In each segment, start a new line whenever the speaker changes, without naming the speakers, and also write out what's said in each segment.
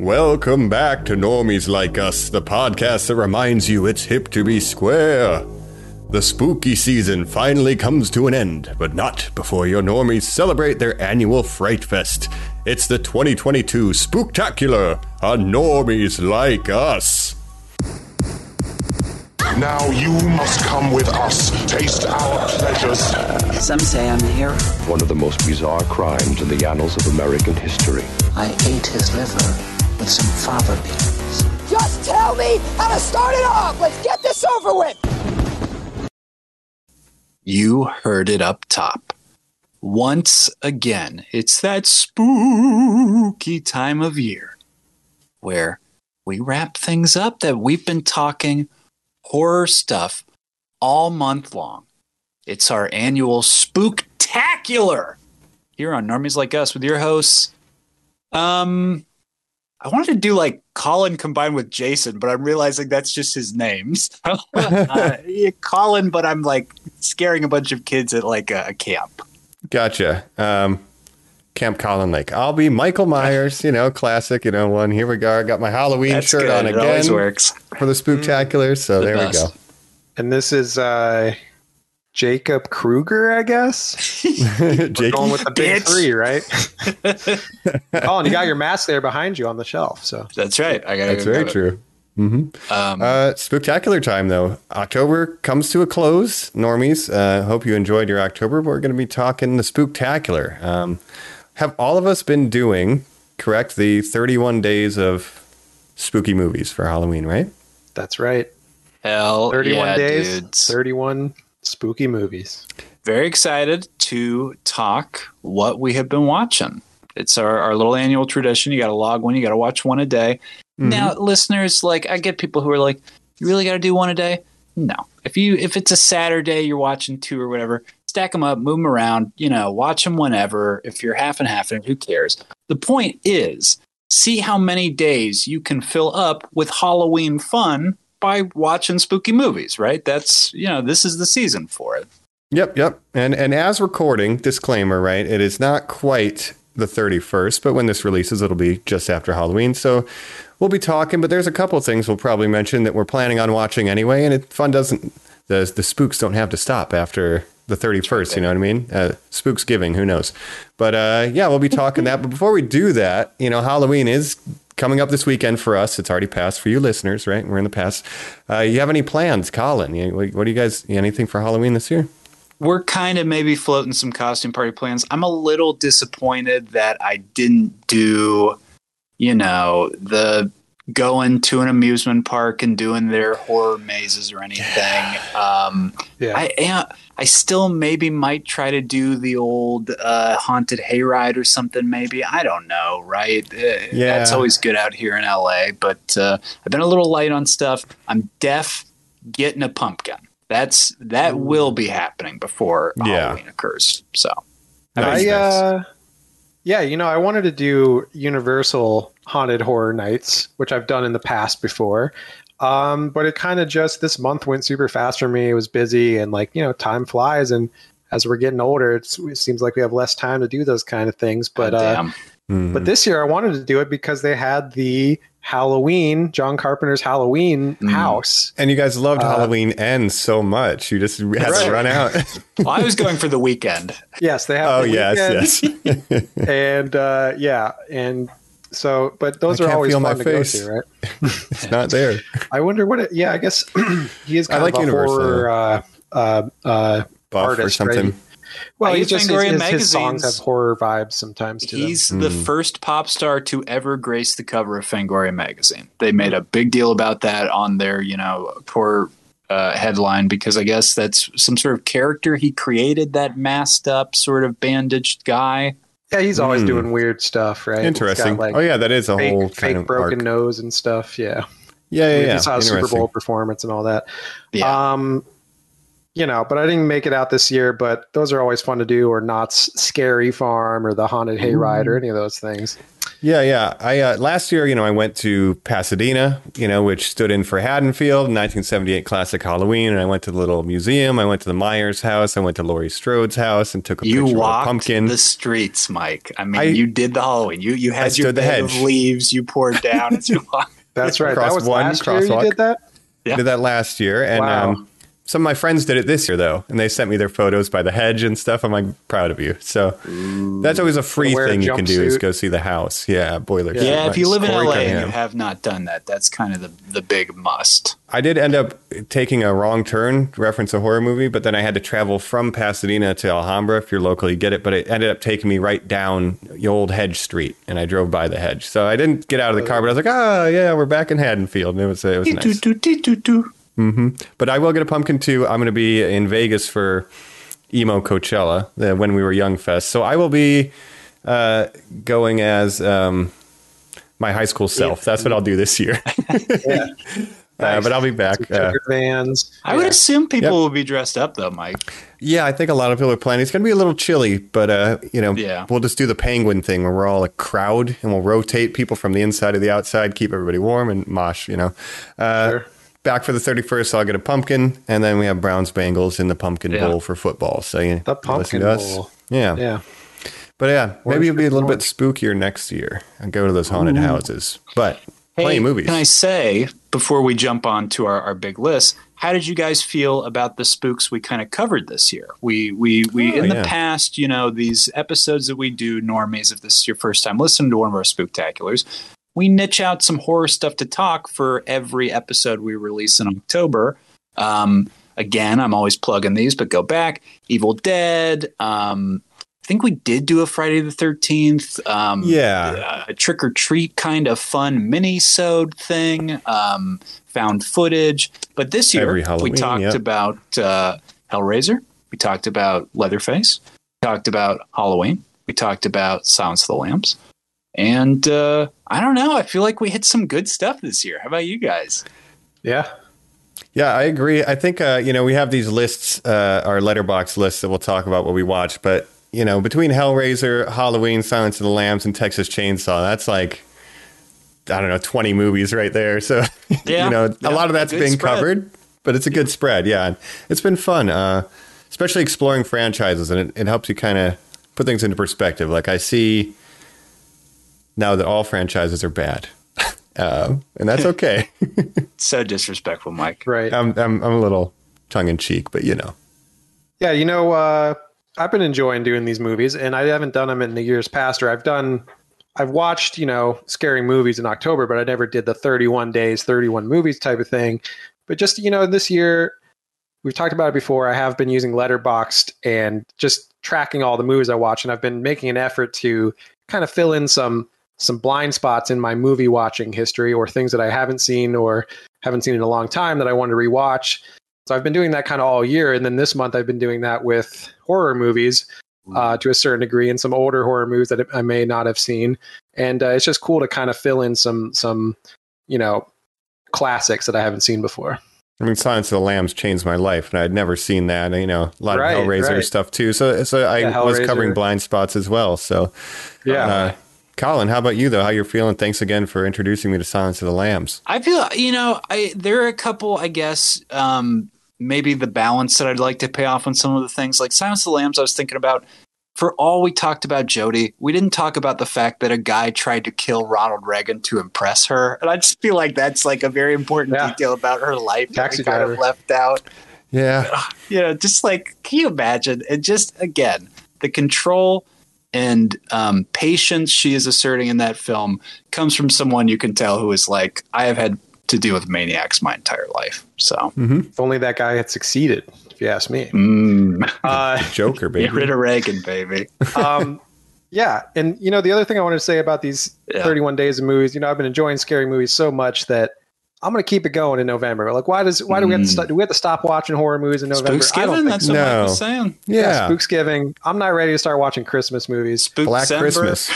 Welcome back to Normies Like Us, the podcast that reminds you it's hip to be square. The spooky season finally comes to an end, but not before your normies celebrate their annual Fright Fest. It's the 2022 Spooktacular on Normies Like Us.
Now you must come with us, taste our pleasures.
Some say I'm a hero.
one of the most bizarre crimes in the annals of American history.
I ate his liver with some fava beans.
Just tell me how to start it off. Let's get this over with.
You heard it up top. Once again, it's that spooky time of year where we wrap things up that we've been talking horror stuff all month long. It's our annual spooktacular here on Normies Like Us with your hosts. Um, I wanted to do like Colin combined with Jason, but I'm realizing that's just his name. So,
Oh,
uh, yeah, Colin, but I'm like scaring a bunch of kids at like a, a camp.
Gotcha. Um, Camp Colin Lake. I'll be Michael Myers, you know, classic, you know, one. Here we go. I got my Halloween
That's
shirt
good.
on
it
again
always works.
for the Spooktacular, so
The
there
best.
we go.
And this is uh Jacob Kruger, I guess. We're
Jake,
going with the big
Bitch.
three, right? oh, and you got your mask there behind you on the shelf. So
That's right. I got
that's very true. hmm
Um,
Uh, spectacular time though. October comes to a close, normies. Uh, hope you enjoyed your October. We're going to be talking the spooktacular. Um, have all of us been doing correct the 31 days of spooky movies for Halloween? Right?
that's right.
hell,
31
yeah,
days,
dudes.
31 spooky movies.
very excited to talk what we have been watching. It's our, our little annual tradition. You got to log one, you got to watch one a day. Now, listeners, like I get people who are like, you really got to do one a day? No. If you if it's a Saturday, you're watching two or whatever, stack them up, move them around, you know, watch them whenever. If you're half and half, and who cares? The point is, see how many days you can fill up with Halloween fun by watching spooky movies, right? That's, you know, this is the season for it.
Yep, yep. And and as recording, disclaimer, right? It is not quite the 31st, but when this releases, it'll be just after Halloween. So we'll be talking, but there's a couple things we'll probably mention that we're planning on watching anyway, and it fun doesn't the the spooks don't have to stop after the 31st, you know what I mean? Uh, spooks giving, who knows. But uh yeah, we'll be talking that, but before we do that, you know, Halloween is coming up this weekend for us. It's already passed for you listeners, right? We're in the past. Uh you have any plans, Colin? You, what do you guys anything for Halloween this year?
we're kind of maybe floating some costume party plans. I'm a little disappointed that I didn't do, you know, the going to an amusement park and doing their horror mazes or anything. Um,
Yeah.
I am. I still maybe might try to do the old uh, haunted hayride or something. Maybe I don't know. Right? Eh,
Yeah.
that's always good out here in LA. But uh, I've been a little light on stuff. I'm deaf getting a pumpkin. That's that will be happening before
Yeah.
Halloween occurs. So
Nice,
I,
nice.
uh, yeah, you know, I wanted to do Universal Haunted Horror Nights, which I've done in the past before. Um, but it kind of just this month went super fast for me. It was busy and like, you know, time flies. And as we're getting older, it's, it seems like we have less time to do those kind of things. But, uh,
damn.
but this year I wanted to do it because they had the Halloween, John Carpenter's Halloween
Mm.
house.
and you guys loved
uh,
Halloween Ends so much, you just had
Right.
to run out.
Well, I was going for the weekend.
Yes, they have.
oh
the weekend.
yes, yes.
and uh, yeah, and so, but those
I
are
can't
always
feel
fun
my
to
face.
go to, right?
it's not there.
I wonder what. It, yeah, I guess he is
I
kind
like
of a
Universal.
horror. Uh, uh, uh,
Buff or
Artist, right?
something.
well,
I
he
use
just
Fangoria
his, his, his songs
magazines.
have horror vibes sometimes to them.
He's the
Hmm.
first pop star to ever grace the cover of Fangoria magazine. They made a big deal about that on their, you know, poor uh, headline because I guess that's some sort of character he created. That masked up, sort of bandaged guy.
Yeah, he's always
Hmm.
doing weird stuff, right? He's
Interesting.
got, like,
oh yeah, that is a
fake,
whole
fake
kind of
broken
arc.
nose and stuff. Yeah,
Yeah, yeah,
We
yeah.
just saw a Super
Interesting.
Bowl performance and all that.
Yeah,
Um, you know, but I didn't make it out this year. But those are always fun to do, or Knott's Scary Farm, or the Haunted Hayride, or any of those things.
Yeah, yeah. I uh, last year, you know, I went to Pasadena, you know, which stood in for Haddonfield, 1978 classic Halloween, and I went to the little museum. I went to the Myers house. I went to Laurie Strode's house and took a
You
picture of a
walked
pumpkin.
the streets, Mike. I mean,
I-
you did the Halloween. You you had your
stood the
bed of
hedge.
leaves you poured down as you walked.
That's right.
Cross
that was
one,
last year you
crosswalk.
did that.
Yeah.
Did that last year, and
Wow.
um, some of my friends did it this year though, and they sent me their photos by the hedge and stuff. I'm like, proud of you. So that's always a free
Wear a
thing you can do is
jumpsuit.
go see the house. Yeah, boiler.
Yeah, if you live in LA and
Cunningham.
you have not done that, that's kind of the, the big must.
I did end up taking a wrong turn, to reference a horror movie, but then I had to travel from Pasadena to Alhambra. If you're local, you get it. But it ended up taking me right down the old Hedge Street, and I drove by the hedge. So I didn't get out
Oh.
of the car, but I was like, ah, yeah, we're back in Haddonfield, and it was it was nice.
Doo-doo-doo-doo-doo.
But I will get a pumpkin too. I'm going to be in Vegas for emo Coachella, the When We Were Young Fest. So I will be uh, going as um, my high school self. That's what I'll do this year. uh, but I'll be back. Uh,
Sugar vans.
I would assume people
Yep.
will be dressed up though, Mike.
yeah, I think a lot of people are planning. It's going to be a little chilly, but uh, you know,
Yeah.
we'll just do the penguin thing where we're all a crowd and we'll rotate people from the inside to the outside, keep everybody warm and mosh. You know, uh,
Sure.
back for the 31st, I'll get a pumpkin, and then we have Browns Bengals in the pumpkin
Yeah.
bowl for football. So you
The
listen
pumpkin
to us.
bowl.
Yeah.
Yeah.
but yeah, maybe
Orange
it'll be a little bit
orange.
spookier next year and go to those haunted houses. But playing movies.
Can I say, before we jump on to our, our big list, how did you guys feel about the spooks we kind of covered this year? We we we
Oh,
in
yeah.
the past, you know, these episodes that we do, normies, if this is your first time listening to one of our spooktaculars, we niche out some horror stuff to talk for every episode we release in October. Um, again, I'm always plugging these, but go back. Evil Dead. Um, I think we did do a Friday the 13th. Um,
yeah.
uh, a trick or treat kind of fun mini sewed thing, um, found footage. But this year,
Every
we
Halloween,
talked
yep.
about uh, Hellraiser. We talked about Leatherface. We talked about Halloween. We talked about Silence of the Lambs. And uh, I don't know. I feel like we hit some good stuff this year. How about you guys?
Yeah.
Yeah, I agree. I think uh, you know we have these lists, uh, our letterbox lists that we'll talk about what we watch. But you know, between Hellraiser, Halloween, Silence of the Lambs, and Texas Chainsaw, that's like I don't know, twenty movies right there. So
Yeah.
you know,
Yeah.
a lot of that's
Good
been
spread.
covered, but it's a good spread. Yeah, it's been fun, uh, especially exploring franchises, and it, it helps you kind of put things into perspective. Like I see now that all franchises are bad, uh, and that's okay.
So disrespectful, Mike.
Right.
I'm, I'm, I'm a little tongue in cheek, but you know.
Yeah, you know, uh, I've been enjoying doing these movies, and I haven't done them in the years past. Or I've done, I've watched, you know, scary movies in October, but I never did the 31 days, 31 movies type of thing. But just you know, this year we've talked about it before. I have been using Letterboxd and just tracking all the movies I watch, and I've been making an effort to kind of fill in some some blind spots in my movie watching history or things that I haven't seen or haven't seen in a long time that I want to rewatch. So I've been doing that kind of all year, and then this month I've been doing that with horror movies uh, to a certain degree, and some older horror movies that I may not have seen. And uh, it's just cool to kind of fill in some some you know classics that I haven't seen before.
I mean, Silence of the Lambs changed my life, and I'd never seen that. You know, a lot
Right,
of Hellraiser
right.
stuff too. So, so I
Yeah,
was covering
Hellraiser.
blind spots as well. So, uh, Colin, how about you though? How you're feeling? Thanks again for introducing me to Silence of the Lambs.
I feel you know, I there are a couple, I guess, um, maybe the balance that I'd like to pay off on some of the things like Silence of the Lambs. I was thinking about for all we talked about Jody, we didn't talk about the fact that a guy tried to kill Ronald Reagan to impress her, and I just feel like that's like a very important
Yeah.
detail about her life that
Taxi
we kind of
driver.
left out
Yeah,
you know, just like can you imagine? And just again, the control and um, patience she is asserting in that film comes from someone you can tell who is like, I have had to deal with maniacs my entire life. So
If only that guy had succeeded, if you ask me.
mm,
Uh,
Joker, baby.
get rid of Reagan, baby.
um, yeah, and you know the other thing I wanted to say about these
Yeah.
31 days of movies, you know, I've been enjoying scary movies so much that I'm going to keep it going in November. Like, why does why do we have to
Mm.
stop? Do we have to stop watching horror movies in November? I don't
Spooksgiving,
think
that's
so.
what
No.
Mike was saying.
yeah,
Spooksgiving. I'm not ready to start watching Christmas movies,
Spook
Black Christmas.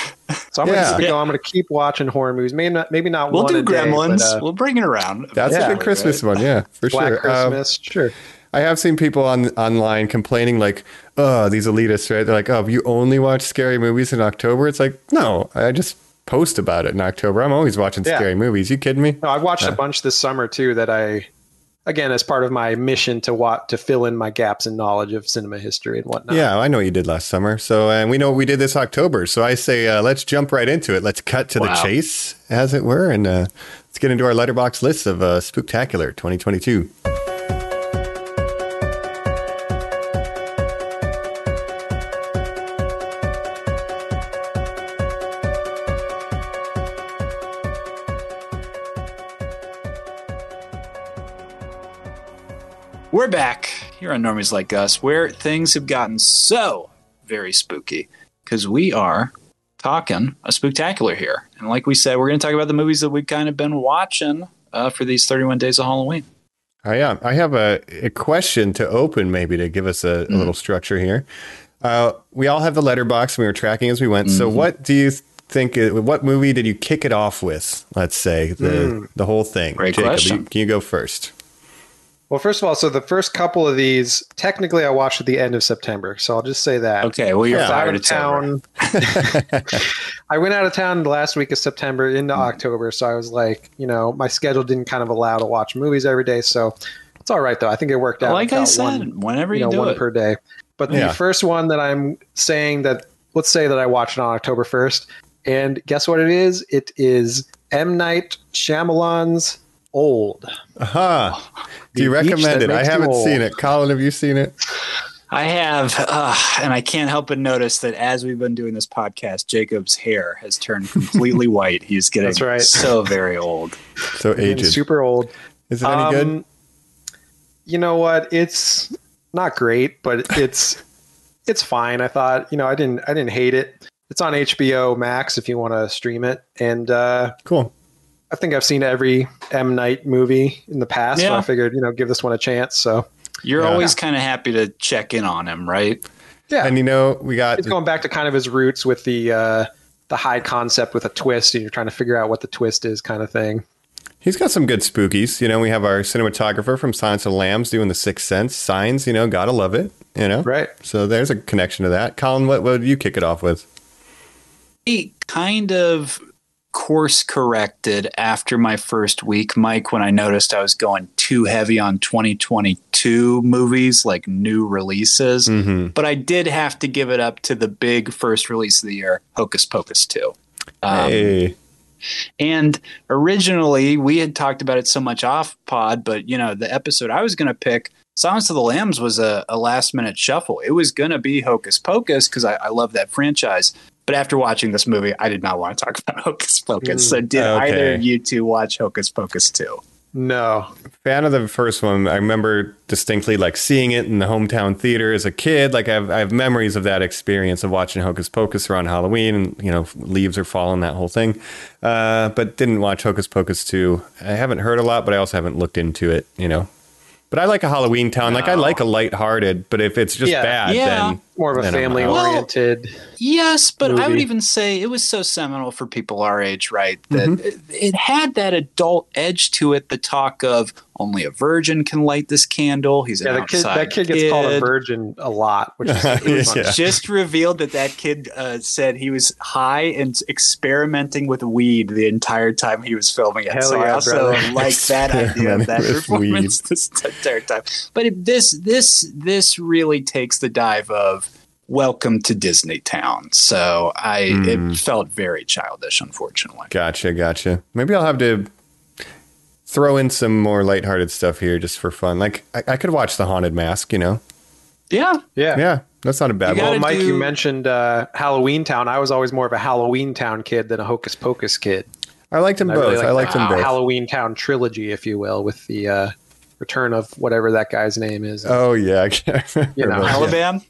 so I'm
Yeah.
gonna keep it
Yeah.
going. I'm gonna keep watching horror movies. Maybe not. Maybe not
We'll
one
do
a day, but,
Gremlins. Uh,
uh,
we'll bring it around.
That's
Yeah.
a good Christmas one. Yeah, for
Black
sure. Um,
Christmas. sure.
I have seen people on online complaining like, "Oh, these elitists, right? They're like, oh, you only watch scary movies in October." It's like, no, I just post about it in October. I'm always watching
Yeah.
scary movies. You kidding me?
No, I watched a
Uh.
bunch this summer too that I again as part of my mission to what to fill in my gaps in knowledge of cinema history and whatnot.
Yeah, I know what you did last summer. So, and we know what we did this October. So I say, uh, let's jump right into it. Let's cut to the
Wow.
chase, as it were, and uh, let's get into our letterbox list of uh, Spooktacular 2022.
We're back here on Normies Like Us, where things have gotten so very spooky because we are talking a spooktacular here. And like we said, we're going to talk about the movies that we've kind of been watching uh, for these 31 days of Halloween.
I am. I have a, a question to open, maybe to give us a,
Hmm.
a little structure here. Uh, we all have the letterbox, and we were tracking as we went. So,
Mm-hmm.
what do you think? it- What movie did you kick it off with? Let's say the
Hmm.
the whole thing.
Great
you-
question.
can you go first?
Well, first of all, so the first couple of these technically I watched at the end of September, so I'll just say that.
Okay, well, you're
I was out
fired.
of
It's over.
town. I went out of town the last week of September into
Hmm.
October, so I was like, you know, my schedule didn't kind of allow to watch movies every day, so it's all right though. I think it worked out.
Like
Got
I
uh, one-
said, whenever you,
you know,
do
one
it.
per day. But the
Yeah.
first one that I'm saying that let's say that I watched it on October 1st, and guess what it is? It is M Night Shyamalan's Old.
Aha! Do you
The beach
recommend
that
it? I
makes you
haven't
old.
seen it. Colin, have you seen it?
I have, uh, and I can't help but notice that as we've been doing this podcast, Jacob's hair has turned completely white. He's getting
That's right.
so very old.
So
And
aged.
super old.
Is it any good?
Um, You know what? It's not great, but it's it's fine. I thought, you know, I didn't I didn't hate it. It's on HBO Max if you want to stream it. And uh
Cool.
I think I've seen every M Night movie in the past, so
Yeah.
I figured, you know, give this one a chance. So
You're
Yeah.
always kind of happy to check in on him, right?
yeah.
And you know, we got
it's going back to kind of his roots with the uh, the high concept with a twist, and you're trying to figure out what the twist is, kind of thing.
He's got some good spookies. You know, we have our cinematographer from Silence of the Lambs doing the Sixth Sense signs. You know, gotta love it. You know,
Right.
So there's a connection to that. Colin, what would you kick it off with?
I kind of course corrected after my first week, Mike, when I noticed I was going too heavy on 2022 movies, like new releases.
Hmm.
But I did have to give it up to the big first release of the year, Hocus Pocus 2. Um,
hey,
And originally, we had talked about it so much off pod, but you know, the episode I was going to pick, Silence of the Lambs, was a, a last minute shuffle. It was going to be Hocus Pocus because I, I love that franchise. But after watching this movie, I did not want to talk about Hocus Pocus.
Mm,
so, did
okay.
either of you two watch Hocus Pocus 2?
No,
fan of the first one. I remember distinctly like seeing it in the hometown theater as a kid. Like I have, I have memories of that experience of watching Hocus Pocus around Halloween, and you know, leaves are falling, that whole thing. Uh, but didn't watch Hocus Pocus two. I haven't heard a lot, but I also haven't looked into it. You know. But I like a Halloween town. Like I like a lighthearted, but if it's just
Yeah.
bad,
Yeah.
then
more of a
Then I'm out.
family oriented.
Yes, but I would
movie.
even say it was so seminal for people our age, right? That
Mm-hmm.
it, it had that adult edge to it. The talk of only a virgin can light this candle. He's
yeah,
an
the kid
outside
that kid gets called a
kid.
virgin a lot, which is it was
Yeah.
fun.
just revealed that that kid uh, said he was high and experimenting with weed the entire time he was filming it.
Hell
so I
yeah,
also
brother.
like that idea of that
Experimenting with
performance this entire time. But it, this this this really takes the dive of welcome to Disney Town. So I
Hmm.
it felt very childish, unfortunately.
Gotcha, gotcha. Maybe I'll have to throw in some more lighthearted stuff here just for fun. Like I, I could watch The Haunted Mask, you know.
Yeah,
Yeah.
Yeah, that's not a bad
You
one.
gotta
Well, Mike,
do-
you mentioned uh, Halloween Town. I was always more of a Halloween Town kid than a Hocus Pocus kid.
I liked them
I
both.
really
I liked
the
them both.
Halloween Town trilogy, if you will, with the uh, return of whatever that guy's name is.
oh yeah, I can't remember.
You know,
Yeah.
Caliban. How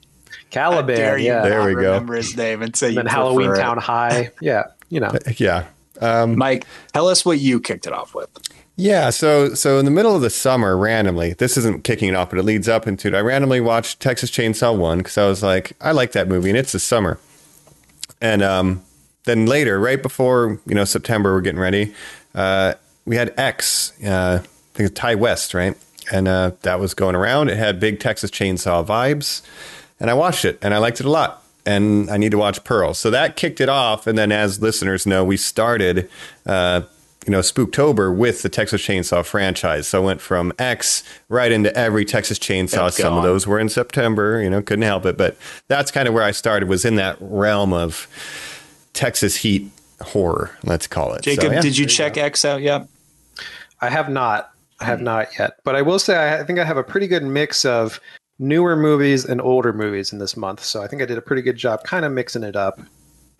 Caliban,
dare you
yeah.
not
There we go.
Remember his name and say
And
you
then Halloween
prefer it.
Town High. Yeah, you know.
yeah. Um,
Mike, tell us what you kicked it off with.
yeah, so so in the middle of the summer, randomly, this isn't kicking it off, but it leads up into it. I randomly watched Texas Chainsaw One because I was like, I like that movie, and it's the summer. And um, then later, right before you know September, we're getting ready. Uh, we had X, uh, I think it's Ty West, right? And uh, that was going around. It had big Texas Chainsaw vibes, and I watched it, and I liked it a lot. and I need to watch Pearl. So that kicked it off. And then, as listeners know, we started, uh, you know, Spooktober with the Texas Chainsaw franchise. So I went from X right into every Texas Chainsaw.
Kept
Some of
going.
those were in September, you know, couldn't help it. But that's kind of where I started, was in that realm of Texas Heat horror, let's call it. So,
Jacob,
yeah.
did you check X out yet?
I have not. I have not yet. But I will say I I think I have a pretty good mix of newer movies and older movies in this month. So I think I did a pretty good job kind of mixing it up.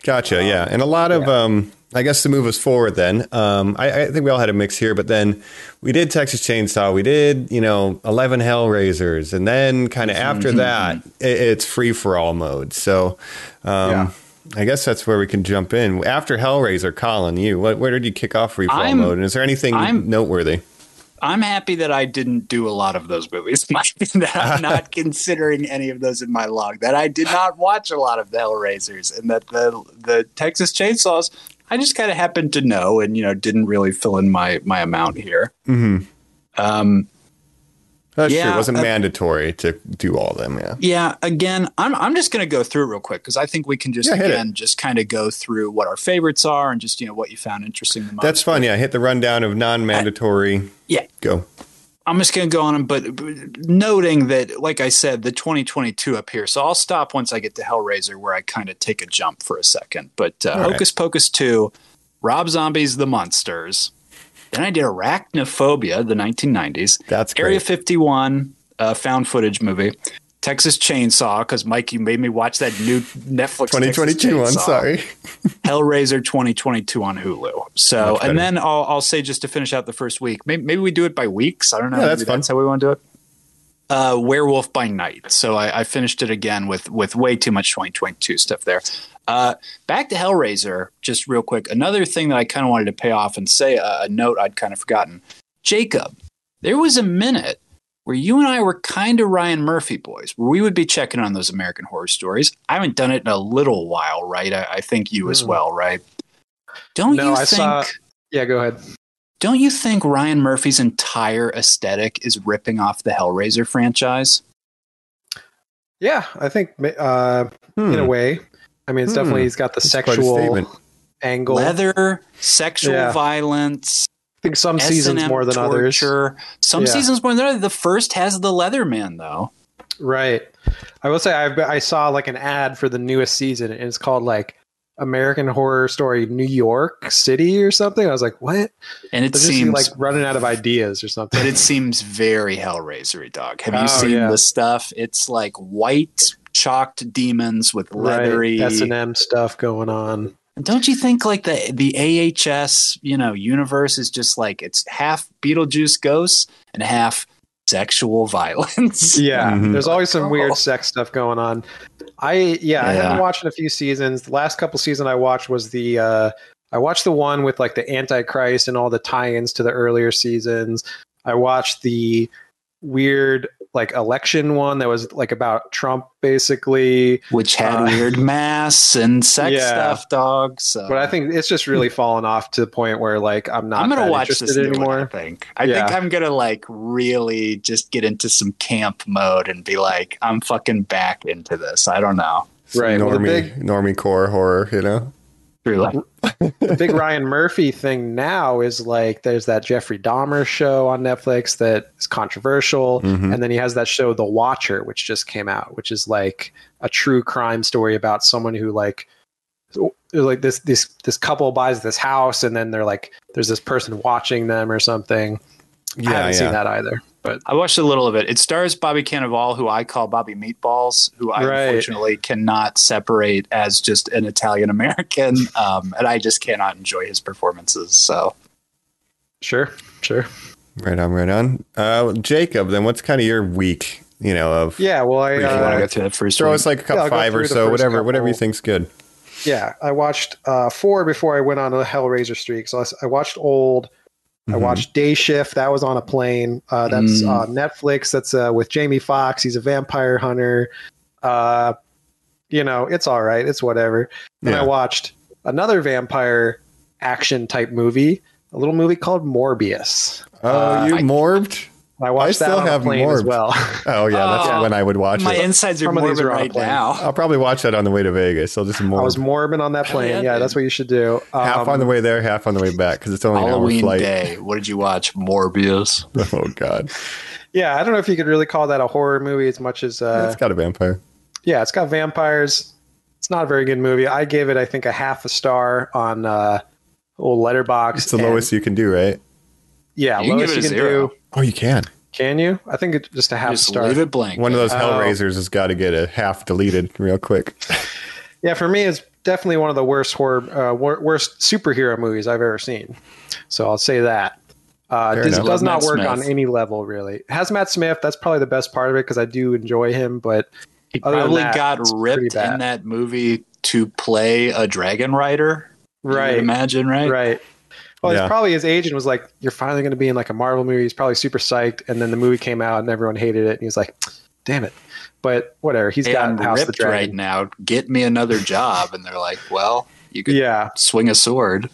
Gotcha. yeah, and a lot of um, I guess to move us forward. Then um, I, I think we all had a mix here, but then we did Texas Chainsaw. We did you know Eleven Hellraisers, and then kind of
Mm-hmm.
after that, it, it's free for all mode. So um,
Yeah.
I guess that's where we can jump in after Hellraiser. Colin, you what, where did you kick off free for all
I'm-
mode? And is there anything
I'm-
noteworthy?
I'm happy that I didn't do a lot of those movies. that I'm not considering any of those in my log. That I did not watch a lot of the Hellraisers, and that the the Texas Chainsaws I just kind of happened to know, and you know didn't really fill in my my amount here.
Mm-hmm.
Um,
That's true. It
Yeah,
wasn't
uh,
mandatory to do all of them. Yeah.
Yeah, again, I'm I'm just going to go through it real quick because I think we can just
Yeah, hit
again just kind of go through what our favorites are and just you know what you found interesting the most.
That's fun. Yeah, hit the rundown of non-mandatory.
yeah.
Go.
I'm just going to go on them, but but noting that, like I said, the 2022 up here. So I'll stop once I get to Hellraiser, where I kind of take a jump for a second. But uh,
right.
Hocus Pocus 2, Rob Zombie's The Monsters. Then I did Arachnophobia, the 1990s.
That's great.
Area 51, uh, found footage movie. Texas Chainsaw, because Mike, you made me watch that new Netflix. Texas
2022 one.
Chainsaw.
Sorry.
Hellraiser 2022 on Hulu. So,
Much better.
and then I'll, I'll say just to finish out the first week, maybe, maybe we do it by weeks. I don't know.
Yeah, that's
maybe
fun.
that's how we want to do it. Uh, Werewolf by Night. So I, I finished it again with with way too much 2022 stuff there. Uh, back to Hellraiser, just real quick. Another thing that I kind of wanted to pay off and say a, a note I'd kind of forgotten. Jacob, there was a minute where you and I were kind of Ryan Murphy boys, where we would be checking on those American horror stories. I haven't done it in a little while, right? I, I think you as
Hmm.
well, right? Don't
No,
you
I
think?
saw- Yeah, go ahead.
Don't you think Ryan Murphy's entire aesthetic is ripping off the Hellraiser franchise?
Yeah, I think uh,
Hmm.
in a way. I mean, it's
Hmm.
definitely he's got the
That's quite a
sexual
statement.
angle.
Leather, sexual
Yeah.
violence,
I think some seasons
S&M
more than others.
torture. Some
Yeah.
seasons more than others. The first has the Leatherman, though.
Right. I will say I've, I saw like an ad for the newest season, and it's called like American Horror Story New York City or something. I was like, what?
And it
They're just
seems
like running out of ideas or
but
something.
it seems very Hellraisery, dog. Have you
Oh,
seen
yeah.
the stuff? It's like white chalked demons with leathery.
S and M stuff going on.
Don't you think like the the AHS you know universe is just like it's half Beetlejuice ghosts and half sexual violence?
Yeah,
Mhm.
there's always some
Oh.
weird sex stuff going on. I yeah, I haven't
Yeah.
watched in a few seasons. The last couple seasons I watched was the uh I watched the one with like the Antichrist and all the tie-ins to the earlier seasons. I watched the weird like election one that was like about Trump basically.
Which had
Uh,
weird masks and sex
yeah.
stuff, dog. So
But I think it's just really fallen off to the point where like I'm not
Uh-huh. I'm gonna
that
watch
interested
this new
anymore.
One, I think I
Yeah.
think I'm gonna like really just get into some camp mode and be like, I'm fucking back into this. I don't know.
Right, well, the
normie,
big-
normie core horror, you know?
True, like,
the big Ryan Murphy thing now is like there's that Jeffrey Dahmer show on Netflix that is controversial,
Mhm.
and then he has that show The Watcher, which just came out, which is like a true crime story about someone who like so- like this this this couple buys this house, and then they're like there's this person watching them or something. I haven't seen that either, but
I watched a little of it. It stars Bobby Cannavale, who I call Bobby Meatballs, who I
Right.
unfortunately cannot separate as just an Italian American, um, and I just cannot enjoy his performances. So
sure, sure.
Right on, right on. Uh, Jacob, then what's kind of your week, you know, of
Yeah, well, I
If you
you want to
uh,
go through that first
throw
one?
us like a cup
Yeah, I'll go
five or
through the
so,
first
whatever, whatever you
couple.
think's good.
yeah, I watched uh, four before I went on a Hellraiser streak. So I, s- I watched Old. I
Mhm.
watched Day Shift. That was on a plane. Uh, that's
Mm.
on Netflix. That's uh, with Jamie Foxx. He's a vampire hunter. Uh, you know, it's all right. It's whatever. Then
Yeah.
I watched another vampire action type movie, a little movie called Morbius.
Oh,
uh,
you
I-
morbed?
I watched
still
that on
have
a plane
more-
as well.
Oh yeah, that's
Uh,
Oh.
when I would watch
My
it.
insides are
Some of these
morbid
are on a
right
plane.
now.
I'll probably watch that on the way to Vegas. I'll just
I
more
was Morbin on that plane.
yeah,
yeah,
dude.
that's what you should do.
half
Um,
on the way there, half on the way back because it's only an hour
Halloween
flight.
Day. What did you watch? Morbius.
Oh god,
Yeah, I don't know if you could really call that a horror movie as much as uh,
it's got a vampire.
yeah, it's got vampires. It's not a very good movie. I gave it, I think, a half a star on uh, old Letterbox.
It's the lowest you can do, right?
Yeah,
You can give
lowest
it a
you can
zero.
do.
Oh, you can.
Can you? I think it's just a half
Just
star.
leave it blank.
One of those
Oh.
Hellraisers has got to get a half deleted real quick.
Yeah, for me, it's definitely one of the worst horror, uh, wor- worst superhero movies I've ever seen. So I'll say that. Uh,
Fair
this
enough.
does
Love
not
Matt
work
Smith.
on any level, really. Has Matt Smith? That's probably the best part of it because I do enjoy him, but
He
Other than
probably
that,
got
it's pretty
ripped in
bad.
that movie to play a dragon rider. you would Imagine, right?
Right. Well,
Yeah.
it's probably his agent was like, "You're finally going to be in like a Marvel movie." He's probably super psyched, and then the movie came out and everyone hated it, and he was like, "Damn it!" But whatever, he's
Hey,
got
I'm
House of the
ripped right
Dragon.
now. Get me another job. And they're like, well, you could
yeah,
swing a sword.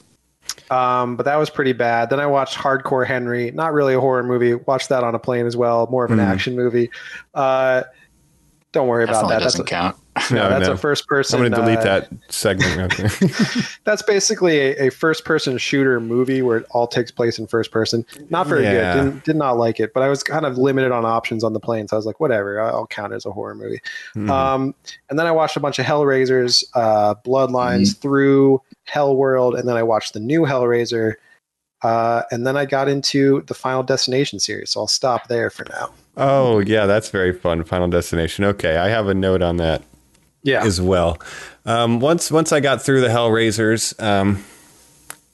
um, but that was pretty bad. Then I watched Hardcore Henry, not really a horror movie. Watched that on a plane as well, more of an
Mhm.
action movie. Uh, don't worry about
Definitely
that. That's
doesn't
a,
count.
no, that's
no.
a first person.
I'm going to delete
uh,
that segment. Okay.
That's basically a, a first person shooter movie where it all takes place in first person. Not very
Yeah.
good. Didn't, did not like it, but I was kind of limited on options on the plane. So I was like, whatever, I'll count it as a horror movie.
Mhm.
Um, and then I watched a bunch of Hellraisers, uh, Bloodlines
Mm-hmm.
through Hellworld. And then I watched the new Hellraiser. Uh, and then I got into the Final Destination series. So I'll stop there for now.
oh yeah, that's very fun. Final Destination. Okay, I have a note on that.
Yeah.
as well. Um, once once I got through the Hellraisers, um,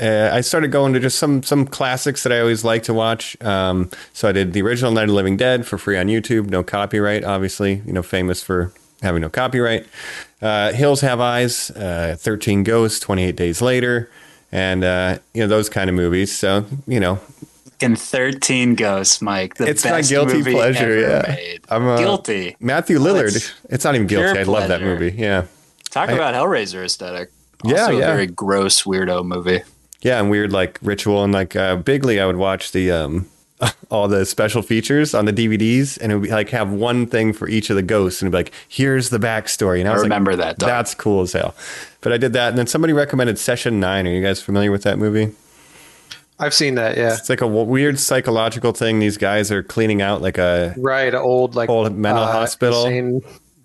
uh, I started going to just some some classics that I always like to watch. Um, so I did the original Night of the Living Dead for free on YouTube, no copyright, obviously. You know, famous for having no copyright. Uh, Hills Have Eyes, uh, Thirteen Ghosts, Twenty Eight Days Later, and uh, you know those kind of movies. So you know,
And 13 Ghosts, Mike. The
It's my
best
guilty
movie
pleasure,
ever
yeah.
made.
I'm, uh,
guilty.
Matthew Lillard.
it's
It's, not even
pure
guilty. I love that
pleasure.
movie. Yeah.
Talk
I-
about Hellraiser aesthetic. Also
Yeah,
a
yeah.
very gross weirdo movie.
Yeah, and weird like ritual and like uh, Bigly, I would watch the um, all the special features on the DVDs, and it would be like have one thing for each of the ghosts, and it'd be like, here's the backstory. And I,
I
was
remember
like,
that, Doc.
That's cool as hell. But I did that, and then somebody recommended Session Nine. Are you guys familiar with that movie?
I've seen that. Yeah.
It's like a w- weird psychological thing. These guys are cleaning out like a
Right. a Old, like, uh,
Old mental hospital.
insane-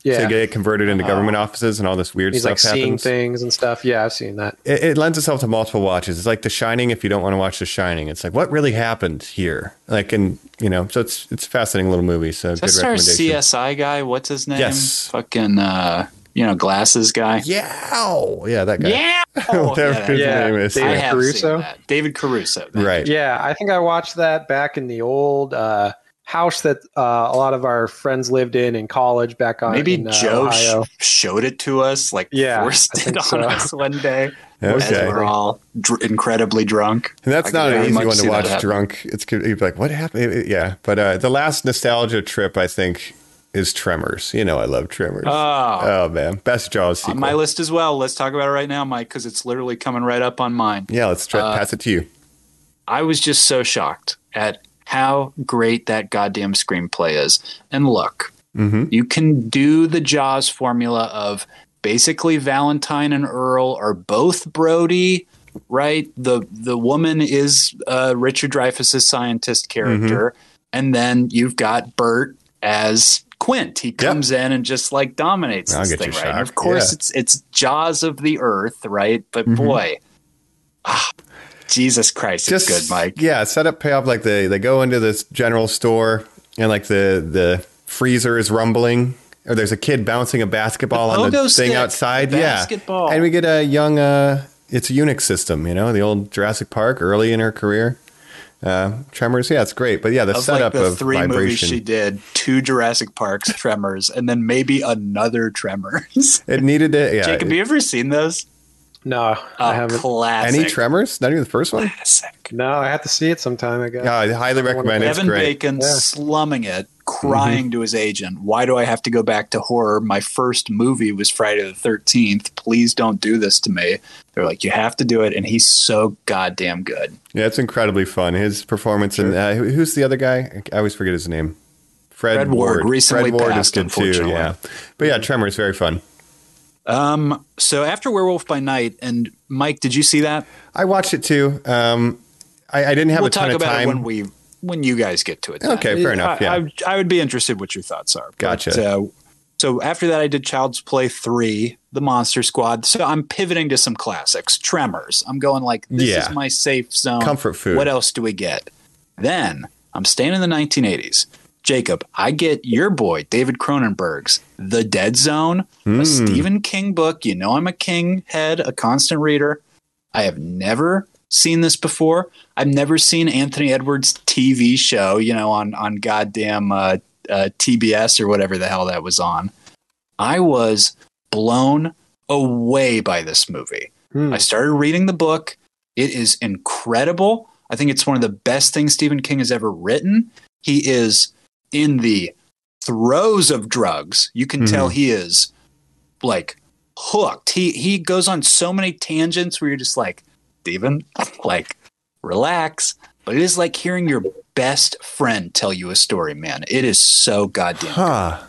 to
yeah.
get government into
Uh-huh.
government offices, and all this weird
He's
stuff
like seeing
happens.
things and stuff. Yeah. I've seen that.
it, it lends itself to multiple watches. It's like The Shining. If you don't want to watch The Shining, it's like what really happened here. Like, and you know, so it's it's a fascinating little movie. So
That's
good
our
recommendation.
CSI guy. What's his name?
Yes.
Fucking, uh, you know, glasses guy.
Yeah, Ow. yeah, that guy.
Yeah.
Whatever his
Yeah.
name is.
David
I have
Caruso?
Seen that. David Caruso. that-
Right.
Yeah, I think I watched that back in the old uh, house that uh, a lot of our friends lived in in college back on
Maybe
in, uh,
Joe sh-
Ohio.
showed it to us, like
Yeah,
forced
I
it
think
on
so.
us one day.
Okay.
As we're all dr- incredibly drunk.
And that's
I can
not an
very
easy
much
one to
see that
watch
happen.
drunk. It's you'd be like, what happened? It- it- yeah. But uh, the last nostalgia trip I think is Tremors. You know, I love Tremors.
Oh,
oh man, best Jaws sequel.
on uh, my list as well. Let's talk about it right now, Mike, because it's literally coming right up on mine.
yeah, let's try,
uh,
pass it to you.
I was just so shocked at how great that goddamn screenplay is. And look,
Mm-hmm.
you can do the Jaws formula of basically Valentine and Earl are both Brody, right? The the woman is uh, Richard Dreyfuss's scientist character,
Mm-hmm.
and then you've got Bert as Quint. He comes in and just like dominates
I'll
this
get
thing,
you
right? And of
shocked,
course,
yeah. Mm-hmm.
it's it's Jaws of the Earth, right? But boy, ah, Jesus Christ,
just
it's good, Mike.
Yeah, set up payoff like they they go into this general store and like the the freezer is rumbling or there's a kid bouncing a basketball
The
on the
pogo
thing
stick,
outside.
the
yeah,
basketball.
and we get a young. uh It's a Unix system, you know, the old Jurassic Park early in her career. Uh, Tremors, yeah, it's great, but yeah, the
of like
setup
the
of
three movies
vibration.
she did two Jurassic Parks, Tremors, and then maybe another Tremors.
it needed to. Yeah,
Jacob, you ever seen those?
No, I
A
haven't.
classic.
any Tremors? Not even the first one.
classic.
no, I have to see it sometime. I guess.
Yeah, I highly recommend. it. It's
Kevin
great. Mm-hmm.
Bacon
Yeah.
slumming it crying to his agent, Why do I have to go back to horror? My first movie was Friday the 13th. Please don't do this to me. They're like, You have to do it. And he's so goddamn good.
Yeah, it's incredibly fun. His performance and uh, who- who's the other guy? I always forget his name. Fred,
Fred Ward, recently
Fred Ward is
passed,
good too.
unfortunately.
Yeah, but yeah, Tremor is very fun.
Um, so after Werewolf by Night, and Mike, did you see that?
I watched it too. Um, I, I didn't have
we'll
a ton
talk
of
about
time.
it when we when you guys get to it. then.
Okay, fair enough,
I,
yeah.
I, I would be interested what your thoughts are.
Gotcha.
uh, so after that, I did Child's Play three, The Monster Squad. So I'm pivoting to some classics. Tremors. I'm going like this
Yeah.
is my safe zone.
Comfort food.
What else do we get? Then I'm staying in the 1980s. Jacob, I get your boy David Cronenberg's The Dead Zone, a Stephen King book. You know I'm a King head, a constant reader. I have never seen this before. I've never seen Anthony Edwards' TV show, you know, on on goddamn uh, uh, TBS or whatever the hell that was on. I was blown away by this movie.
Hmm.
I started reading the book. It is incredible. I think it's one of the best things Stephen King has ever written. He is in the throes of drugs. You can tell
Hmm.
he is like hooked. He he goes on so many tangents where you're just like, Steven, like, relax. But it is like hearing your best friend tell you a story, man. It is so goddamn
Huh.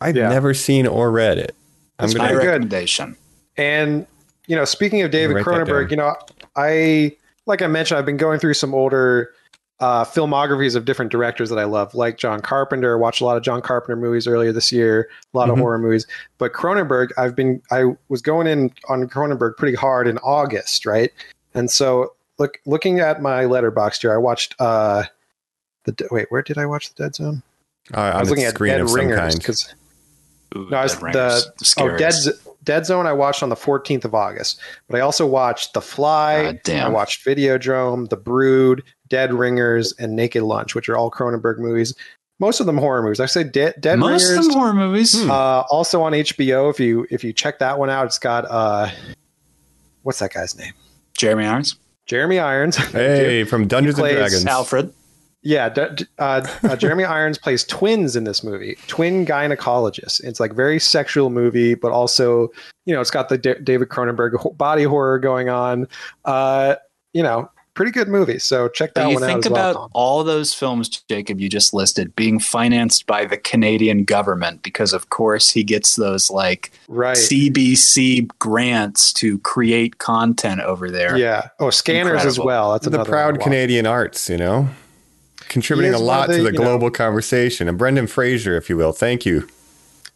I've
Yeah.
never seen or read it. I'm
good. My
gonna.
pretty good.
recommendation.
And you know, speaking of David
Write that down.
Cronenberg, you know, I like I mentioned, I've been going through some older uh, filmographies of different directors that I love, like John Carpenter. Watched a lot of John Carpenter movies earlier this year, a lot
Mhm.
of horror movies. But Cronenberg, I've been I was going in on Cronenberg pretty hard in August, right? And so look, looking at my letterbox here, I watched uh, the De- wait, where did I watch the Dead Zone?
Uh, on
I was
a
looking at
screen
Dead
of some
Ringers
kind.
because
Ooh,
No, I was-
Dead Ringers.
the- oh, Dead,
Scariest.
Z- Dead Zone I watched on the 14th of August, but I also watched The Fly.
God damn.
I watched Videodrome, The Brood, Dead Ringers, and Naked Lunch, which are all Cronenberg movies. Most of them horror movies. I say De- Dead
Most of
Ringers.
them horror movies.
uh, also on HBO, if you if you check that one out, it's got uh, what's that guy's name?
Jeremy Irons,
Jeremy Irons.
Hey, from Dungeons and
plays
Dragons.
Alfred.
Yeah, d- d- uh, uh, Jeremy Irons plays twins in this movie, twin gynecologists. It's like very sexual movie, but also you know it's got the D- David Cronenberg ho- body horror going on. Uh, you know, pretty good movie. So check that
But you
one out
think
as well.
about
Tom.
all those films, Jacob, you just listed being financed by the Canadian government because, of course, he gets those like
right?
CBC grants to create content over there.
yeah. Oh, Scanners as
Incredible.
well. That's
the
another
proud
one I watched.
Canadian arts, you know, contributing a
He is one
lot
of the,
to the
you know-
global conversation. And Brendan Fraser, if you will, thank you.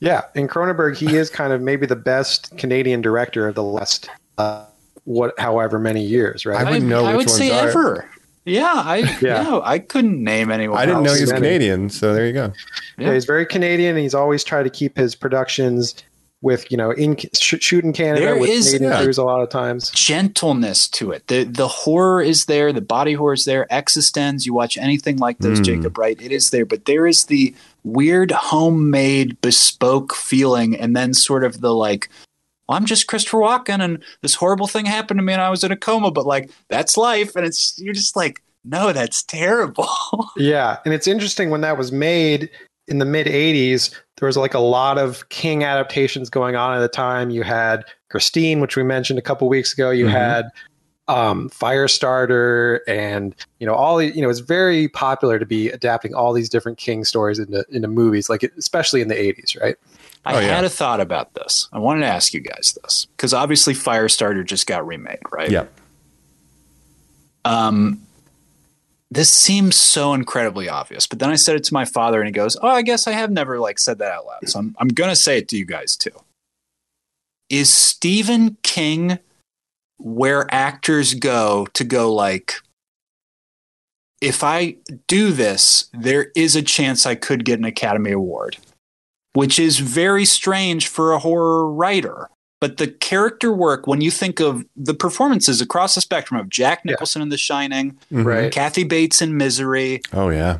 Yeah, and Cronenberg, he is kind of maybe the best Canadian director of the last uh, what, however many years,
Oh,
right?
I wouldn't know
I
which
would say
ones are.
ever. Yeah, I
Yeah.
yeah, I couldn't name anyone.
I didn't know
else.
he was
Outstanding.
Canadian, so there you go.
Yeah.
Yeah.
he's very Canadian. And he's always tried to keep his productions with you know in sh- shoot in Canada
There
with
is-
Canadian
yeah.
crews a lot of times.
gentleness to it. The the horror is there, the body horror is there, existence, you watch anything like those,
Mm.
Jacob, right? It is there, but there is the weird homemade bespoke feeling and then sort of the like well, I'm just Christopher Walken and this horrible thing happened to me and I was in a coma, but like that's life and it's you're just like, no, that's terrible.
Yeah, and it's interesting when that was made in the mid '80s. There was like a lot of King adaptations going on at the time. You had Christine, which we mentioned a couple weeks ago. You
Mm-hmm.
Mhm.
had um, Firestarter, and you know all the- you know it's very popular to be adapting all these different King stories into into movies, like especially in the '80s, right?
I
Oh, yeah.
had a thought about this. I wanted to ask you guys this. Because obviously Firestarter just got remade, right?
Yeah.
um, this seems so incredibly obvious. But then I said it to my father, and he goes, "Oh, I guess I have never like said that out loud." So I'm I'm gonna say it to you guys too. Is Stephen King where actors go to go like? If I do this, there is a chance I could get an Academy Award, which is very strange for a horror writer. But the character work, when you think of the performances across the spectrum of Jack
Yeah.
Nicholson in The Shining,
Mhm.
Right.
Kathy Bates in Misery,
Oh yeah.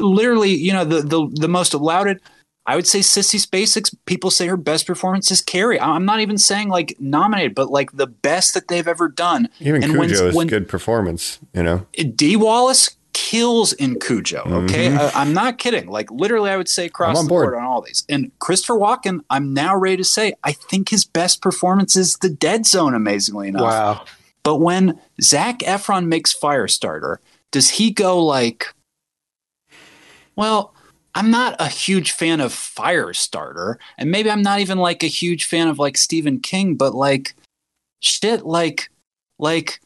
literally, you know, the the, the most lauded. I would say Sissy Spacek. People say her best performance is Carrie. I- I'm not even saying like nominated, but like the best that they've ever done.
Even
And when-
Cujo is
when-
good performance, you know.
D. Wallace kills in Cujo. Okay, I, am not kidding. Like literally, I would say across
on
the board.
board.
on all these. And Christopher Walken, I'm now ready to say I think his best performance is The Dead Zone. Amazingly enough,
Wow.
but when Zach Efron makes Firestarter, does he go like, well, I'm not a huge fan of Firestarter, and maybe I'm not even like a huge fan of like Stephen King, but like shit, like, like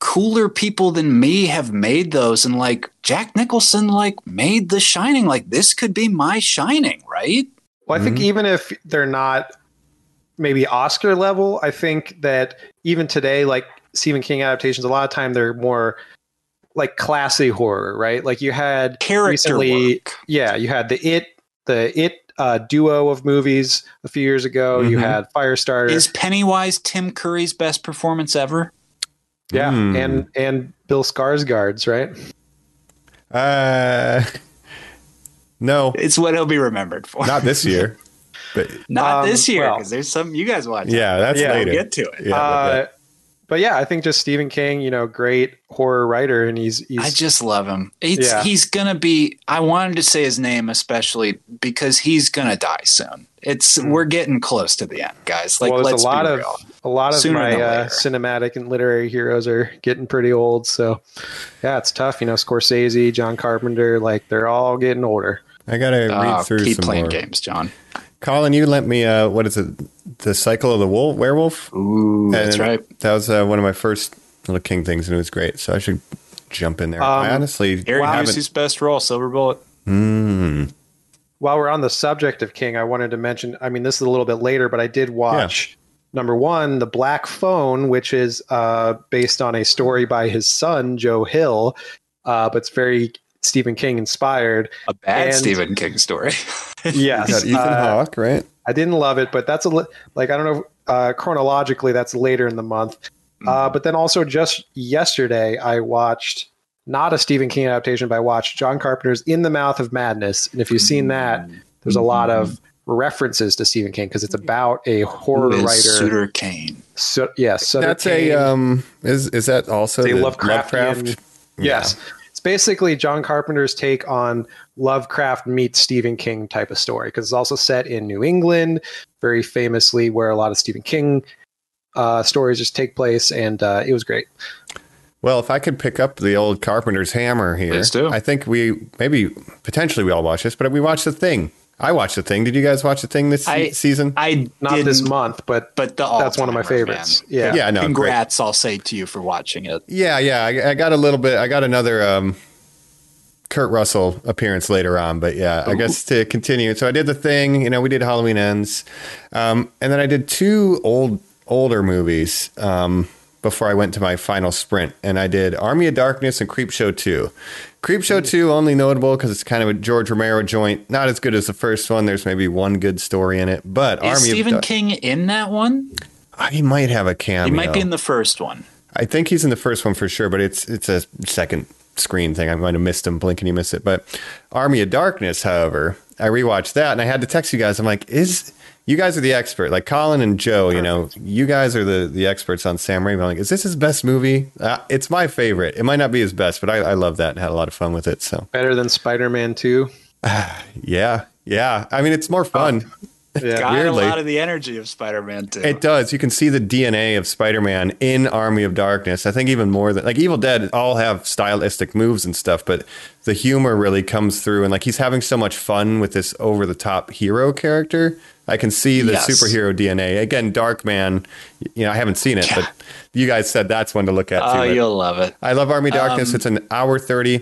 cooler people than me have made those, and like Jack Nicholson, like, made The Shining. Like, this could be my Shining, right?
Well, I
Mm-hmm.
think even if they're not maybe Oscar level, I think that even today, like Stephen King adaptations, a lot of time they're more like classy horror, right? Like you had
Character
recently,
work.
yeah, you had the It, the It uh, duo of movies a few years ago. You
Mhm.
had Firestarter,
Mm-hmm. Is Pennywise Tim Curry's best performance ever?
yeah,
Hmm.
and and Bill Skarsgård's, right?
Uh, no,
It's what he'll be remembered for.
not this year. But
Not
Um,
this year,
well-
because there's something you guys watch.
yeah, that's
Yeah.
we'll
later.
get to it.
Yeah,
uh, but yeah, I think just Stephen King, you know, great horror writer, and he's he's
I just love him. He's
Yeah.
he's gonna be. I wanted to say his name especially because he's gonna die soon. It's we're getting close to the end, guys. Like
Hmm. well, there's
let's
a lot
be
of
real.
a lot of
Sooner
my
than
uh,
later.
cinematic and literary heroes are getting pretty old, so yeah, it's tough. You know, Scorsese, John Carpenter, like they're all getting older.
I gotta
Ah,
read through
keep
some
playing
more.
games, John.
Colin, you lent me uh, what is it? The Cycle of the Wolf, Werewolf.
Ooh, that's
And
right.
That was uh, one of my first little King things, and it was great. So I should jump in there.
Um,
I honestly
Harry
haven't.
Busey's best role, Silver Bullet.
Mm.
While we're on the subject of King, I wanted to mention. I mean, this is a little bit later, but I did watch number one, The Black Phone, which is uh, based on a story by his son Joe Hill, uh, but it's very Stephen King inspired.
A bad
And-
Stephen King story.
You got
Yes,
Ethan
uh,
Hawke, right?
I didn't love it, but that's a li- like I don't know uh, chronologically. That's later in the month.
Mm.
Uh, but then also just yesterday, I watched not a Stephen King adaptation, but I watched John Carpenter's In the Mouth of Madness, and if you've seen that, there's
Mm-hmm.
a lot of references to Stephen King because it's about a horror
Who is
writer.
Suter Kane?
So yes, so
That's a um. Is is that also
It's a
the
Lovecraftian-
Lovecraft?
yes. It's basically John Carpenter's take on Lovecraft meets Stephen King type of story because it's also set in New England, very famously where a lot of Stephen King uh, stories just take place, and uh, it was great.
Well, if I could pick up the old carpenter's hammer here,
Please do.
I think we maybe potentially we all watch this, but we watched the thing. I watched the thing. Did you guys watch the thing this se-
I-
season?
I
Not this
didn't,
month, but
but the
that's one of my
all-timer,
favorites.
man.
Yeah.
yeah, no, great.
Congrats, I'll say to you for watching it.
Yeah, yeah. I, I got a little bit. I got another um, Kurt Russell appearance later on, but yeah, I guess to continue. So I did the thing. You know, we did Halloween Ends, um, and then I did two old older movies um, before I went to my final sprint, and I did Army of Darkness and Creepshow Two. Creepshow Two only notable because it's kind of a George Romero joint. Not as good as the first one. There's maybe one good story in it, but
Is
Army
Stephen
of Darkness.
King in that one?
He might have a cameo.
He might be in the first one.
I think he's in the first one for sure, but it's it's a second screen thing. I might have missed him. Blink and you miss it. But Army of Darkness, however, I rewatched that and I had to text you guys. I'm like, is you guys are the expert, like Colin and Joe. You know, you guys are the the experts on Sam Raimi. I'm like, is this his best movie? Uh, it's my favorite. It might not be his best, but I, I love that and had a lot of fun with it. So
better than Spider Man 2.
yeah, yeah. I mean, it's more fun.
Yeah.
Got
Weirdly.
a lot of the energy of Spider-Man too.
It does. You can see the DNA of Spider-Man in Army of Darkness. I think even more than like Evil Dead all have stylistic moves and stuff, but the humor really comes through and like he's having so much fun with this over the top hero character. I can see the
Yes.
superhero DNA. Again, Darkman, you know, I haven't seen it, but you guys said that's one to look at
oh,
too. but
you'll um, love it.
I love Army of Darkness. it's an hour 30,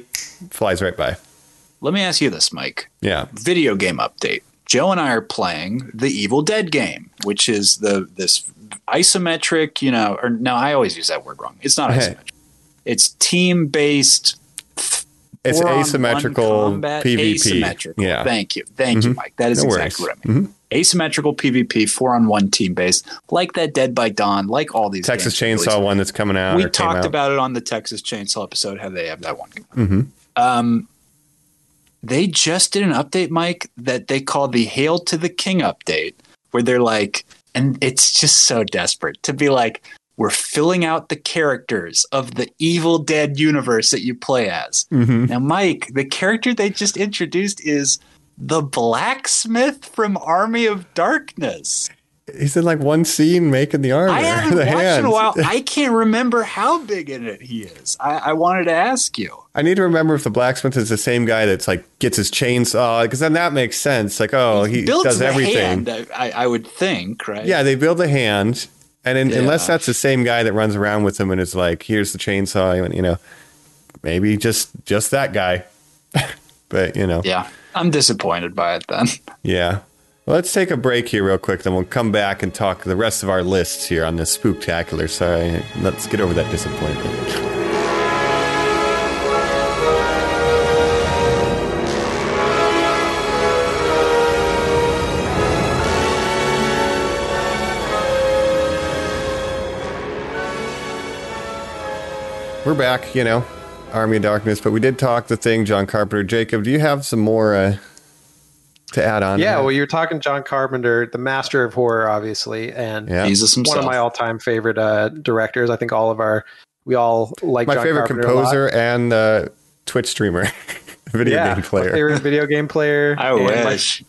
flies right by.
Let me ask you this, Mike.
Yeah.
Video game update. Joe and I are playing the Evil Dead game, which is the this isometric, you know, or no, I always use that word wrong. It's not
Hey.
isometric. It's team-based
It's
four-on-one
asymmetrical
combat,
PvP.
Asymmetrical.
Yeah. Mm-hmm.
Thank you. Thank you, Mike. That is
No worries. Mm-hmm.
exactly what I mean. Asymmetrical PvP, four on one team based, like that Dead by Dawn, like all these
Texas
games released.
Chainsaw one that's coming out. or
we
came
talked
out. Mm-hmm.
about it on the Texas Chainsaw episode. How they have that one. Um, they just did an update, Mike, that they call the "Hail to the King" update, where they're like, and it's just so desperate to be like, we're filling out the characters of the Evil Dead universe that you play as.
Mm-hmm.
Now, Mike, the character they just introduced is the blacksmith from Army of Darkness.
He's in like one scene making the armor.
I haven't
the
watched
hands.
in a while. I can't remember how big in it he is. I, I wanted to ask you.
I need to remember if the blacksmith is the same guy that's like gets his chainsaw because then that makes sense. Like, oh, he
Built
does
the
everything.
hand, I, I- I would think, right?
Yeah, they build a hand, and in, unless
Yeah.
that's the same guy that runs around with him and is like, "Here's the chainsaw," and you know, maybe just just that guy. but you know, yeah.
Yeah. I'm disappointed by it then.
Well, let's take a break here real quick, then we'll come back and talk the rest of our lists here on this spooktacular. Sorry, let's get over that disappointment. We're back, you know, Army of Darkness, but we did talk the thing, John Carpenter. Jacob, do you have some more uh, to add on? to
Yeah,
that?
well, you're talking John Carpenter, the master of horror, obviously, and
Yeah.
Jesus himself.
one of my all-time favorite uh, directors. I think all of our we all like
my
John
favorite
Carpenter a lot.
composer and uh, Twitch streamer, video game
My
player.
favorite video game player.
I
and my-
wish.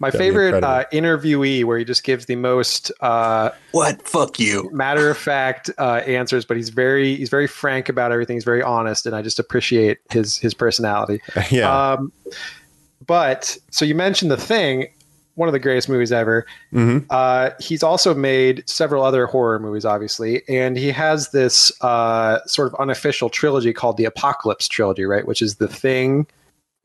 My,
That'd be
favorite
incredible.
uh, interviewee, where he just gives the most uh,
What? Fuck you.
matter of fact uh, answers, but he's very he's very frank about everything. He's very honest, and I just appreciate his his personality.
yeah,
Um, but so you mentioned the thing, one of the greatest movies ever.
hmm
Uh, he's also made several other horror movies, obviously, and he has this uh, sort of unofficial trilogy called the Apocalypse trilogy, right? Which is the thing.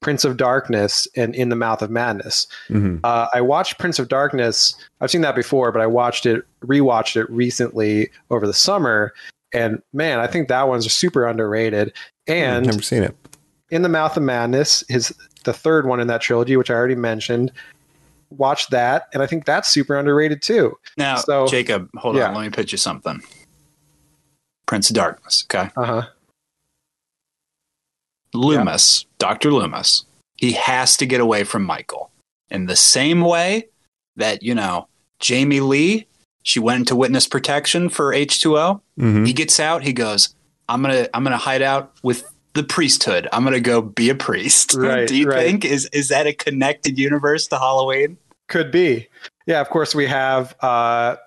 Prince of Darkness and In the Mouth of Madness.
hmm
Uh, I watched Prince of Darkness. I've seen that before, but I watched it, rewatched it recently over the summer. And man, I think that one's super underrated. And
never seen it.
in the Mouth of Madness, his the third one in that trilogy, which I already mentioned. Watch that, and I think that's super underrated too.
Now,
So-
Jacob, hold
Yeah.
on. Let me pitch you something. Prince of Darkness. Okay.
Uh huh.
Loomis, Dr. Loomis, he has to get away from Michael in the same way that, you know, Jamie Lee, she went into witness protection for H2O.
hmm
He gets out, he goes, I'm going to I'm going to hide out with the priesthood. I'm going to go be a priest.
Right,
Do you
right.
think is is that a connected universe to Halloween?
Could be. Yeah, of course we have uh,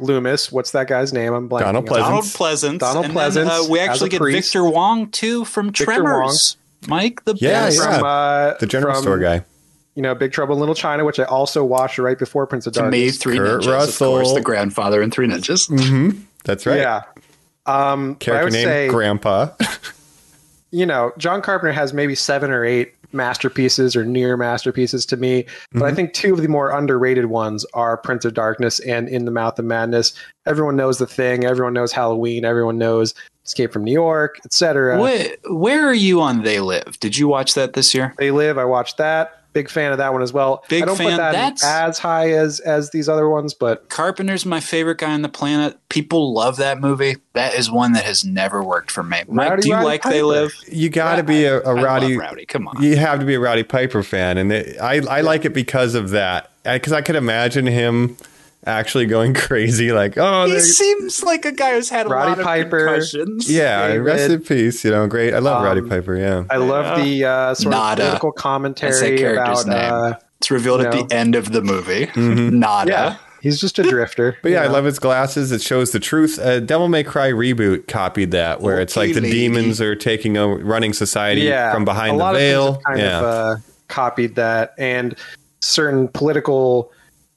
Loomis. What's that guy's name? I'm blanking.
Donald
on-
Pleasance.
Donald Pleasance.
Donald
and then,
Pleasance
uh, we
as a
actually get
priest.
Victor Wong too from
Victor
Tremors. Mike the
Yeah,
best.
yeah.
From, uh,
The general
from,
store guy.
You know, Big Trouble in Little China, which I also watched right before Prince of
To
Darkness.
me, Three
Kurt
Ninjas, of course,
Russell.
the grandfather in Three Ninjas.
Mm,
hmm That's right.
Yeah. Um, but I
Character
would
name
say,
Grandpa.
you know, John Carpenter has maybe seven or eight masterpieces or near masterpieces to me, but
Mm-hmm.
I think two of the more underrated ones are Prince of Darkness and In the Mouth of Madness. Everyone knows The Thing, everyone knows Halloween, everyone knows Escape from New York, etc.
Wait, where are you on They Live? Did you watch that this year?
They Live, I watched that. Big fan of that one as well.
Big
I don't
fan.
put that in
That's-
as high as as these other ones, but
Carpenter's my favorite guy on the planet. People love that movie. That is one that has never worked for me. Mike,
Rowdy
do you
Roddy
like They
Piper.
Live?
you got to be a, a
I
rowdy.
love Rowdy. Come on.
You have to be a Roddy Piper fan, and it, I I like it because of that. Because I could imagine him actually going crazy, like, oh,
He
there-
seems like a guy who's had a
Roddy
lot of
Piper.
concussions.
yeah,
David.
rest in peace. You know, great. I love Roddy
Um,
Piper. Yeah,
I love the uh, sort
Nada.
of political
That's that
commentary
character's
about.
name.
Uh,
It's revealed at
No. Mm-hmm.
the end of the movie.
Mhm.
Nada.
yeah, he's just a drifter.
But yeah,
you
I
know?
love his glasses. It shows the truth. Uh, Devil May Cry reboot copied that, where it's like the
Okay, lady.
demons are taking over, running society from behind
a
the
lot Of
veil.
things have kind
yeah,
of uh, copied that, and certain political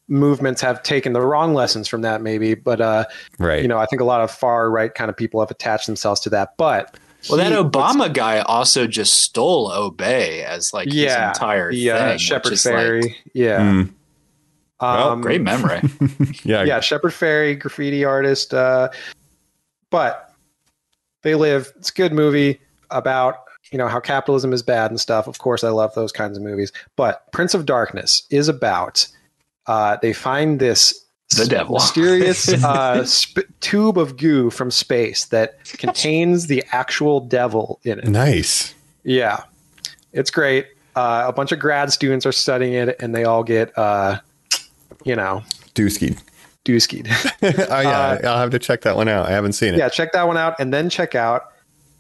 movements have taken the wrong lessons from that, maybe. But uh,
right.
you know, I think a lot of far right kind of people have attached themselves to that. But
Well, that
he-
Obama guy also just stole Obey as like
yeah,
his entire
the, uh,
thing. which
Shepherd
is, like,
Fairy, yeah,
Mm.
oh,
Um,
great memory.
yeah,
yeah, Shepherd Ferry, graffiti artist. Uh, but they live. It's a good movie about you know how capitalism is bad and stuff. Of course, I love those kinds of movies. But Prince of Darkness is about uh, they find this
The devil.
mysterious uh, sp- tube of goo from space that contains the actual devil in it.
Nice.
Yeah, it's great. Uh, a bunch of grad students are studying it, and they all get uh, you know
Dusky.
dooskied.
oh yeah, I'll have to check that one out. I haven't seen it.
Uh, yeah, check that one out, and then check out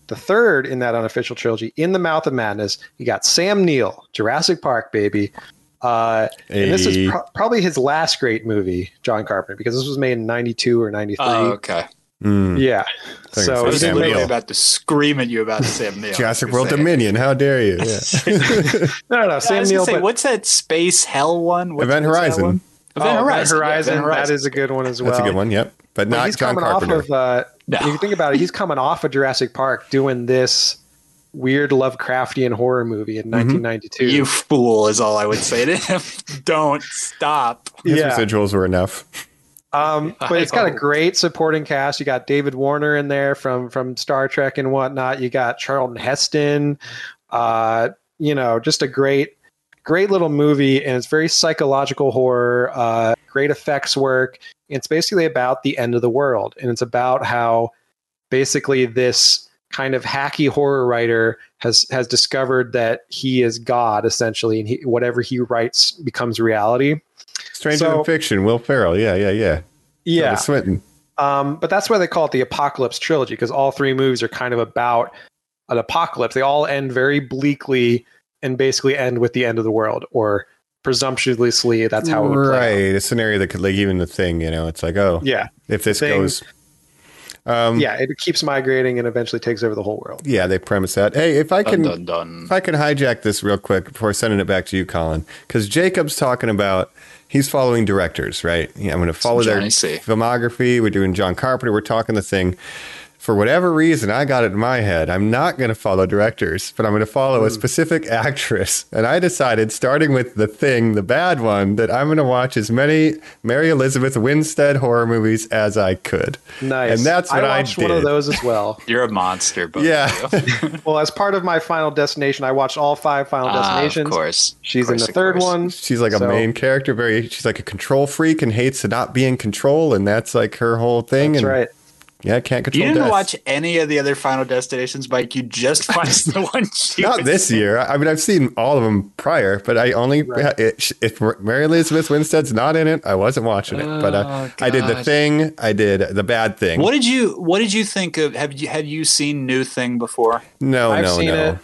the third in that unofficial trilogy, In the Mouth of Madness. You got Sam Neill, Jurassic Park, baby. Uh, and this
Hey.
is pro- probably his last great movie, John Carpenter, because this was made in '92 or '93.
Oh, okay.
Mm.
yeah,
Thanks,
so
I
Oh,
was
he
Sam
didn't make-
literally
Neill.
about to scream at you about Sam Neill.
Jurassic
I was
World
gonna say.
Dominion. How dare you? Yeah.
no, no, no,
I
Sam
was gonna
Neill.
say,
but
what's that space hell one? What's,
Event
what's that
Horizon.
one?
Oh, Event Horizon,
yeah, Event
that
Horizon.
is a good one as well.
That's a good one. Yep, but
But
not
he's
John
coming
Carpenter.
off of uh,
No.
if you think about it, he's coming off of Jurassic Park doing this weird Lovecraftian horror movie
Mm-hmm.
in 1992.
You fool is all I would say to him. Don't stop.
His
yeah.
residuals were enough.
Um, but it's got a
Oh.
great supporting cast. You got David Warner in there from from Star Trek and whatnot. You got Charlton Heston. Uh, you know, just a great, great little movie, and it's very psychological horror. Uh, great effects work. It's basically about the end of the world, and it's about how basically this kind of hacky horror writer has has discovered that he is God essentially, and he, whatever he writes becomes reality.
Stranger
So-
Than Fiction. Will Ferrell. Yeah, yeah, yeah. Tilda Swinton.
Um, but that's why they call it the Apocalypse trilogy because all three movies are kind of about an apocalypse. They all end very bleakly and basically end with the end of the world, or presumptuously that's how it would
right.
play. out.
A scenario that could like even the thing. You know, it's like oh,
Yeah,
if this
Thing-
goes. Um, yeah.
yeah. It keeps migrating and eventually takes over the whole world.
Yeah, they premise that. Hey, if I
Dun,
can
dun, dun.
If I can hijack this real quick before sending it back to you, Colin, because Jacob's talking about he's following directors, right? Yeah, I'm going to follow their
Johnny C.
filmography. We're doing John Carpenter. We're talking the thing. For whatever reason, I got it in my head. I'm not going to follow directors, but I'm going to follow a specific actress. And I decided, starting with the thing, the bad one, that I'm going to watch as many Mary Elizabeth Winstead horror movies as I could.
Nice.
And that's what I,
watched
did.
one of those as well.
You're a monster, but
Yeah.
well, as part of my Final Destination, I watched all five Final Destinations.
Ah, of course.
She's
Of course,
in the
of
third
course.
one.
She's like a
So-
main character, very she's like a control freak and hates to not be in control, and that's like her whole thing.
That's
and
right.
yeah, can't control
You didn't
death.
watch any of the other Final Destinations, Mike. You just watched the one. She
not
was
this
in.
year. I mean, I've seen all of them prior, but I only it, if Mary Elizabeth Winstead's not in it, I wasn't watching it. but uh,
Oh,
I did the
gosh.
thing, I did the bad thing.
What did you What did you think of? Have you Had you seen New Thing before?
No,
I've
no,
seen
no.
it.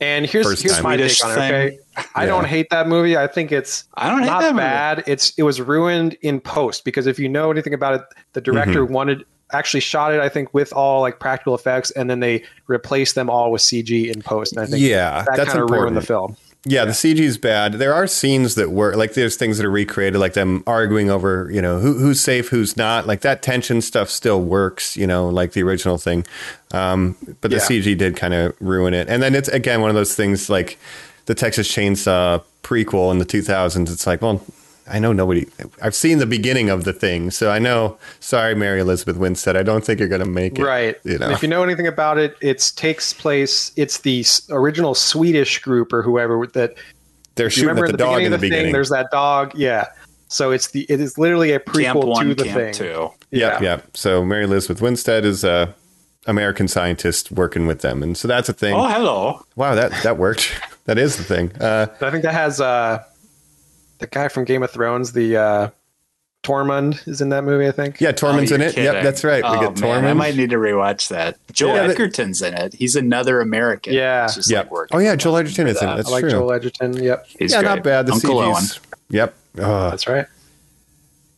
And here's
First
here's
time.
my
Swedish
take on it. Okay, I
Yeah.
don't hate that movie. I think it's
I don't hate
not
that movie.
bad. It's it was ruined in post because if you know anything about it, the
Mm-hmm.
director wanted actually shot it, I think, with all like practical effects, and then they replaced them all with CG in post. And I think
Yeah,
that
that's
kind of ruined the
important.
film.
yeah, the CG is bad. There are scenes that were like there's things that are recreated, like them arguing over you know who, who's safe, who's not. Like that tension stuff still works, you know, like the original thing. Um, but the
Yeah.
CG did kind of ruin it. And then it's again one of those things like the Texas Chainsaw prequel in the 2000s. It's like, well, I know nobody. I've seen the beginning of the thing, so I know. Sorry, Mary Elizabeth Winstead, I don't think you're going to make it.
Right.
You know.
And If you know anything about it, it takes place. It's the s- original Swedish group or whoever that
They're
you
shooting
remember
at
at
the, dog in the
thing.
beginning.
There's that dog. Yeah. So it's the it is literally a prequel
Camp
to
one,
the
camp
thing.
two.
Yeah, yeah. So Mary Elizabeth Winstead is a American scientist working with them, and so that's a thing.
Oh, hello.
Wow, that that worked. that is the thing. Uh,
But I think that has uh, the guy from Game of Thrones, the uh, Tormund, is in that movie. I think.
yeah, Tormund's
Oh,
in
you're
it. Yep,
kidding.
that's right.
Oh,
we get
man, I
Tormund.
might need to rewatch that. Joel
Yeah, that-
Edgerton's in it. He's another American.
Yeah.
It's just,
Yeah.
like, working
oh yeah,
with
Joel
him.
Edgerton is in it.
Yeah,
That's
I like
true.
Joel Edgerton. Yep,
He's
yeah, not
great.
bad. The
Uncle Owen.
CG's. Yep. Ugh,
that's right.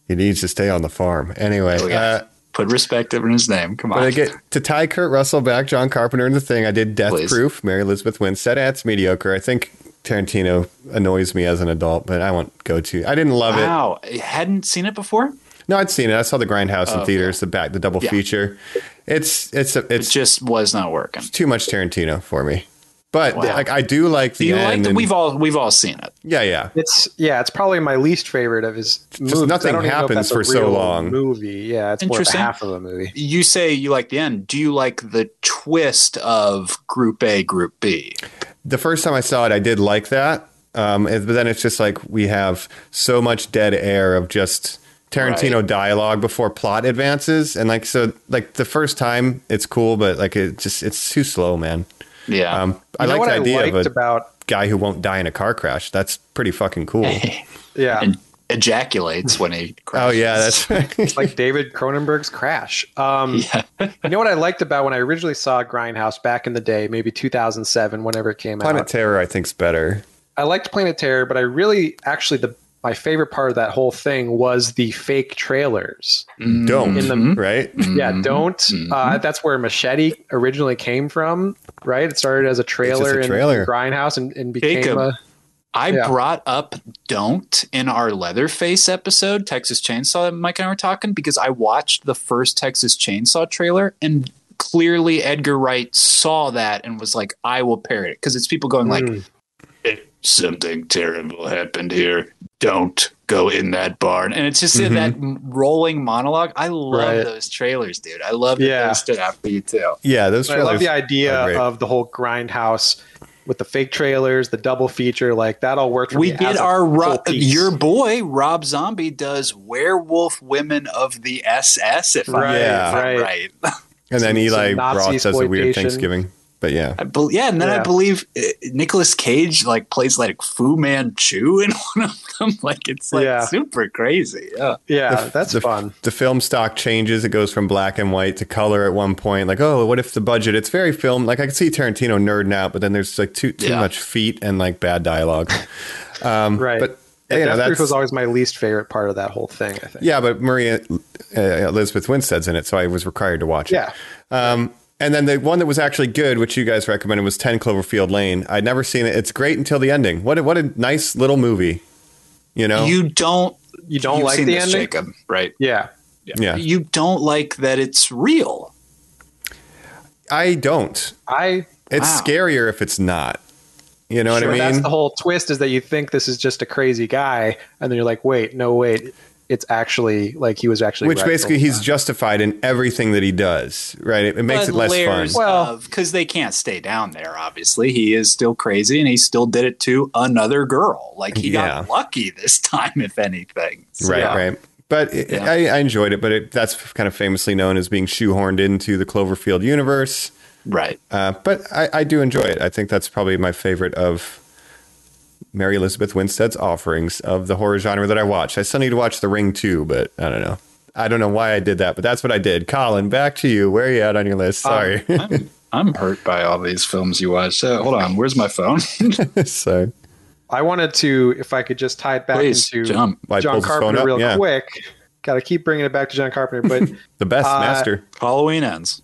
he needs to stay on the farm. Anyway,
Oh, yeah.
uh,
Put respect in his name. Come on.
But I get to tie Kurt Russell back, John Carpenter in the thing. I did Death
Please.
Proof, Mary Elizabeth Winstead. That's mediocre. I think Tarantino annoys me as an adult, but I won't go to. I didn't love it.
wow. I hadn't seen it before?
No, I'd seen it. I saw the Grindhouse in
okay.
theaters, the back, the double
Oh, Yeah.
feature. It's it's
It
it's
just was not working.
too much Tarantino for me. But
Wow.
like I do like the
You
end.
liked it?
and-
We've all we've all seen it.
yeah, yeah.
It's yeah, it's probably my least favorite of his movies. I
nothing
don't even know if
happens
that's a
for so
real
long.
Movie, yeah, it's more of a
Interesting.
half of a movie.
You say you like the end. Do you like the twist of Group A, Group B?
the first time I saw it, I did like that. Um, and- but then it's just like we have so much dead air of just Tarantino dialogue before plot advances, and like so, like the first time it's cool, but like it just it's too slow, man.
Yeah.
Um, I
You know
like
what
the idea
I
of
liked
a
about
guy who won't die in a car crash. That's pretty fucking cool.
yeah,
and ejaculates when he
Oh
crashes.
yeah, that's right.
like David Cronenberg's Crash. Um,
Yeah.
you know what I liked about when I originally saw Grindhouse back in the day, maybe 2007, whenever it came
Planet
out.
Terror. I think's better.
I liked Planet Terror, but I really actually the my favorite part of that whole thing was the fake trailers.
Don't
In the-
Mm-hmm.
right.
Yeah, don't. Uh,
Mm-hmm.
that's where Machete originally came from, right? It started as a trailer, in
trailer.
Grindhouse and, and became
Jacob.
a.
I
Yeah.
brought up Don't in our Leatherface episode, Texas Chainsaw that Mike and I were talking, because I watched the first Texas Chainsaw trailer and clearly Edgar Wright saw that and was like, I will parrot it. Because it's people going like,
Mm.
"Eh, something terrible happened here. Don't go in that barn. And it's just
Mhm.
that m- rolling monologue. I love
Right.
those trailers, dude. I love that
Yeah.
they stood out for you too.
Yeah, those
But I love
trailers.
the idea
are great.
of the whole Grindhouse with the fake trailers, the double feature, like that all worked. For
we
me
did
as a
our
full
Ro-
piece.
your boy Rob Zombie does werewolf women of the SS if
Right,
I'm
Yeah.
right.
right.
right.
and then
some-
Eli
some Nazi
Roth does a weird
exploitation.
Thanksgiving. But yeah,
I bel yeah, and then I
Yeah.
believe uh, Nicolas Cage like plays like Fu Manchu in one of them. Like it's like
Yeah.
super crazy. Yeah.
yeah, Uh, that's
the,
fun.
The film stock changes; it goes from black and white to color at one point. Like, oh, what if the budget? It's very film. Like, I can see Tarantino nerding out, but then there's like too too
Yeah.
much feet and like bad dialogue. Um,
Right.
but
Yeah,
you know,
Death
that's-
Proof was always my least favorite part of that whole thing. I think.
yeah, but Maria uh, Elizabeth Winstead's in it, so I was required to watch it.
Yeah.
Um, and then the one that was actually good, which you guys recommended, was Ten Cloverfield Lane. I'd never seen it. It's great until the ending. What a, what a nice little movie. You know.
You don't
You don't
you've
like
seen
the
this,
ending?
Jacob, right?
Yeah.
yeah.
You don't like that it's real.
I don't.
I
It's
Wow.
scarier if it's not. You know
Sure,
what I
That's
mean?
the whole twist is that you think this is just a crazy guy, and then you're like, wait, no, wait, it's actually like he was actually.
Which
right the
basically
whole
he's
time.
justified in everything that he does, right? It, it makes it less fun.
Well-
Well, because they can't stay down there. Obviously, he is still crazy, and he still did it to another girl. Like he
Yeah.
got lucky this time, if anything. So,
right,
yeah.
right. But it,
Yeah.
I, I enjoyed it. But it, that's kind of famously known as being shoehorned into the Cloverfield universe.
right.
Uh, but I, I do enjoy it. I think that's probably my favorite of Mary Elizabeth Winstead's offerings of the horror genre that I watch. I still need to watch The Ring too, but I don't know. I don't know why I did that, but that's what I did. Colin, back to you. Where are you at on your list?
Um,
Sorry.
I'm hurt by all these films you watch. Uh, hold on, where's my phone?
Sorry.
I wanted to, if I could just tie it back
Please
into
jump.
Why he
John
pulls his phone
Carpenter
up,
real
yeah.
quick. Got to keep bringing it back to John Carpenter, but
The best
Uh,
master.
Halloween ends.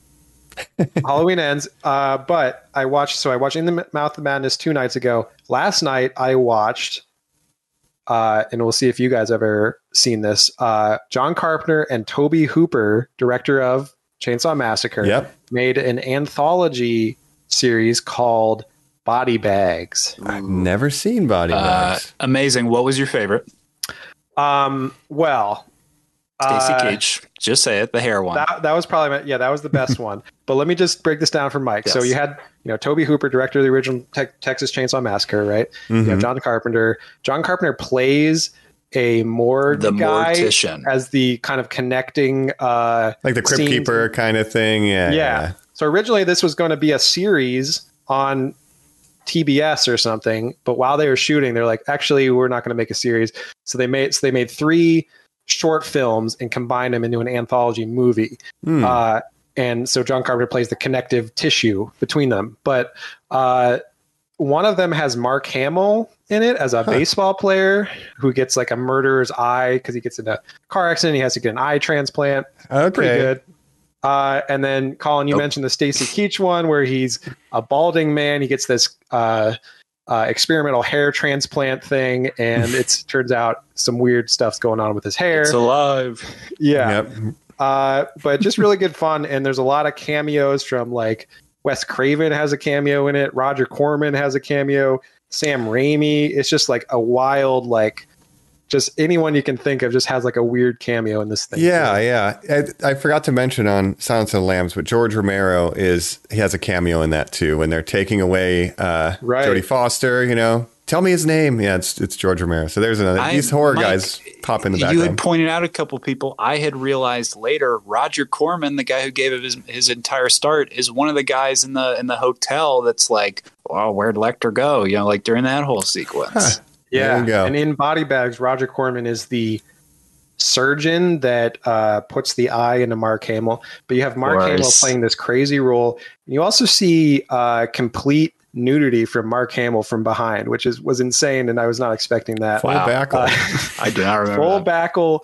Halloween ends. Uh, but I watched, so I watched In the M- Mouth of Madness two nights ago. Last night I watched, uh, and we'll see if you guys ever seen this. Uh, John Carpenter and Toby Hooper, director of Chainsaw Massacre.
Yep.
made an anthology series called Body Bags.
I've never seen Body
Uh,
Bags.
amazing. What was your favorite?
Um, well,
Stacy
uh,
Cage. Just say it. The hair one.
That, that was probably my, yeah, that was the best one. But let me just break this down for Mike. So
Yes.
you had you know Toby Hooper, director of the original Tex Texas Chainsaw Massacre, right? You
Mm-hmm.
have
Mhm.
John Carpenter. John Carpenter plays a morgue
the
guy
mortician.
as the kind of connecting uh,
Like the Crypt
scenes-
Keeper kind of thing. Yeah.
Yeah. So originally this was going to be a series on TBS or something, but while they were shooting, they're like, actually, we're not going to make a series. So they made so they made three short films and combined them into an anthology movie.
Hmm.
Uh, and so John Carpenter plays the connective tissue between them. But uh, one of them has Mark Hamill in it as a baseball player who gets like a murderer's eye because he gets in a car accident. He has to get an eye transplant pretty
Mm. okay.
good. Uh, and then Colin, you
Nope.
mentioned the Stacy Keach one where he's a balding man. He gets this uh, uh, experimental hair transplant thing, and it's turns out some weird stuff's going on with his hair.
it's alive.
yeah,
Yep.
uh, but just really good fun. And there's a lot of cameos from like Wes Craven has a cameo in it. Roger Corman has a cameo. Sam Raimi. It's just like a wild like. Just anyone you can think of just has like a weird cameo in this thing.
Yeah, yeah. I, I forgot to mention on Silence of the Lambs, but George Romero is he has a cameo in that too. When they're taking away uh,
Right.
Jodie Foster, you know, tell me his name. Yeah, it's it's George Romero. So there's another.
I-
these horror
Mike,
guys pop in the
You had
background.
pointed out a couple people. I had realized later. Roger Corman, the guy who gave it his his entire start, is one of the guys in the in the hotel that's like, "Oh, where'd Lecter go?" You know, like during that whole sequence.
There you go.
And in Body Bags, Roger Corman is the surgeon that uh, puts the eye into Mark Hamill. But you have Mark
Nice.
Hamill playing this crazy role. And you also see uh, complete nudity from Mark Hamill from behind, which is was insane, and I was not expecting that.
Full
Wow.
back.
Uh,
I do not remember.
full
that.
backle.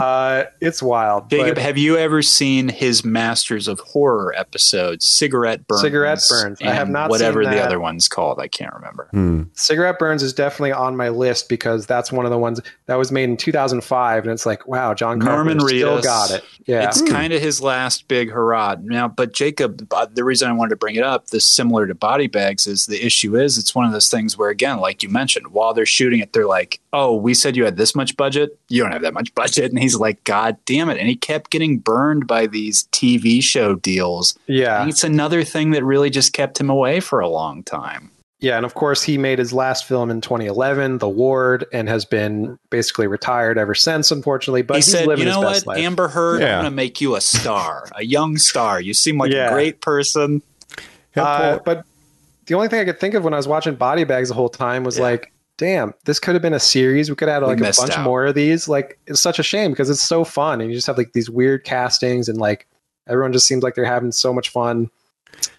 Uh, it's wild.
Jacob,
but-
have you ever seen his Masters of Horror episode, Cigarette Burns?
Cigarette Burns. I have
and
not
Whatever
seen
the
that.
other one's called, I can't remember.
Hmm.
Cigarette Burns is definitely on my list because that's one of the ones that was made in 2005, and it's like, wow, John
Norman
Carpenter still
Reedus.
got it. Yeah,
It's kind of his last big hurrah. Now, but Jacob, uh, the reason I wanted to bring it up, this similar to body bags, is the issue is it's one of those things where, again, like you mentioned, while they're shooting it, they're like, oh, we said you had this much budget. You don't have that much budget. And he's like, God damn it. And he kept getting burned by these TV show deals.
yeah.
And it's another thing that really just kept him away for a long time.
Yeah, and of course he made his last film in 2011, The Ward, and has been basically retired ever since, unfortunately. But
he
he's
said,
living
"You know
his
what,
best life.
Amber Heard,
Yeah.
I'm going to make you a star, a young star. You seem like
Yeah.
a great person."
Yeah,
Uh,
Paul-
but the only thing I could think of when I was watching Body Bags the whole time was like, damn, this could have been a series. We could have had
We
like a
missed
bunch
out.
more of these. Like, it's such a shame because it's so fun, and you just have like these weird castings, and like everyone just seems like they're having so much fun.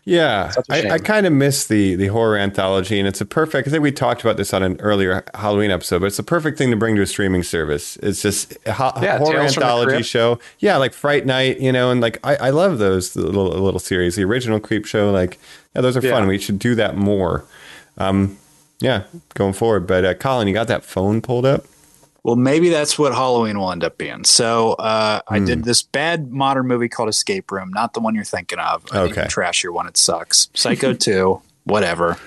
Yeah,
Such a
I,
shame.
I kind of miss the the horror anthology, and it's a perfect. I think we talked about this on an earlier Halloween episode, but it's the perfect thing to bring to a streaming service. It's just a ho-
Yeah,
horror
Tales from the
anthology
Crypt.
show. Yeah, like Fright Night, you know, and like I, I love those the little little series. The original Creep Show, like yeah, those are
Yeah.
fun. We should do that more. Um, yeah, going forward. But uh, Colin, you got that phone pulled up?
Well, maybe that's what Halloween will end up being. So uh, I
Hmm.
did this bad modern movie called Escape Room, not the one you're thinking of. I think
Okay.
you trash your one. It sucks. Psycho two, whatever.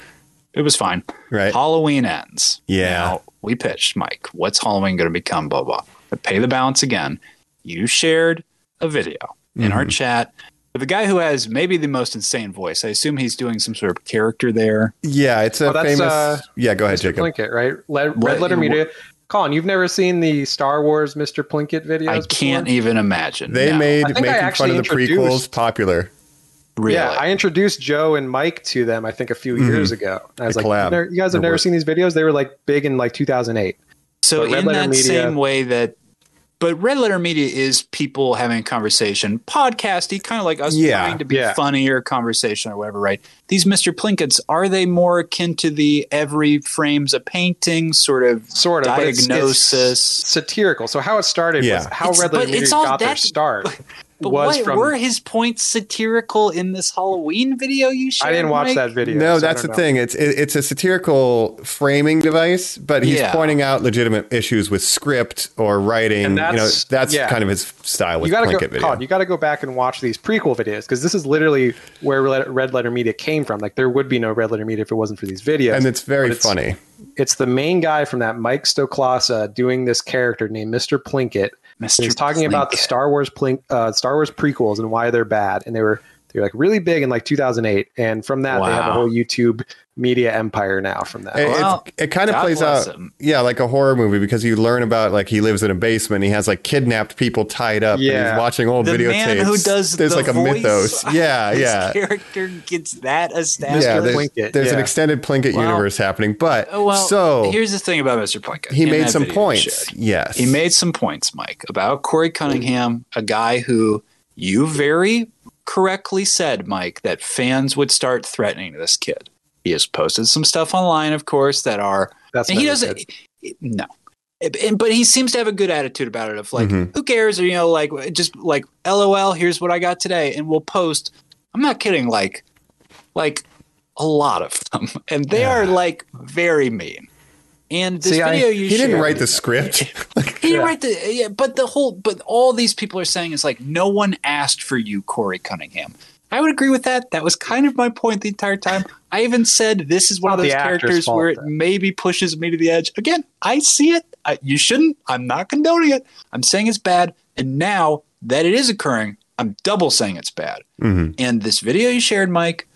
It was fine.
Right.
Halloween ends.
Yeah.
Now, we pitched Mike. What's Halloween going to become? Blah blah. But pay the balance again. You shared a video in
Hmm.
our chat of a guy who has maybe the most insane voice. I assume he's doing some sort of character there.
Yeah, it's a
Oh, that's,
famous.
uh,
yeah, go ahead,
Mr.
Jacob.
Plinkett, right? Le- Red
What-
Letter
what-
Media. Colin, you've never seen the Star Wars Mr. Plinkett videos?
I
before?
can't even imagine.
They
No,
made
I think I
making fun
actually
of the prequels
introduced-
popular.
really.
Yeah, I introduced Joe and Mike to them. I think a few years ago. I was
They Mm-hmm.
like,
collab.
"You've never- "You guys
They're
have never
worth-
seen these videos? They were like big in like 2008."
So
But Red
in
Letter
that
Media-
same way that, but red letter media is people having a conversation, podcasty, kind of like us
Yeah,
trying to be
yeah.
funny or conversation or whatever, right? These Mr. Plinkets are they more akin to the every frame's a painting sort of
Sort of but it's- it's
diagnosis?
satirical. So how it started was
Yeah.
how
It's-
Red Letter
but
Media
it's all
got their
that-
start
but
was
what
from.
were his points satirical in this Halloween video you shared?
I didn't watch
Mike?
that video.
No,
so I
that's the
don't know.
thing. It's it, it's a satirical framing device, but he's
Yeah.
pointing out legitimate issues with script or writing.
And
you know,
that's-
that's
yeah.
kind of his style with
You gotta
Plinkett
go,
video.
Colin, you gotta go back and watch these prequel videos because this is literally where Red Red Letter Media came from. Like there would be no Red Letter Media if it wasn't for these videos.
and it's very
but it's-
funny.
it's the main guy from that Mike Stoklasa doing this character named Mr. Plinkett.
Mr.
He's talking about the
Plinkett.
Star Wars Plink, uh, Star Wars prequels and why they're bad, and they were they were like really big in like 2008, and from that they have a
Wow.
whole YouTube media empire now. From that,
It, it's-
Well,
it kind of
God
plays
bless
out,
him.
yeah, like a horror movie because you learn about like he lives in a basement. He has like kidnapped people tied up. and
Yeah.
he's watching old
The
videotapes.
man who does
There's
the
like a
voice-
mythos. Yeah,
His
yeah.
character gets that established.
Yeah,
Mr.
there's,
Plinkett,
there's an
yeah.
extended Plinkett
Well-
universe happening, but
Oh, Well,
so
here's the thing about Mr. Plinkett.
he
in
made
that
some
video we
points.
shared.
Yes,
He made some points, Mike, about Corey Cunningham, a guy who you very correctly said, Mike, that fans would start threatening this kid. He has posted some stuff online, of course, that are
that's
and he
never
doesn't
good.
no And- but he seems to have a good attitude about it of like
Mhm.
who cares or you know like just like lol here's what i got today and we'll post i'm not kidding like like a lot of them and they are like very mean and this
See, I-
video you
he didn't
shared-
write the script.
he didn't write the yeah, but the whole but all these people are saying is like no one asked for you, Corey Cunningham. I would agree with that. That was kind of my point the entire time. I even said this is one
Not
of those
the actor's
characters
fault,
where it
then.
maybe pushes me to the edge. Again, I see it. I, you shouldn't. I'm not condoning it. I'm saying it's bad. And now that it is occurring, I'm double saying it's bad.
Mhm.
And this video you shared, Mike,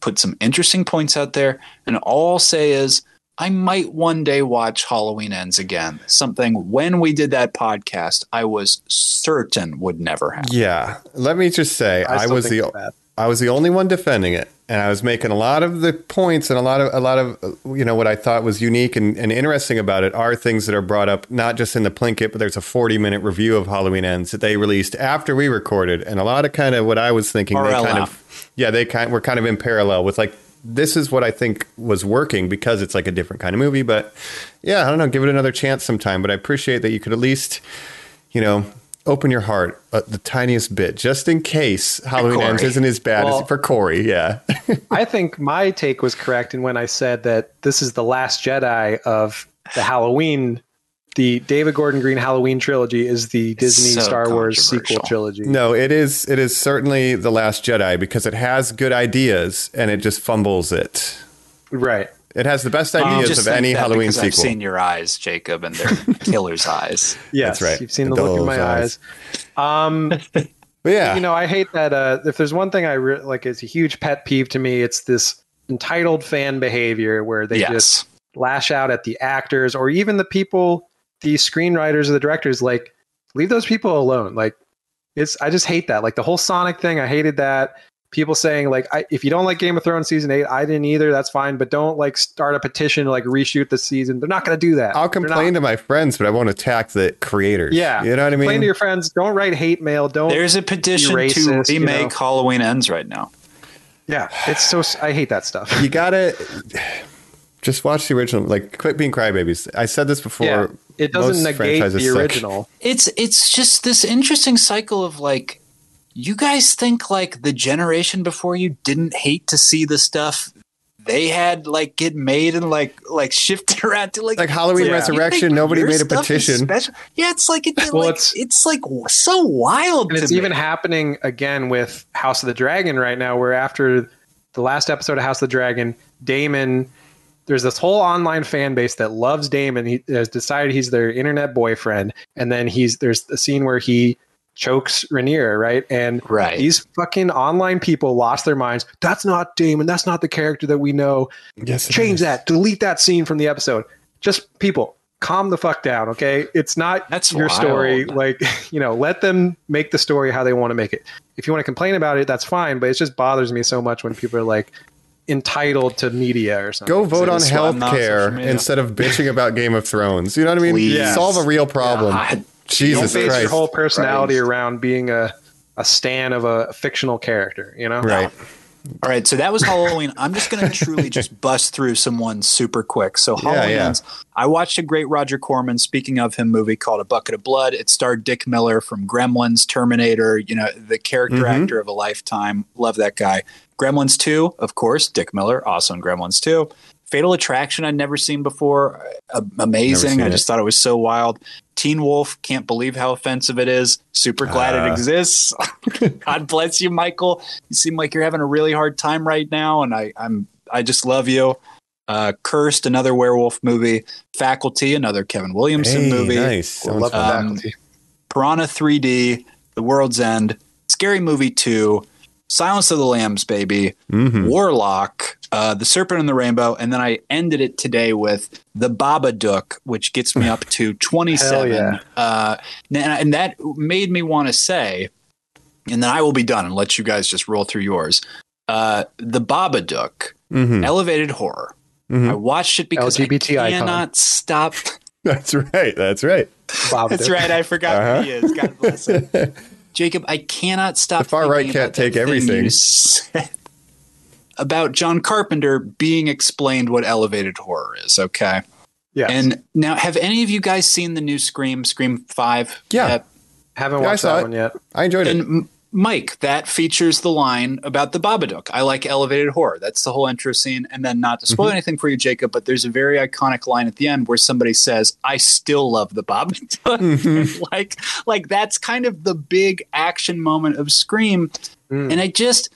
put some interesting points out there. And all I'll say is, I might one day watch Halloween Ends again. Something when we did that podcast, I was certain would never happen.
Yeah, let me just say, I,
still
was
think
the
it's bad.
I was the only one defending it, and I was making a lot of the points and a lot of a lot of uh, you know what I thought was unique and, and interesting about it are things that are brought up not just in the Plinkett, but there's a 40 minute review of Halloween Ends that they released after we recorded, and a lot of kind of what I was thinking they
RLF.
kind of yeah they kind were kind of in parallel with like this is what I think was working because it's like a different kind of movie, but yeah I don't know give it another chance sometime, but I appreciate that you could at least you know. Open your heart uh, the tiniest bit, just in case Halloween
Corey.
Ends isn't as bad
Well-
as for Corey. Yeah,
I think my take was correct in when I said that this is the last Jedi of the Halloween. The David Gordon Green Halloween trilogy is the Disney
so
Star Wars sequel
controversial.
trilogy.
No, it is. It is certainly the Last Jedi because it has good ideas and it just fumbles it.
Right.
It has the best
You
ideas Uh,
just
of
think
any
that
Halloween
because
sequel.
I've seen your eyes, Jacob, and they're killer's eyes.
Yes.
That's right.
You've seen the look in
Those
my
eyes.
eyes. Um,
but yeah,
you know, I hate that. Uh, if there's one thing I re- like, it's a huge pet peeve to me. It's this entitled fan behavior where they
yes.
just lash out at the actors or even the people, the screenwriters or the directors, like leave those people alone. Like it's I just hate that. Like the whole Sonic thing, I hated that. People saying like I, if you don't like Game of Thrones season eight, I didn't either. That's fine, but don't like start a petition to like reshoot the season. They're not going to do that.
I'll
They're not.
complain to my friends, but I won't attack the creators.
Yeah.
you know what I
Complain
mean.
to your friends. Don't write hate mail. Don't.
There's a petition
Be
to
racist, you
remake
know.
Halloween Ends right now.
yeah, it's so. s- I hate that stuff.
you gotta just watch the original. Like, quit being crybabies. I said this before.
Yeah, it doesn't
most
negate
franchises
the
suck.
original.
It's it's just this interesting cycle of like you guys think like the generation before you didn't hate to see the stuff they had like get made and like like shifted around to like
Like Halloween
you
Resurrection,
think
nobody
your
made a
stuff is
petition.
special? Yeah, it's like it,
Well,
like, it's,
it's-
like w- so wild.
And
to
it's
me.
even happening again with House of the Dragon right now, where after the last episode of House of the Dragon, Damon, there's this whole online fan base that loves Damon. He has decided he's their internet boyfriend. And then he's there's a scene where he chokes Rainier, right? And
Right.
these fucking online people lost their minds. That's not Damon. That's not the character that we know.
Yes, it
Change
is.
that. Delete that scene from the episode. Just people, calm the fuck down, okay? It's not
That's
your story.
wild.
Like, you know, let them make the story how they want to make it. If you want to complain about it, that's fine, but it just bothers me so much when people are like entitled to media or something.
Go vote on
That's why I'm not on social
healthcare
media.
instead of bitching about Game of Thrones. You know what I mean?
Please.
Solve a real problem.
God.
Don't
Jesus
base
Christ!
your whole personality around being a a stan of a fictional character, you know?
right.
All right, so that was Halloween. I'm just going to truly just bust through someone super quick. So Halloween
yeah.
ends. I watched a great Roger Corman, speaking of him, movie called A Bucket of Blood. It starred Dick Miller from Gremlins, Terminator, you know, the character
Mm-hmm.
actor of a lifetime. Love that guy. Gremlins 2, of course, Dick Miller, also in Gremlins 2. Fatal Attraction, I'd never seen before. A-
Never
amazing.
seen
I just thought it was so wild. Teen Wolf, can't believe how offensive it is. Super glad it
Uh.
exists. God bless you, Michael. You seem like you're having a really hard time right now, and I, I'm I just love you. Uh, Cursed, another werewolf movie. Faculty, another Kevin Williamson
Hey,
movie.
nice.
I
Sounds
love the
fun.
Um,
faculty.
Piranha 3D, The World's End, Scary Movie 2, Silence of the Lambs, baby,
Hmm.
Mhm.
Warlock, uh, The Serpent and the Rainbow, and then I ended it today with The Babadook, which gets me up to 27.
Hell
uh, and, and that made me want to say, and then I will be done and let you guys just roll through yours. Uh, the Babadook,
Hmm.
Mhm.
elevated horror.
Mm-hmm.
Mhm.
I watched it because
LGBT
I
icon.
cannot stop.
That's right. That's right.
Bob
That's
Dylan.
right. I forgot who he is. God bless him. Jacob, I cannot stop.
Uh-huh. The far right
thinking about
can't take
that thing
everything.
you said About John Carpenter being explained what elevated horror is. Okay.
Yes.
And now, have any of you guys seen the new Scream, Scream 5?
Yeah.
yet?
Haven't
Yeah, I
watched
saw
that
it.
one yet.
I enjoyed
And
it.
M- Mike, that features the line about the Babadook. I like elevated horror. That's the whole intro scene. And then, not to spoil anything for you, Jacob, but there's a very iconic line at the end where somebody says, "I still love the Babadook." like, like that's kind of the big action moment of Scream.
Mm.
And I just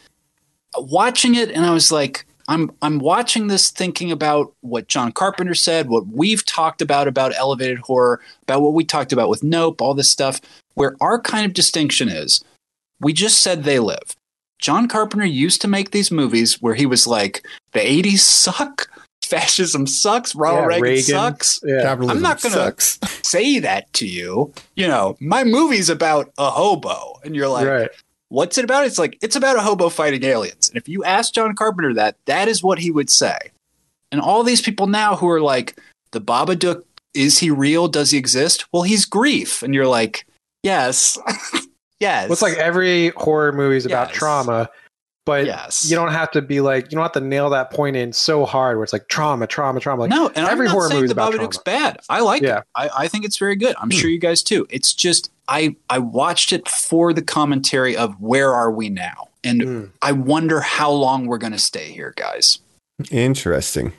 watching it, and I was like. I'm I'm watching this thinking about what John Carpenter said, what we've talked about about elevated horror, about what we talked about with Nope, all this stuff where our kind of distinction is we just said they live. John Carpenter used to make these movies where he was like, the 80s suck, fascism sucks, Ronald
Yeah,
Reagan,
Reagan.
sucks.
Yeah.
Capitalism
I'm not gonna-
sucks.
Say that to you. You know, my movie's about a hobo. And you're like,
right.
what's it about? It's like it's about a hobo fighting aliens. And if you ask John Carpenter that, that is what he would say. And all these people now who are like, the Babadook, is he real? Does he exist? Well, he's grief. And you're like, yes. yes.
Well, it's like every horror movie is about
Yes.
trauma, but
yes.
you don't have to be like you don't have to nail that point in so hard where it's like trauma, trauma, trauma. Like,
no, and I'm
every
not
horror
saying
movie's
the
about
Babadook's bad. I like
Yeah. Hmm.
it. I, I think it's very good. I'm sure you guys too. It's just I I watched it for the commentary of where are we now, and
Hmm.
I wonder how long we're going to stay here, guys.
Interesting.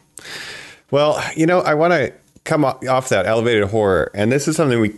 Well, you know, I want to come o- off that elevated horror, and this is something we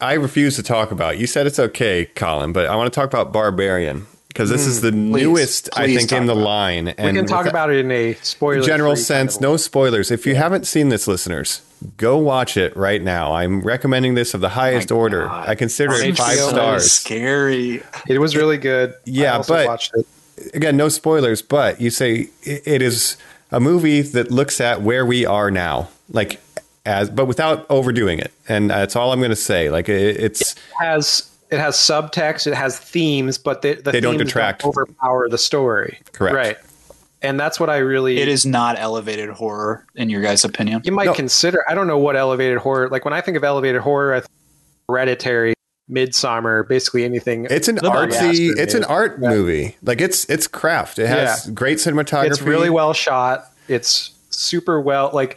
I refuse to talk about. You said it's okay, Colin, but I want to talk about Barbarian because this is the newest, I
Mm, please
think,
talk
in the
about it.
line.
we
and
can talk
with
about it in a spoiler
general sense, no spoilers. If you haven't seen this, listeners, go watch it right now. I'm recommending this of the highest order.
God.
I consider it
Seems
five
so
stars.
Scary.
It was really good.
Yeah,
I also
but-
watched it.
Again, no spoilers, but you say i- it is a movie that looks at where we are now, like as, but without overdoing it. And that's all I'm going to say. Like it, it's
has it has subtext, it has themes, but the, the
They don't
themes
detract.
overpower the story.
Correct.
Right. And that's what I really
It is not elevated horror, in your guys' opinion.
you might
No.
consider. I don't know what elevated horror. Like when I think of elevated horror, I think hereditary, midsummer, basically anything.
it's an
The Barbie
artsy,
Bastard
it's an
is-
art movie. Like it's it's craft. It has great cinematography.
it's really well shot. It's super well like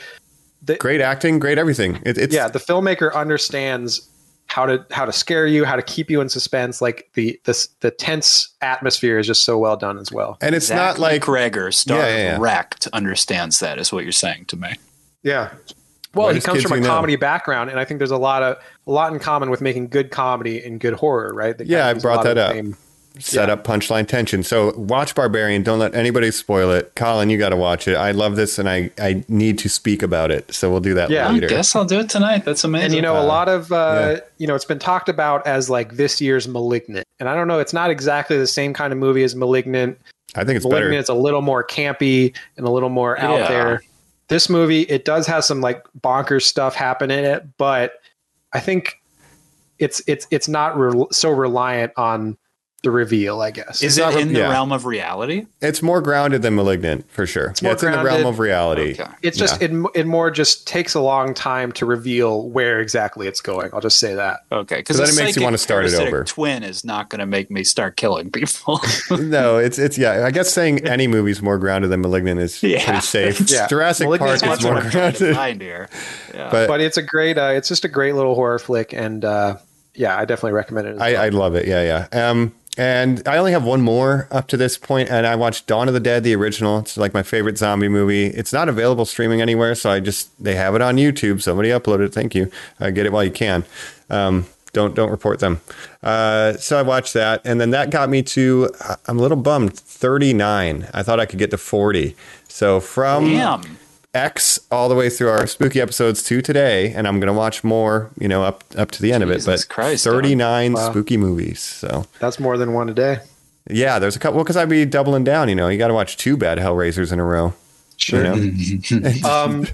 Great acting, great everything. It, it's
yeah the filmmaker understands how to how to scare you how to keep you in suspense like the this the tense atmosphere is just so well done as well
and it's
Zach
not like
Gregor, star
Yeah, yeah, yeah.
of Wrecked, understands that is what you're saying to me.
yeah well he
Whitest
comes
kids
from a
we know.
comedy background and i think there's a lot of a lot in common with making good comedy and good horror right That
Yeah,
kind of
I
uses a
brought
lot of
that
the
up.
same-
set up punchline tension. So watch Barbarian. Don't let anybody spoil it. Colin, you got to watch it. I love this, and I I need to speak about it. So we'll do that
Yeah.
I
later.
guess I'll do it tonight. That's amazing.
and you know a lot of uh,
yeah.
you know it's been talked about as like this year's malignant and i don't know it's not exactly the same kind of movie as malignant
I think it's
Malignant
better.
is a little more campy and a little more out
Yeah.
there. This movie, it does have some like bonkers stuff happen in it, but I think it's it's it's not re- so reliant on the reveal. I guess
is it in the
yeah.
realm of reality?
It's more grounded than Malignant for sure. It's,
more
in the realm
grounded.
of reality.
Okay.
it's just it it, it more just takes a long time to reveal where exactly it's going. I'll just say that.
Okay, because
So then it makes you wanna start it over.
Twin is not going to make me start killing people.
no, it's it's yeah. I guess saying any movie's more grounded than Malignant is
Yeah.
pretty safe.
Yeah.
Jurassic
Malignant's
Park
That's
is
what
more
I'm trying to
grounded,
find here. Yeah.
but,
But it's a great uh, it's just a great little horror flick, and uh, yeah, I definitely recommend it. as
I, I love it. Yeah, yeah. Um, and I only have one more up to this point, and I watched Dawn of the Dead, the original. It's like my favorite zombie movie. It's not available streaming anywhere, so I just they have it on YouTube. Somebody uploaded it. Thank you. Uh, get it while you can. Um, don't don't report them. Uh, so I watched that, and then that got me to. I- I'm a little bummed. 39. I thought I could get to 40. So from
Damn.
X all the way through our spooky episodes to today, and I'm gonna watch more, you know, up up to the end of it.
Jesus
But
Christ, Don.
39 spooky movies. So
that's more than one a day.
yeah, there's a couple. Well, because I'd be doubling down. You know, you got to watch two bad Hellraisers in a row. Sure.
Mm-hmm. um,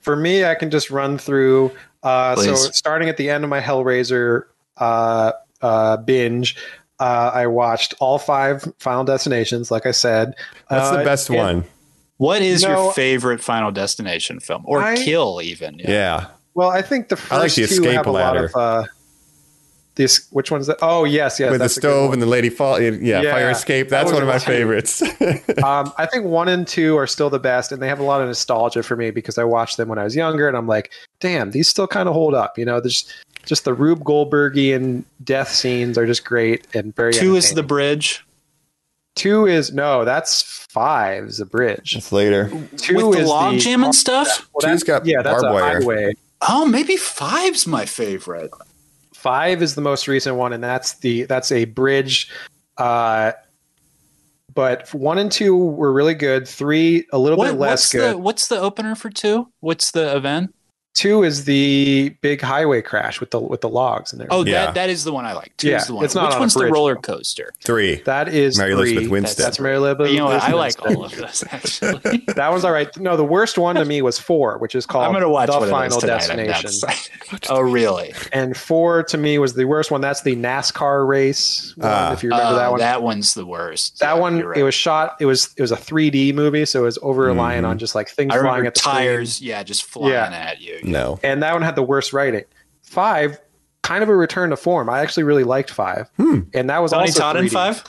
for me, I can just run through. Uh, so
Please.
starting at the end of my Hellraiser uh, uh, binge, uh, I watched all five Final Destinations. Like I said,
That's
Uh,
the best
and
one.
What is
No.
your favorite Final Destination film or
I-
kill even?
Yeah.
Well, I think the first
I like the
two have
escape
a
ladder.
lot of. Uh, this which one's that? Oh yes, yes.
With the
that's a good
stove
one.
and the lady fall. Yeah,
Yeah,
fire escape.
that
That's
was
one of my
awesome.
favorites.
um, I think one and two are still the best, and they have a lot of nostalgia for me because I watched them when I was younger, and I'm like, damn, these still kind of hold up. You know, there's just the Rube Goldbergian death scenes are just great and very.
Two is the
entertaining.
bridge.
two is no, that's five is the bridge.
Just later.
Two
With the
is
log
the-
jam and stuff?
Well, that's-
Two's got
yeah, that's
barbed
a
wire.
highway.
Oh, maybe five's my favorite.
Five is the most recent one, and that's the that's a bridge. Uh, but one and two were really good. Three a little
What-
bit
what's
less good.
the what's the opener for two? What's the event?
Two is the big highway crash with the with the logs in there.
Oh,
Yeah.
that that is the one I like. Two
Yeah,
is the one.
it's not
Which
on a
one's the
bridge,
roller
though.
coaster?
Three.
that is
Mary Elizabeth
three.
Winstead.
That's Mary Elizabeth.
You know what? I like
Winstead.
all of those actually.
That one's all right. No, the worst one to me was four, which is called
I'm gonna watch
the
one of
Final
those tonight. I'm not
Destination.
excited. oh, really?
And four to me was the worst one. That's the NASCAR race. One,
Ah.
if you remember that
Oh,
one.
That one's the worst.
that
Yeah,
one
you're
it
right.
was shot it was it was a 3d movie so it was over relying
Mm-hmm.
on just like things
I
flying
remember
at the screen.
tires. Yeah, just flying
Yeah. Mm-hmm.
at you.
No.
and that one had the worst writing five kind of a return to form i actually really liked five
Hmm.
and that was
Tony
also
Todd in
3D.
five.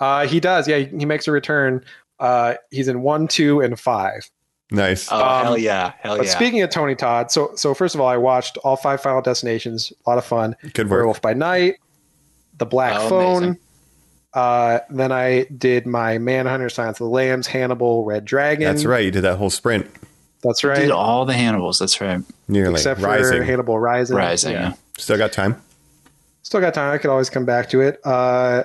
uh he does yeah he, he makes a return uh he's in one two and five
Nice.
Oh
Um,
hell yeah, hell
but
yeah.
speaking of tony todd so so first of all i watched all five final destinations a lot of fun
Good work.
werewolf by night the black
Oh,
phone
amazing.
uh then i did my manhunter science of the lambs hannibal red dragon
That's right. You did that whole sprint.
that's
I
right
did all the Hannibals. That's right.
Nearly
except
rising.
for Hannibal Rising.
Rising.
Yeah.
yeah.
Still got time.
Still got time. I could always come back to it. Uh,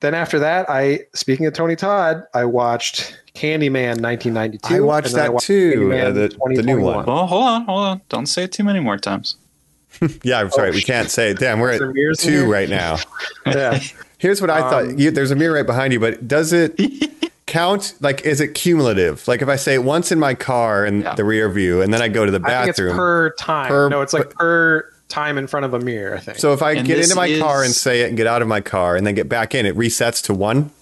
then after that, I speaking of Tony Todd, I watched Candyman 1992.
I watched
and then
that too,
Candyman
uh, the- the new one.
2021.
Well, hold on, hold on. Don't say it too many more times.
Yeah, I'm sorry. we
shit.
can't say it. Damn, we're
There's a mirror
at two
here.
right now.
yeah.
Here's what I
Um,
thought. You, there's a mirror right behind you, but does it count? Like, is it cumulative? Like, if I say it once in my car in
Yeah.
the rear view, and then I go to the
I think it's
bathroom.
per time.
Per-
no, it's like per time in front of a mirror. I think.
so if I
And
get
this
into my car and
is-
say it, and get out of my car, and then get back in, it resets to one.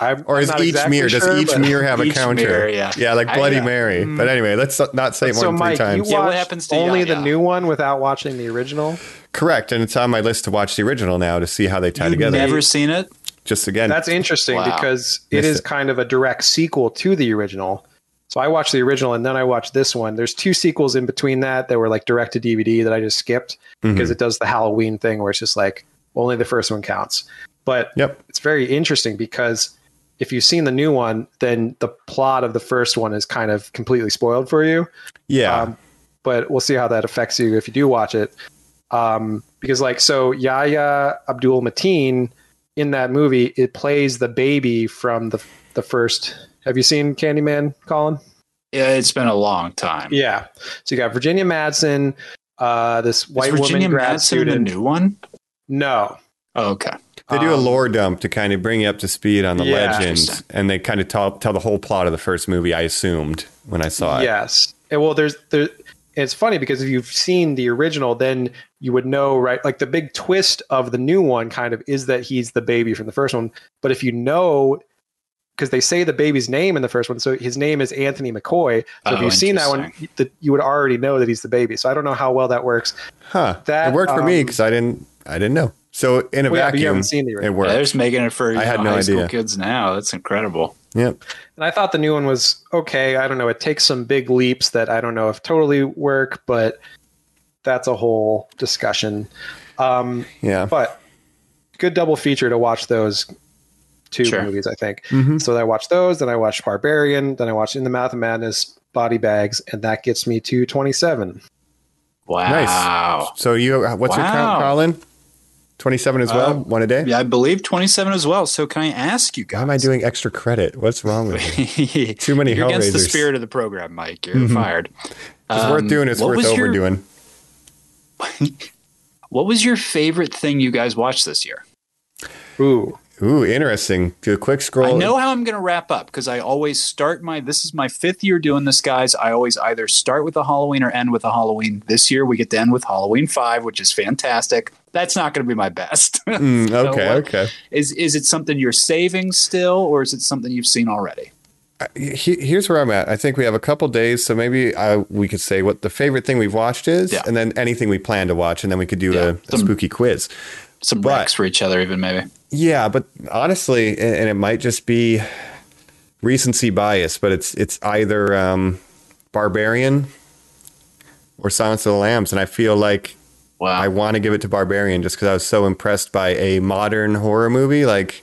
I'm,
Or
I'm
is
not
each
exactly
mirror?
sure,
does each
but-
mirror have a
Each
counter?
mirror, yeah.
like
I-
Bloody
yeah.
Mary. But anyway, let's not say it more
Mm. So
than three
Mike, you
times.
watched
Yeah, what happens to-
only
yeah,
the
yeah.
new one without watching the original.
Correct, and it's on my list to watch the original now to see how they tie
You've
together.
never seen it?
Just again,
That's interesting
Wow.
because it
Missed
is
it.
kind of a direct sequel to the original. So I watched the original and then I watched this one. There's two sequels in between that that were like direct to DVD that I just skipped
Mhm.
because it does the Halloween thing where it's just like only the first one counts. But
Yep.
it's very interesting because if you've seen the new one, then the plot of the first one is kind of completely spoiled for you
Yeah.
um, but we'll see how that affects you if you do watch it. Um, because like so, Yahya Abdul Mateen in that movie, it plays the baby from the the first. Have you seen Candyman, Colin?
Yeah, it's been a long time.
Yeah. So you got Virginia Madsen, uh, this
Is
white
Virginia
woman grad
Madsen in a
student.
new one?
no,
Oh, okay.
They do a
Um,
lore dump to kind of bring you up to speed on the
Yeah.
legends,
Interesting.
and they kind of tell, tell the whole plot of the first movie. I assumed when I saw it.
Yes. And well, there's there. It's funny because if you've seen the original, then you would know, right? Like the big twist of the new one kind of is that he's the baby from the first one. But if you know, because they say the baby's name in the first one, so his name is Anthony McCoy. So if
Oh,
you've seen that one, you- that you would already know that he's the baby. So I don't know how well that works.
Huh?
That,
it worked for me
um,
because I didn't. I didn't know. So in a
Oh,
Well, yeah, but you
vacuum,
haven't seen the
it
original.
Yeah,
worked.
there's making it for you
I had
know,
no
high school
idea.
kids now. That's incredible.
Yep.
And I thought the new one was okay. I don't know. It takes some big leaps that I don't know if totally work, but that's a whole discussion. Um,
Yeah.
but good double feature to watch those two
Sure.
movies i think
Mhm.
so i watched those then i watched barbarian then i watched in the mouth of madness body bags and that gets me to 27
Wow.
So you, uh, what's your
Wow. Um,
count, Colin? Twenty-seven as well. One a day.
Yeah, I believe 27 as well. So can I ask you
Why
guys?
am I doing extra credit? What's wrong with me? Too many
You're against the
Hellraisers. Mm-hmm.
spirit of the program, Mike. You're fired.
It's
Um,
worth doing. It's
what
worth
was your-
overdoing.
What was your favorite thing you guys watched this year?
ooh
Ooh, interesting. Do a quick scroll.
I know how I'm going to wrap up because I always start my. This is my fifth year doing this, guys. I always either start with a Halloween or end with a Halloween. This year we get to end with Halloween Five, which is fantastic. That's not going to be my best.
Mm,
So
okay.
what-
okay.
Is is it something you're saving still, or is it something you've seen already?
he, here's where I'm at. I think we have a couple days, so maybe I, we could say what the favorite thing we've watched is,
Yeah.
and then anything we plan to watch, and then we could do
Yeah.
a, a spooky quiz.
Some
But-
breaks for each other, even maybe.
Yeah, but honestly, and, and it might just be recency bias, but it's it's either um, Barbarian or Silence of the Lambs, and I feel like
Wow.
I want to give it to Barbarian just because I was so impressed by a modern horror movie, like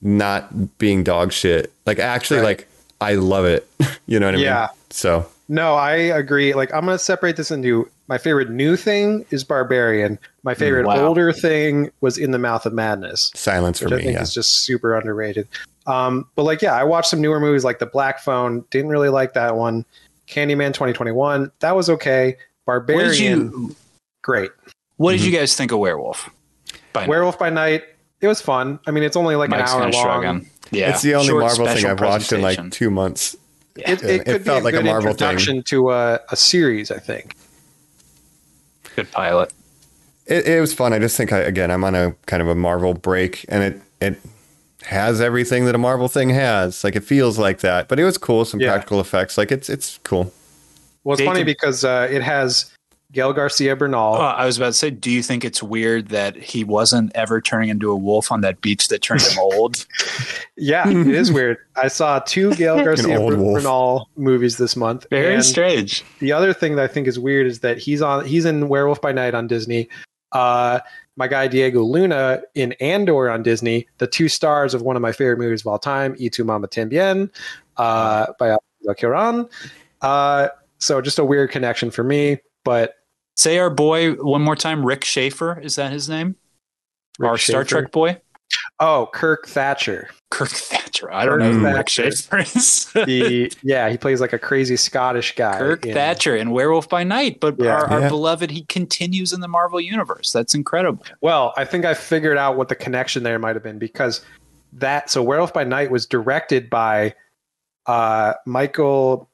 not being dog shit. Like actually,
Right.
like I love it. you know what I
Yeah.
mean? So.
no i agree like i'm gonna separate this into my favorite new thing is barbarian my favorite
Mm, Wow.
older thing was in the mouth of madness
Silence for
which I
me.
think
Yeah.
is just super underrated. Um, but like, yeah, I watched some newer movies like The Black Phone. Didn't really like that one. Candyman 2021, that was okay.
What did
Barbarian,
you
great.
What did
Mm-hmm.
you guys think of Werewolf? By
Werewolf by Night, it was fun. I mean, it's only like
Mike's
an hour
kinda
long.
shrugging. Yeah,
it's the only
Short
Marvel thing
special
I've watched in like
presentation.
two months.
It,
Yeah,
it
it
could be
felt like a
a good
Marvel thing.
introduction to a, a series, I think.
good pilot.
It, it was fun. I just think I, again, I'm on a kind of a Marvel break, and it it has everything that a Marvel thing has. Like it feels like that, but it was cool. Some
Yeah.
practical effects. Like it's it's cool.
Well, it's
They
funny
could-
because uh, it has Gail Garcia Bernal.
Oh, I was about to say, do you think it's weird that he wasn't ever turning into a wolf on that beach that turned him old?
Yeah, it is weird. I saw two Gail Garcia
old wolf.
Bernal movies this month.
Very
and
strange.
the other thing that I think is weird is that he's on he's in Werewolf by Night on Disney. Uh, my guy Diego Luna in Andor on Disney, the two stars of one of my favorite movies of all time, E Tu Mama Tambien, uh, by Alfonso Cuarón. Uh, so just a weird connection for me, but
Say our boy one more time, Rick Schaefer. Is that his name?
Rick
our Star
Schaefer.
Trek boy?
Oh, Kirk Thatcher.
Kirk Thatcher. I don't
Kirk
know who
Thatcher.
Rick Schaefer is.
The yeah, he plays like a crazy Scottish guy.
Kirk
in-
Thatcher in Werewolf by Night, but
Yeah.
our, our
Yeah.
beloved, he continues in the Marvel universe. That's incredible.
Well, I think I figured out what the connection there might have been because that so Werewolf by Night was directed by uh Michael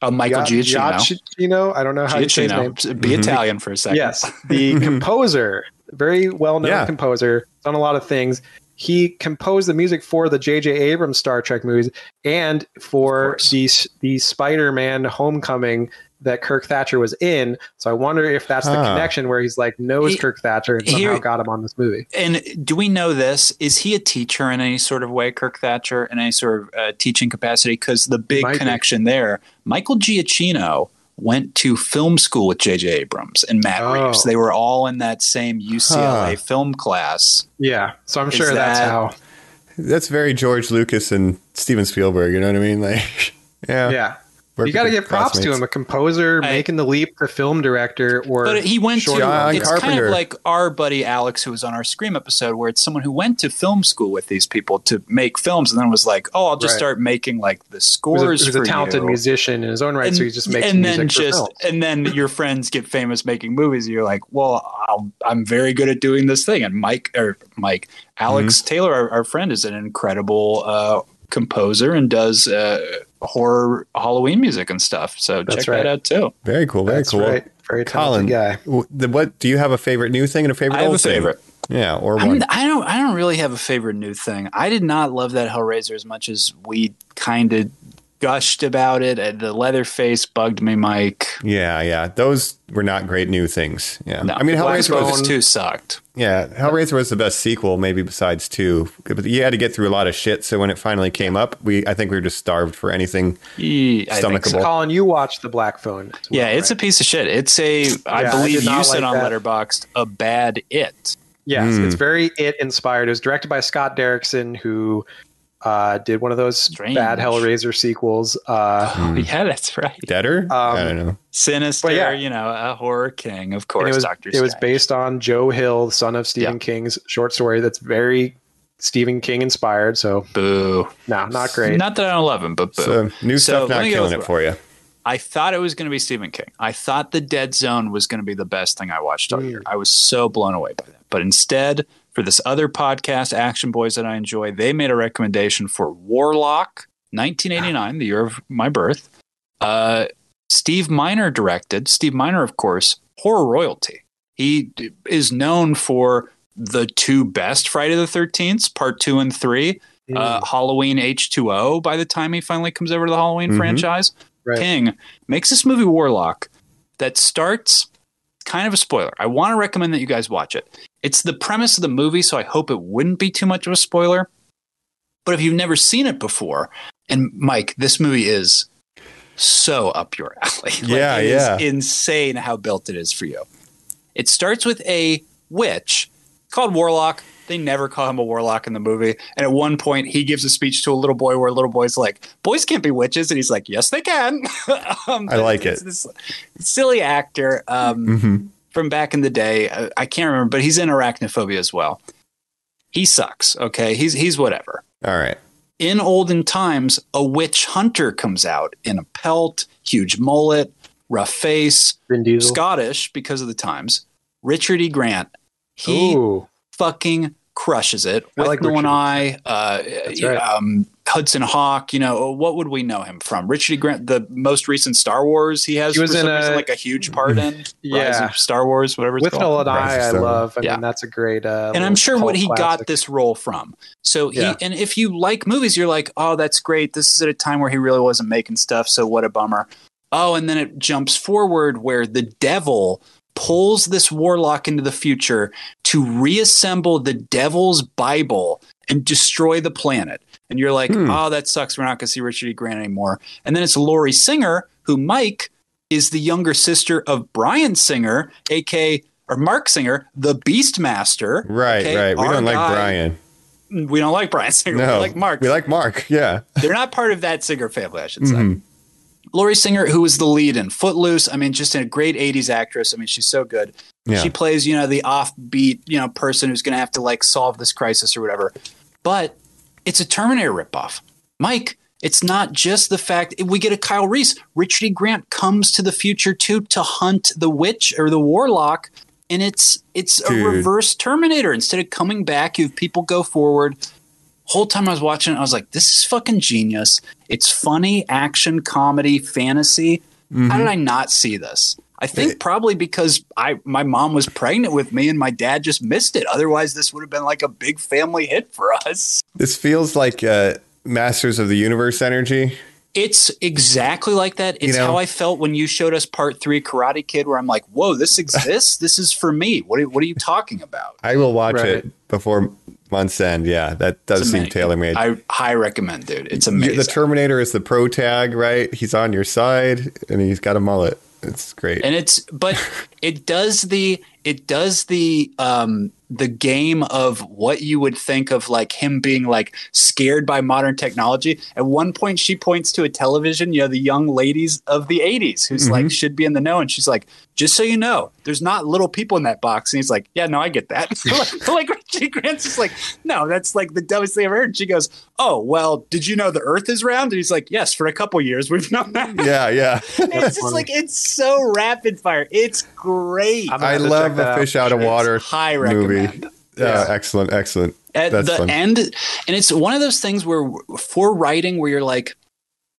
Uh, Michael
Gia-
Giacchino.
Giacchino? I don't know how you say his name.
Giacchino. Be
Mhm.
Italian for a second.
Yes, the composer, very well-known
Yeah.
composer, done a lot of things. He composed the music for the J.J. Abrams Star Trek movies and
Of
for
course.
the the Spider-Man Homecoming that Kirk Thatcher was in. So I wonder if that's
Ah.
the
Huh.
connection where he's like knows
He-
Kirk Thatcher and somehow
here-
got him on this movie.
And do we know this? Is he a teacher in any sort of way, Kirk Thatcher, in any sort of uh, teaching capacity? Because the big
might be.
connection there, Michael Giacchino went to film school with J.J. Abrams and Matt
Oh.
Reeves. They were all in that same UCLA
Huh.
film class.
Yeah, so I'm
Is
sure that's
that-
how.
That's very George Lucas and Steven Spielberg. You know what I mean? Like, yeah,
Yeah,
work
you got to
with your
give props to
classmates.
him, a composer
I-
making the leap to film director, or
But he went
short
to.
John
it's kind
Carpenter.
of like our buddy Alex, who was on our Scream episode, where it's someone who went to film school with these people to make films, and then was like, "Oh, I'll just
Right.
start making like the scores."
who's a, who's
for
a talented
you.
musician in his own right. so he just makes
and
music
then
for
just
film.
and then your friends get famous making movies and you're like well I'll, i'm very good at doing this thing and mike or mike alex
Mm-hmm.
taylor our, our friend is an incredible uh, composer and does uh, horror halloween music and stuff so
That's
check
right.
that out too
Very cool. Very
That's
cool.
right. Very
Colin,
talented guy.
w- the, what do you have a favorite new thing and a favorite
i have
old
a favorite
thing? Yeah, or
I'm,
one.
i don't i don't really have a favorite new thing i did not love that hellraiser as much as we kind of gushed about it and the leatherface bugged me mike
Yeah, yeah. Those were not great new things. Yeah,
No.
I mean, Hellraiser
Black
was
Phone 2 sucked
Yeah, Hellraiser was the best sequel, maybe besides two. But you had to get through a lot of shit. So when it finally came up, we I think we were just starved for anything.
Yee, I think
Stomachable.
so.
Well-
Colin, you watched the Black Phone. as well,
Yeah, it's
right?
a piece of shit. It's a, I
Yeah, I
believe
did not
you said on
like that.
Letterboxd, a bad it.
yes,
Mm.
it's very it inspired. It was directed by Scott Derrickson, who uh, did one of those
Strange.
bad Hellraiser sequels. Uh,
Hmm.
Oh, yeah, that's right.
Deader?
Um,
I don't know.
Sinister,
But yeah.
you know, a horror king, of
and
course,
it was
Doctor.
it was based on Joe Hill, son of Stephen
Yeah.
King's short story. That's very Stephen King inspired. So
boo.
no, not great.
Not that I don't love him, but boo.
So new
So,
stuff
let
not
me go
killing
with-
it for you.
I thought it was going to be Stephen King. I thought The Dead Zone was going to be the best thing I watched all year. I was so blown away by that. But instead, for this other podcast, Action Boys that I enjoy, they made a recommendation for Warlock, 1989, the year of my birth. Uh, Steve Miner directed. Steve Miner, of course, horror royalty. He d- is known for the two best Friday the 13th, part two and three uh, Halloween H2O by the time he finally comes over to the Halloween
Mhm.
franchise.
Right.
King makes this movie Warlock that starts kind of a spoiler. I want to recommend that you guys watch it. It's the premise of the movie, so I hope it wouldn't be too much of a spoiler. But if you've never seen it before, and Mike, this movie is so up your alley. Like,
Yeah,
it is
yeah.
insane how built it is for you. It starts with a witch called Warlock. They never call him a warlock in the movie. And at one point, he gives a speech to a little boy where a little boy's like, Boys can't be witches. And he's like, Yes, they can. um,
I like
it's
it.
This silly actor um,
Mhm.
from back in the day. uh, I, I can't remember, but he's in arachnophobia as well. He sucks. Okay. He's, he's whatever.
All right.
in olden times, a witch hunter comes out in a pelt, huge mullet, rough face,
Vin Diesel.
Scottish because of the times. Richard E. Grant. He
Ooh,
fucking crushes it.
I
With
like
the one
Richard. E.
eye, uh,
right.
um, Hudson Hawk. You know what would we know him from? Richard E. Grant, the most recent Star Wars he has.
He was
for some
in
reason,
a-
like a huge part in Rise
Yeah.
of Star Wars, whatever it's
with an
called.
old eye, I
Francis Stone.
love. I
Yeah.
mean, that's a great. Uh,
and I'm
little
sure what
cult
he
classic.
got this role from. So he
Yeah.
and if you like movies, you're like, oh, that's great. This is at a time where he really wasn't making stuff. So what a bummer. Oh, and then it jumps forward where the devil pulls this warlock into the future to reassemble the devil's Bible and destroy the planet. And you're like,
Hmm.
oh, that sucks. We're not going to see Richard E. Grant anymore. And then it's Laurie Singer, who Mike is the younger sister of Brian Singer, aka or Mark Singer, the Beastmaster.
Right,
okay?
right. We
Our
don't like
guy- Mm,
Brian.
We don't like Brian Singer.
No,
We like Mark.
We like Mark. Yeah.
They're not part of that Singer family, I should say.
Mhm.
Laurie Singer, who was the lead in Footloose, I mean, just a great '80s actress. I mean, she's so good.
Yeah.
She plays, you know, the offbeat, you know, person who's going to have to like solve this crisis or whatever. But it's a Terminator ripoff, Mike. It's not just the fact we get a Kyle Reese. Richard E. Grant comes to the future too to hunt the witch or the warlock, and it's it's
Dude.
a reverse Terminator. Instead of coming back, you have people go forward whole time I was watching it, I was like, this is fucking genius. It's funny, action, comedy, fantasy. How did I not see this? I think probably because I my mom was pregnant with me and my dad just missed it. Otherwise, this would have been like a big family hit for us.
This feels like uh, Masters of the Universe energy.
It's exactly like that. It's
know-
how I felt when you showed us part three Karate Kid, where I'm like, whoa, this exists? this is for me. What are, what are you talking about?
I will watch it
Right.
before month's end. Yeah, that does
It's
seem
amazing.
tailor made.
I high recommend, dude. It's amazing.
The Terminator is the pro tag, right? He's on your side and he's got a mullet. It's great.
and it's but it does the it does the um the game of what you would think of like him being like scared by modern technology at one point she points to a television you know the young ladies of the 80s who's like should be in the know and she's like just so you know there's not little people in that box and he's like yeah no i get that like richie grant's just like no that's like the dumbest thing i've ever heard and she goes oh well did you know the earth is round and he's like yes for a couple years we've known that
yeah, yeah.
it's just
funny.
like it's so rapid fire. It's great.
I'm gonna
I
have to
love
check that
a
out.
fish out of
It's
water
high
movie.
recommend.
Yeah, excellent, excellent.
At
That's
the
fun.
end, and it's one of those things where for writing, where you're like,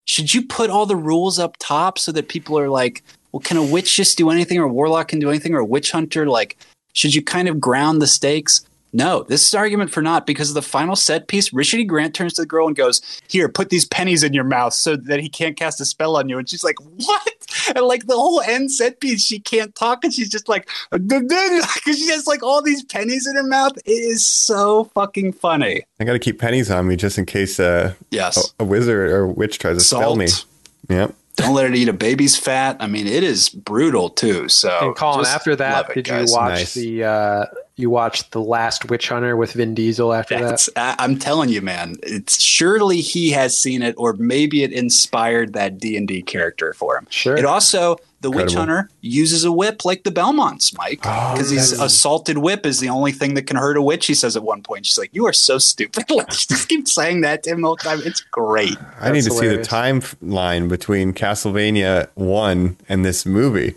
should you put all the rules up top so that people are like, well, can a witch just do anything, or a warlock can do anything, or a witch hunter? Like, should you kind of ground the stakes? No, this is argument for not because of the final set piece. Richard E. Grant turns to the girl and goes, "Here, put these pennies in your mouth so that he can't cast a spell on you." And she's like, "What?" And like the whole end set piece, she can't talk, and she's just like, because she has like all these pennies in her mouth. It is so fucking funny. Oh,
I got to keep pennies on me just in case uh,
Yes,
a, a wizard or witch tries to spell
Salt.
me. Yep.
don't let it eat a baby's fat. I mean, it is brutal too. So,
And Colin,
Oh, just
after
love
that,
it,
did
guys.
you watch
Nice.
the uh, you watched the Last Witch Hunter with Vin Diesel? After that,
That's, I, I'm telling you, man. It's surely he has seen it, or maybe it inspired that D and D character for him.
Sure.
It also the witch
Incredible. Oh,
hunter uses a whip like the Belmonts, Mike, because he's a salted whip is the only thing that can hurt a witch. He says at one point, she's like, "You are so stupid." Like, she just keeps saying that to him the whole time. It's great.
I need
That's
to see
hilarious.
the timeline between Castlevania 1 and this movie.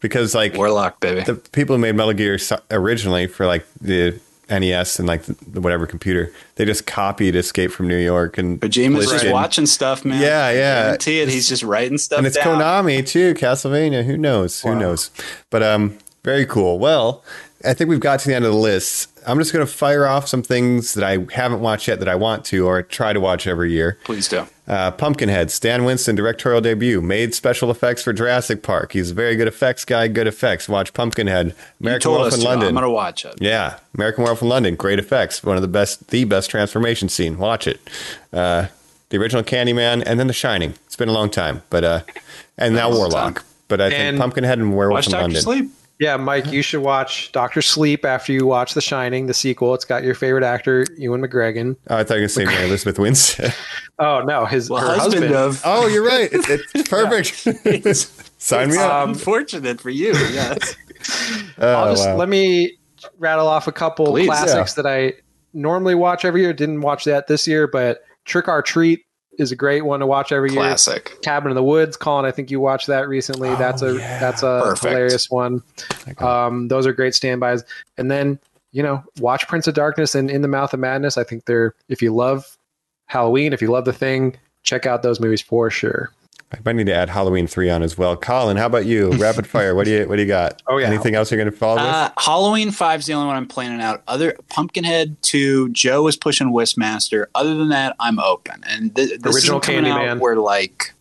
Because, like,
Warlock, baby.
the people who made Metal Gear so- originally for like the NES and like the whatever computer, they just copied Escape from New York and
Pajamas just
Blitzkrieg.
watching stuff, man.
Yeah, yeah.
Guarantee it. He's just writing stuff.
And it's
down.
Konami too, Castlevania. Who knows? Who knows? But um, very cool. Well, I think we've got to the end of the list. I'm just going to fire off some things that I haven't watched yet that I want to or try to watch every year.
Please do.
Uh, Pumpkinhead, Stan Winston, directorial debut, made special effects for Jurassic Park. He's a very good effects guy. Good effects. Watch Pumpkinhead.
You
American
told
Wolf
us
in
to.
London.
I'm gonna watch it.
Yeah, American Werewolf in London, great effects. One of the best, the best transformation scene. Watch it. Uh, the original Candyman, and then The Shining. It's been a long time, but uh, and now
was a
Warlock.
time.
But I think
And
Pumpkinhead and Werewolf
Watch
in
Doctor
London.
Sleep.
yeah, Mike, you should watch Doctor Sleep after you watch The Shining, the sequel. It's got your favorite actor, Ewan McGregor.
Oh, I thought you were going to say Mary Elizabeth Winstead.
Oh no, his
Well,
her
husband,
husband.
of.
oh, you're right. It's, it's perfect. Sign me
Uh, Um,
up.
unfortunate for you. Yes.
Oh,
I'll just
wow.
let me rattle off a couple
Please,
classics that I normally watch every year. Didn't watch that this year, but Trick or Treat is a great one to watch every year.
Classic.
Cabin in the Woods, Colin. I think you watched that recently. that's a that's a
Perfect.
hilarious one. Um, those are great standbys. And then you know, watch Prince of Darkness and In the Mouth of Madness. I think they're if you love Halloween, if you love the thing, check out those movies for sure.
I might need to add Halloween three on as well. Colin, how about you? Rapid fire. What do you What do you got?
Oh, yeah.
Anything else you're going to follow
Uh, Halloween five's the only one I'm planning out. Other Pumpkinhead two, Joe is pushing Whistmaster. Other than that, I'm open. And th- this isn't
Original
coming
Candyman.
out Where like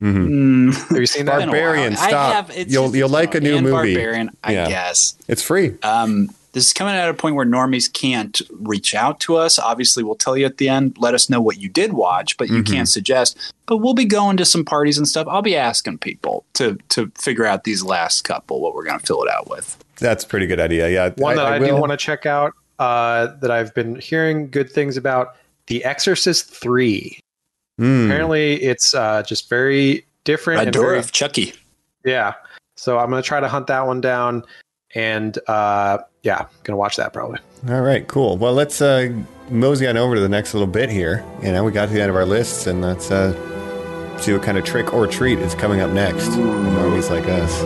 with? Mhm.
mm,
Have you seen that?
been a while.
Barbarian,
I
stop.
have- it's
You'll-
just-
you'll like a new
and
movie.
Barbarian, I
Yeah.
guess.
It's free.
Um, this is coming at a point where normies can't reach out to us. Obviously, we'll tell you at the end. Let us know what you did watch, but you
Mm-hmm.
Mhm.
can't suggest. But we'll be going to some parties and stuff. I'll be asking people to to figure out these last couple what we're going to fill it out with.
That's a pretty good idea. Yeah.
One that I, do
will-
want to check out uh, that I've been hearing good things about The Exorcist 3.
Mm.
Apparently, it's uh, just very different. and very-
Adora, Chucky.
yeah. So I'm going to try to hunt that one down. And uh, yeah, going to watch that probably.
All right, cool. Well, let's uh, mosey on over to the next little bit here. You know, we got to the end of our lists, and let's uh, see what kind of trick or treat is coming up next. Normies like us.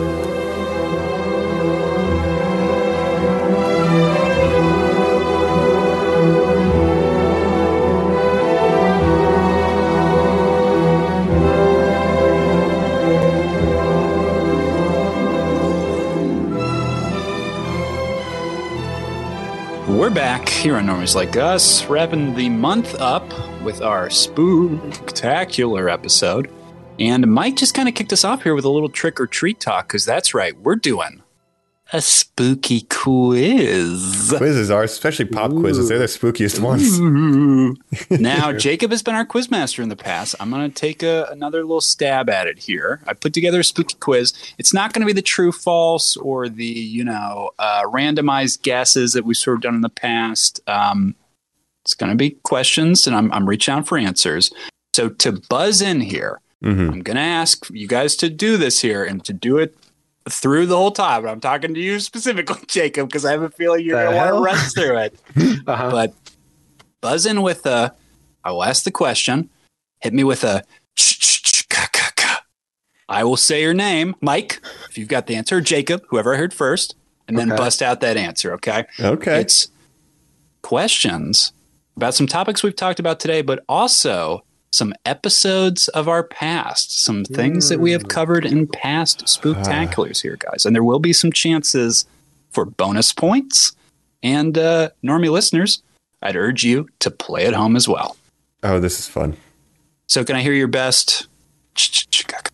We're back here on Normies Like Us, wrapping the month up with our spooktacular episode. And Mike just kind of kicked us off here with a little trick or treat talk because that's right, we're doing a spooky quiz.
Quizzes are, especially pop quizzes, they're the spookiest ones.
now, Jacob has been our quizmaster in the past. I'm going to take a, another little stab at it here. I put together a spooky quiz. It's not going to be the true false or the, you know, uh, randomized guesses that we've sort of done in the past. Um, it's going to be questions, and I'm, I'm reaching out for answers. So to buzz in here,
hmm
I'm going to ask you guys to do this here and to do it through the whole time. And I'm talking to you specifically, Jacob, because I have a feeling you're
The
going to want to
hell?
rush through it
Uh-huh.
but buzz in with a I will ask the question. Hit me with a ch- ch- ch- ka- ka- ka. I will say your name, Mike, if you've got the answer, Jacob, whoever I heard first, and then
Okay.
bust out that answer, okay?
Okay.
It's questions about some topics we've talked about today, but also some episodes of our past, some things that we
Hmm.
have covered in past
Ah.
spooktaculars here, guys. And there will be some chances for bonus points. And uh, normie listeners, I'd urge you to play at home as well.
oh, this is fun.
So, can I hear your best? ch-ch-ch-ka-ka?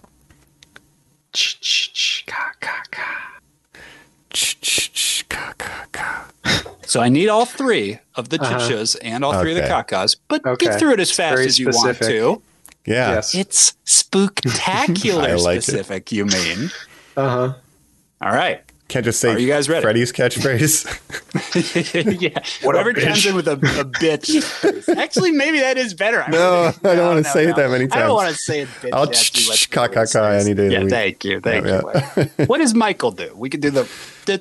Ch-ch-ch, ka-ka-ka.
So, I need all three of the
Uh-huh.
chichas and all three of the
Okay.
kakas, but
Okay.
get through it as fast
very
as you
specific.
want to.
Yeah.
Yes.
It's spooktacular
I like it.
specific, you mean.
Uh huh.
All right.
Can't just say
Are you guys ready?
Freddy's catchphrase.
yeah. Whatever comes in with a, a bitch. Actually, maybe that is better. I
No,
really-
I don't wanna say it that many
I
times.
don't want to say it bitch.
I'll
at you, like
ch-ch-ch,
the listeners.
ka-ka-ka any day of the
Yeah,
week.
thank you. Thank
Yeah,
you. Mike. what does Michael do? We could do the.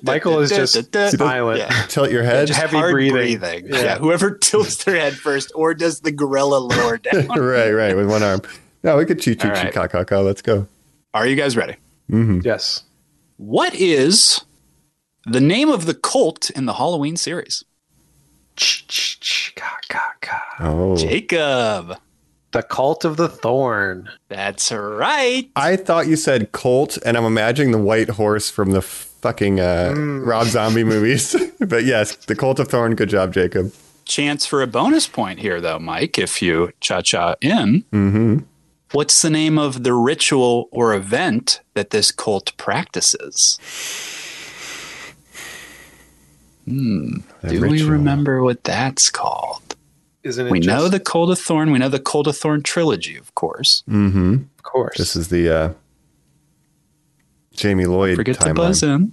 Michael is just smiling.
Yeah.
Tilt your head.
Heavy
Hard
breathing.
Yeah.
Yeah.
whoever tilts their head first, or does the gorilla lower down?
right, right, with one arm. No, we could cheat, cheat,
All
cheat,
right.
ka-ka-ka. Let's go.
Are you guys ready?
hmm
Yes.
What is the name of the cult in the Halloween series?
Oh.
Jacob.
The Cult of the Thorn.
That's right.
I thought you said Colt, and I'm imagining the white horse from the fucking uh,
Mm.
Rob Zombie movies. but yes, the Colt of Thorn. Good job, Jacob.
chance for a bonus point here, though, Mike, if you cha cha in.
hmm
Mm-hmm.
What's the name of the ritual or event that this cult practices? Do we remember what that's called?
Isn't it?
We know
just-
the Cold of Thorn. We know the Cold of Thorn trilogy, of course.
hmm
Of course.
This is the uh, Jamie Lloyd
Forget to
timeline.
buzz in.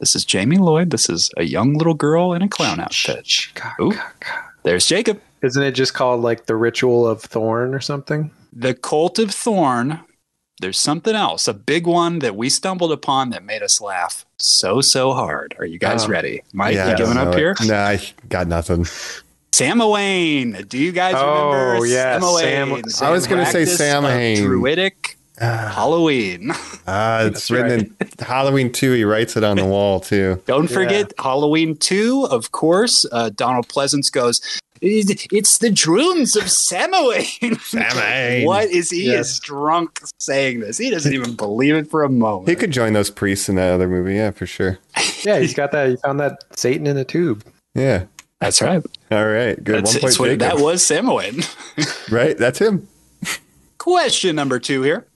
This is Jamie Lloyd. This is a young little girl in a clown outfit. Ooh, there's Jacob.
Isn't it just called like the Ritual of Thorn or something?
the cult of thorn there's something else a big one that we stumbled upon that made us laugh so so hard are you guys
Oh.
ready mike
Yeah, I
you
don't
giving
know
up
it.
here
Nah, I got nothing.
Samoane. Do you guys
Oh,
remember
yes,
Samoane?
Sam-
I was gonna say
Practice of
Samhain.
Druidic Halloween.
Ah, uh, it's written in Halloween 2. He writes it on the wall, too.
Don't forget Halloween 2, of course. Uh, Donald Pleasance goes, "It- It's the drooms of Samoane.
Samhain.
what is he
Yes.
is drunk saying this? He doesn't even believe it for a moment.
He could join those priests in that other movie. Yeah, for sure.
Yeah, he's got that. He found that Satan in a tube.
Yeah.
That's right.
All right. Good.
That's,
One point
it's what,
Jacob.
that was Samoane.
Right? That's him.
Question number two here.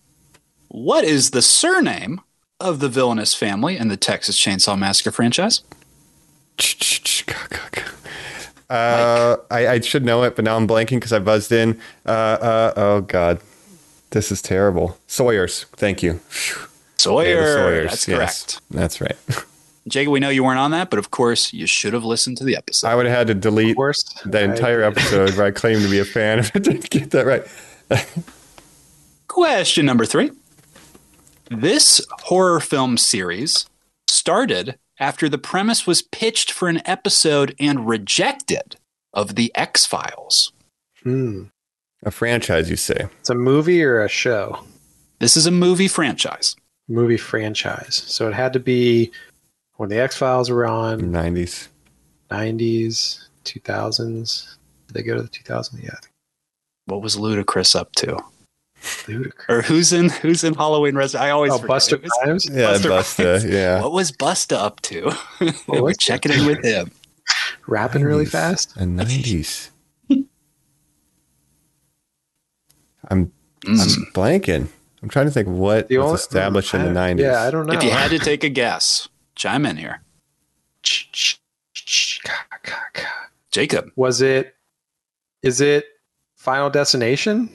What is the surname of the villainous family in the Texas Chainsaw Massacre franchise?
Uh, I, I should know it, but now I'm blanking because I buzzed in. Uh, uh, oh, God. This is terrible. Sawyers. Thank you.
Sawyer.
They were Sawyers,
That's
yes.
correct.
That's right.
Jacob, we know you weren't on that, but of course you should have listened to the episode.
I would have had to delete
Worst.
the entire episode where I claimed to be a fan if I didn't get that right.
Question number three. This horror film series started after the premise was pitched for an episode and rejected of The X Files.
Hmm.
A franchise, you say?
It's a movie or a show?
This is a movie franchise.
Movie franchise. So it had to be when the X Files were on,
90s.
90s, 2000s. Did they go to the 2000s? Yeah,
What was Ludacris up to?
ludicrous.
or who's in who's in Halloween Res? I always
Oh,
forget.
Buster
It was-
Rhymes.
Yeah,
Buster
Busta. Yeah.
What was Busta up to?
What
We're
was
checking in with him.
Rapping really
90s.
fast.
And nineties. I'm
Mm.
I'm blanking. I'm trying to think what
The
was
only-
established in the nineties.
Yeah, I don't know.
If you had to take a guess, chime in here, Jacob.
Was it? Is it Final Destination?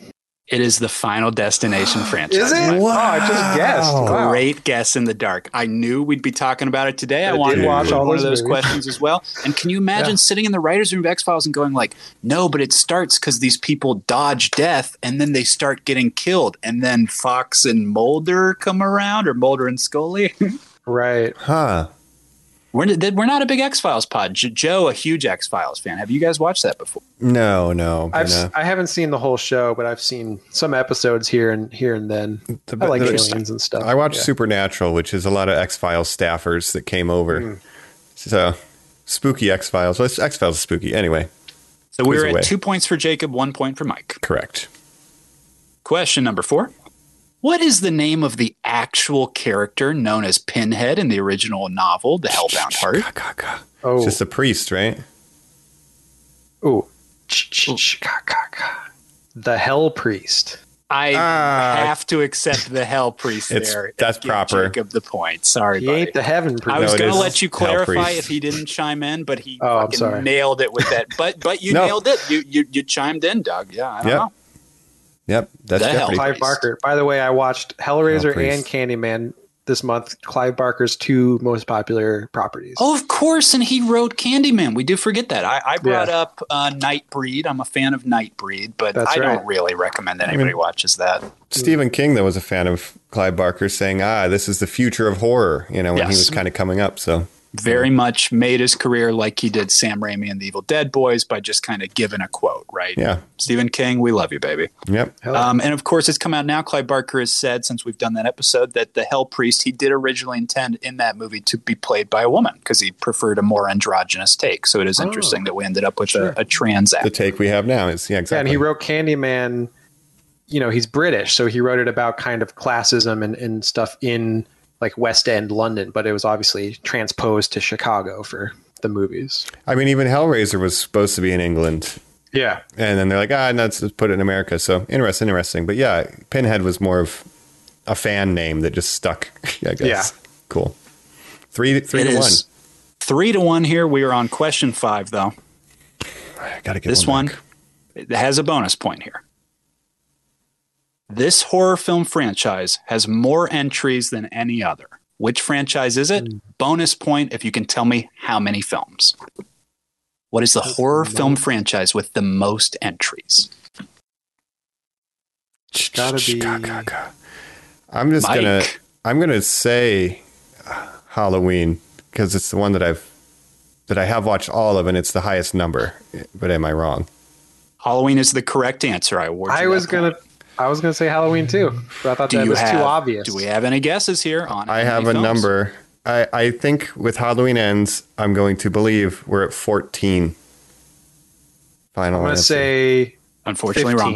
It is the Final Destination franchise. My
Oh, I just guessed. Wow.
Great guess in the dark. I knew we'd be talking about it today. I
did
wanted to
watch
watch
all
one of
those
those
movies.
questions as well. And can you imagine
Yeah.
sitting in the writers' room of X Files and going like, "No, but it starts because these people dodge death, and then they start getting killed, and then Fox and Mulder come around, or Mulder and Scully."
Right.
Huh.
we're, n- we're not a big X Files pod. J- Joe, a huge X Files fan. Have you guys watched that before?
No, no. but,
I've
uh,
I haven't seen the whole show, but I've seen some episodes here and here and then.
the-
I like
the-
aliens and stuff.
I watched
Yeah.
Supernatural, which is a lot of X Files staffers that came over.
Mm.
So spooky X Files. Well, X Files is spooky anyway.
So we're
Quiz away.
at two points for Jacob, one point for Mike.
Correct.
Question number four. What is the name of the actual character known as Pinhead in the original novel, The Hellbound Heart?
Ka, ka, ka.
Oh,
Just a priest, right?
ooh. Ch-ch-ch-ka-ka-ka. The Hell Priest.
I
Ah.
have to accept the Hell Priest
It's-
there. and
that's
give
proper.
Jacob the point. Sorry,
He
buddy.
ain't the Heaven Priest.
I was
No, it
going to
is
let you
Hell
clarify
Priest.
if he didn't chime in, but he
Oh, I'm
fucking
sorry.
nailed it with that. But but you
No.
nailed it. You you you chimed in, Doug. Yeah, I don't
Yep.
know.
Yep. That's
The hell.
Jeopardy.
Clive
Priest.
Barker. By the way, I watched Hellraiser
Hell
and
Priest.
Candyman this month. Clive Barker's two most popular properties.
Oh, of course. And he wrote Candyman. We do forget that. I, I brought
Yeah.
up uh, Nightbreed. I'm a fan of Nightbreed, but
That's
I
right.
don't really recommend that anybody watches that.
Stephen King, though, was a fan of Clive Barker, saying, "Ah, this is the future of horror." You know, when he
Yes.
was kind of coming up. So,
Very much made his career like he did Sam Raimi and the Evil Dead Boys by just kind of giving a quote, right?
yeah,
Stephen King, we love you, baby.
yep,
Hell-
Um, and of course, it's come out now. Clive Barker has said since we've done that episode that the Hell Priest he did originally intend in that movie to be played by a woman because he preferred a more androgynous take. So it
Oh.
is interesting that we ended up with a, a trans
the
act.
take we have now is yeah,
Yeah,
exactly.
and he wrote Candyman. You know, he's British, so he wrote it about kind of classism and, and stuff in like West End London, but it was obviously transposed to Chicago for the movies.
I mean, even Hellraiser was supposed to be in England,
Yeah,
and then they're like, "Ah, no, let's just put it in America." So interesting, interesting. But yeah, Pinhead was more of a fan name that just stuck. I guess.
Yeah.
Cool. Three, three
It
to one.
is Three to one here. We are on question five, though.
I gotta get
This one
back.
it has a bonus point here. This horror film franchise has more entries than any other. Which franchise is
Hmm.
it? Bonus point if you can tell me how many films. What is the horror film franchise with the most entries?
it's gotta be.
I'm just
Mike.
gonna uh, I'm gonna say Halloween because it's the one that I've but I have watched all of, and it's the highest number. But am I wrong?
Halloween is the correct answer. I award.
I
you
was
that
gonna,
point.
I was gonna say Halloween too, but I thought
Do
that
you
was
have,
too obvious.
Do we have any guesses here on?
I
any
have a
films?
number. I, I think with Halloween ends, I'm going to believe we're at 14. Final.
I'm gonna
answer.
say
Unfortunately, wrong.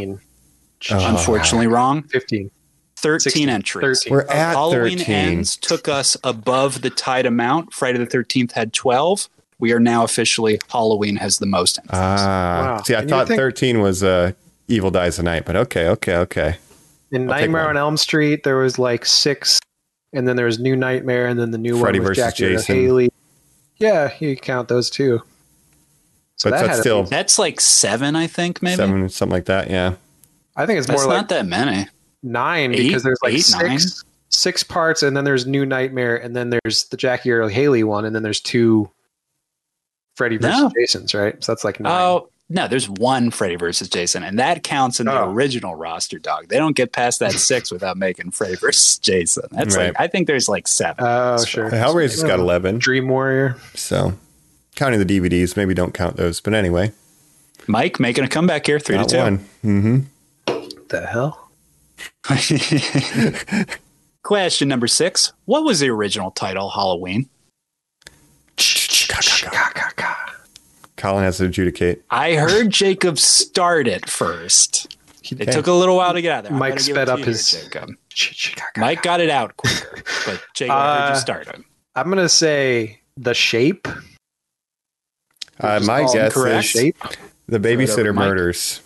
15.
Unfortunately, wrong.
15.
13
16,
entries.
13.
we're at
Uh, Halloween
13.
ends took us above the tied amount. Friday the 13th had 12. We are now officially Halloween has the most entries.
Ah,
Wow.
see, I
And you
thought
think-
13 was uh, Evil Dies Tonight, but okay, okay, okay.
In
I'll take
Nightmare
one.
on Elm Street, there was like six, and then there was New Nightmare, and then the new
Freddy
one was
versus
Jack Jason.
Jason.
Haley. Yeah, you count those too. So
but
that
that's
had-
still
That's like seven, I think, maybe.
seven, something like that. Yeah.
I think it's more
That's
like
not that many.
nine
Eight-
because there's like
eight,
six
nine?
six parts, and then there's New Nightmare, and then there's the Jackie Earl Haley one, and then there's two Freddy versus
No.
Jasons, right? So that's like nine.
Oh, no, there's one Freddy versus Jason, and that counts in the
Oh.
original roster, dog. They don't get past that six without making Freddy versus Jason. That's
Right.
like, I think there's like seven.
Oh, sure.
Hellraiser's got 11.
Dream Warrior.
So counting the DVDs, maybe don't count those. But anyway,
Mike making a comeback here, three
not
to two.
one. hmm
What the hell?
Question number six What was the original title, Halloween?
Colin has to adjudicate.
I heard Jacob start it first. It
did.
took a little while to get out there. I'm
Mike
gonna give
sped
it to
up
you,
his-
Jacob. Mike got it out quicker, but Jacob, I heard
Uh,
you start it.
I'm gonna say the shape.
Uh, my
Just
guess
incorrect.
is
Shape.
The
Throw it over
Babysitter
to Mike.
Murders.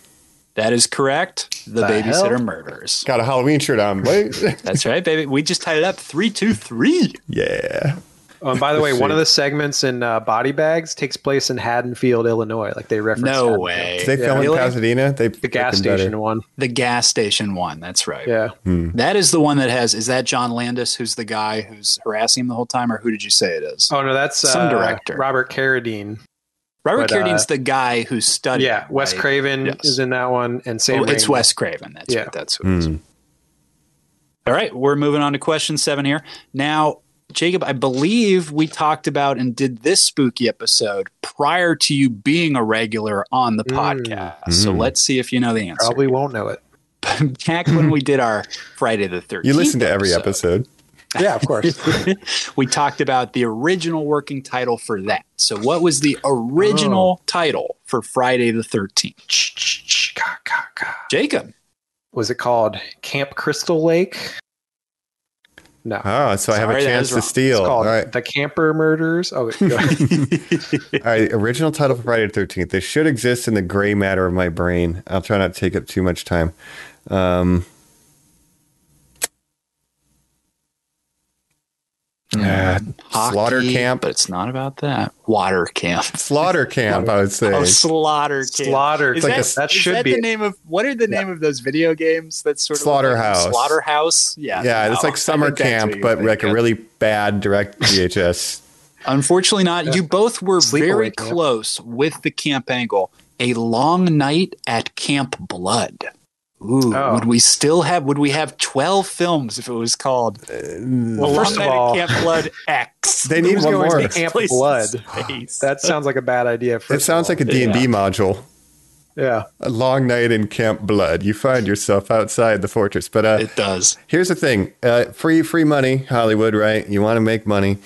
That is correct. The,
The
babysitter
hell?
murders.
Got a Halloween shirt on. Wait.
That's right, baby. We just tied it up three, two, three.
yeah.
Oh, and by the way,
Let's
one
see.
of the segments in uh, Body Bags takes place in Haddonfield, Illinois. Like they reference.
No
Haddonfield.
way.
Did they film in
Really?
Pasadena? They
The gas station one.
The gas station one. That's right.
Yeah.
That is the one that has. Is that John Landis, who's the guy who's harassing him the whole time, or who did you say it is?
Oh no, that's uh,
Some director.
Robert Carradine.
Robert
but, uh,
Carradine's the guy who studied.
yeah, Wes
right?
Craven
Yes.
is in that one, and Sam.
Oh, it's
Raimi.
Wes Craven. That's
Yeah.
right. That's
Hmm.
who it is. All right, we're moving on to question seven here. Now, Jacob, I believe we talked about and did this spooky episode prior to you being a regular on the podcast.
Mm.
So let's see if you know the answer.
Probably won't know it.
Back when we did our Friday the 13th.
You listen to every episode.
Yeah, of course.
we talked about the original working title for that. So, what was the original title for Friday the 13th? Jacob,
was it called Camp Crystal Lake? No.
Oh, so I have
Sorry,
a
that
chance
is
to
wrong.
steal. All
It's called
right.
The Camper Murders. Oh, go ahead.
All right, original title for Friday the Thirteenth. This should exist in the gray matter of my brain. I'll try not to take up too much time. Um, uh,
hockey,
slaughter camp,
but it's not about that. Water camp.
slaughter camp. I would say.
Oh, slaughter camp.
Slaughter.
Is
Camp.
like
that,
a-
that
is
should
that
be
the
it.
name of what are the name of those video games that sort of look like
Slaughterhouse.
slaughterhouse. Yeah,
yeah,
no,
it's
I
like summer
think that's
camp,
what you're
but like a
thinking.
really bad direct VHS.
Unfortunately, not. You both were very
Sleepaway Camp.
close with the camp angle. A long night at Camp Blood. Ooh,
Oh.
would we still have? Would we have twelve films if it was called? well,
first of all-
Camp Blood X.
They need
Who's
one
going to
more.
Camp
Place in
Blood?
space.
That sounds like a bad idea.
It
first of
sounds
all.
like a D and D module.
yeah.
A long night in Camp Blood. You find yourself outside the fortress, but uh,
it does.
Here's the thing: uh, free, free money, Hollywood, right? You want to make money.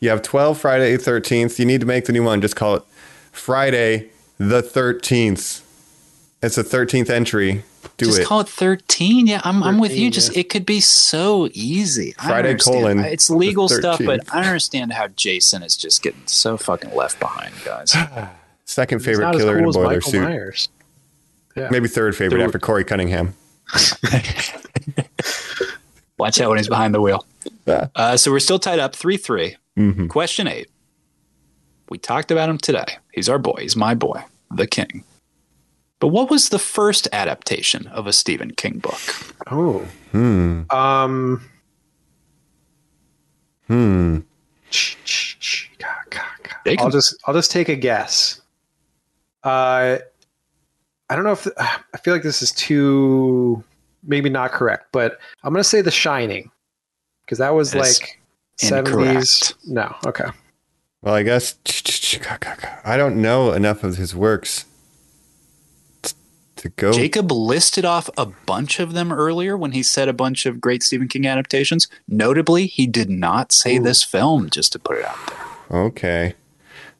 You have twelve Friday the thirteenth. You need to make the new one. Just call it Friday the thirteenth. It's the thirteenth entry. Do
just
it.
call it 13 yeah i'm, I'm with you
13,
just it could be so easy I don't
Friday
understand.
colon
it's legal
the
stuff but
13th.
i don't understand how jason is just getting so fucking left behind guys
Second
It's
favorite
not as
killer in a
cool as
boiler
Michael
suit.
Myers. Yeah.
Maybe third favorite
Dude.
after Corey Cunningham.
watch out when he's behind the wheel
Yeah. Mm-hmm.
uh, so we're still tied up 3-3 question 8 we talked about him today he's our boy he's my boy the king but what was the first adaptation of a stephen king book
Oh. Um.
hmm.
Hmm.
They
I'll
can-
just I'll just take a guess. Uh, I don't know if I feel like this is too maybe not correct, but I'm gonna say The Shining because that was
That is
like
incorrect.
seventies. No, okay.
Well, I guess I don't know enough of his works to go.
Jacob listed off a bunch of them earlier when he said a bunch of great Stephen King adaptations. Notably, he did not say this film, just to put it out there.
Okay.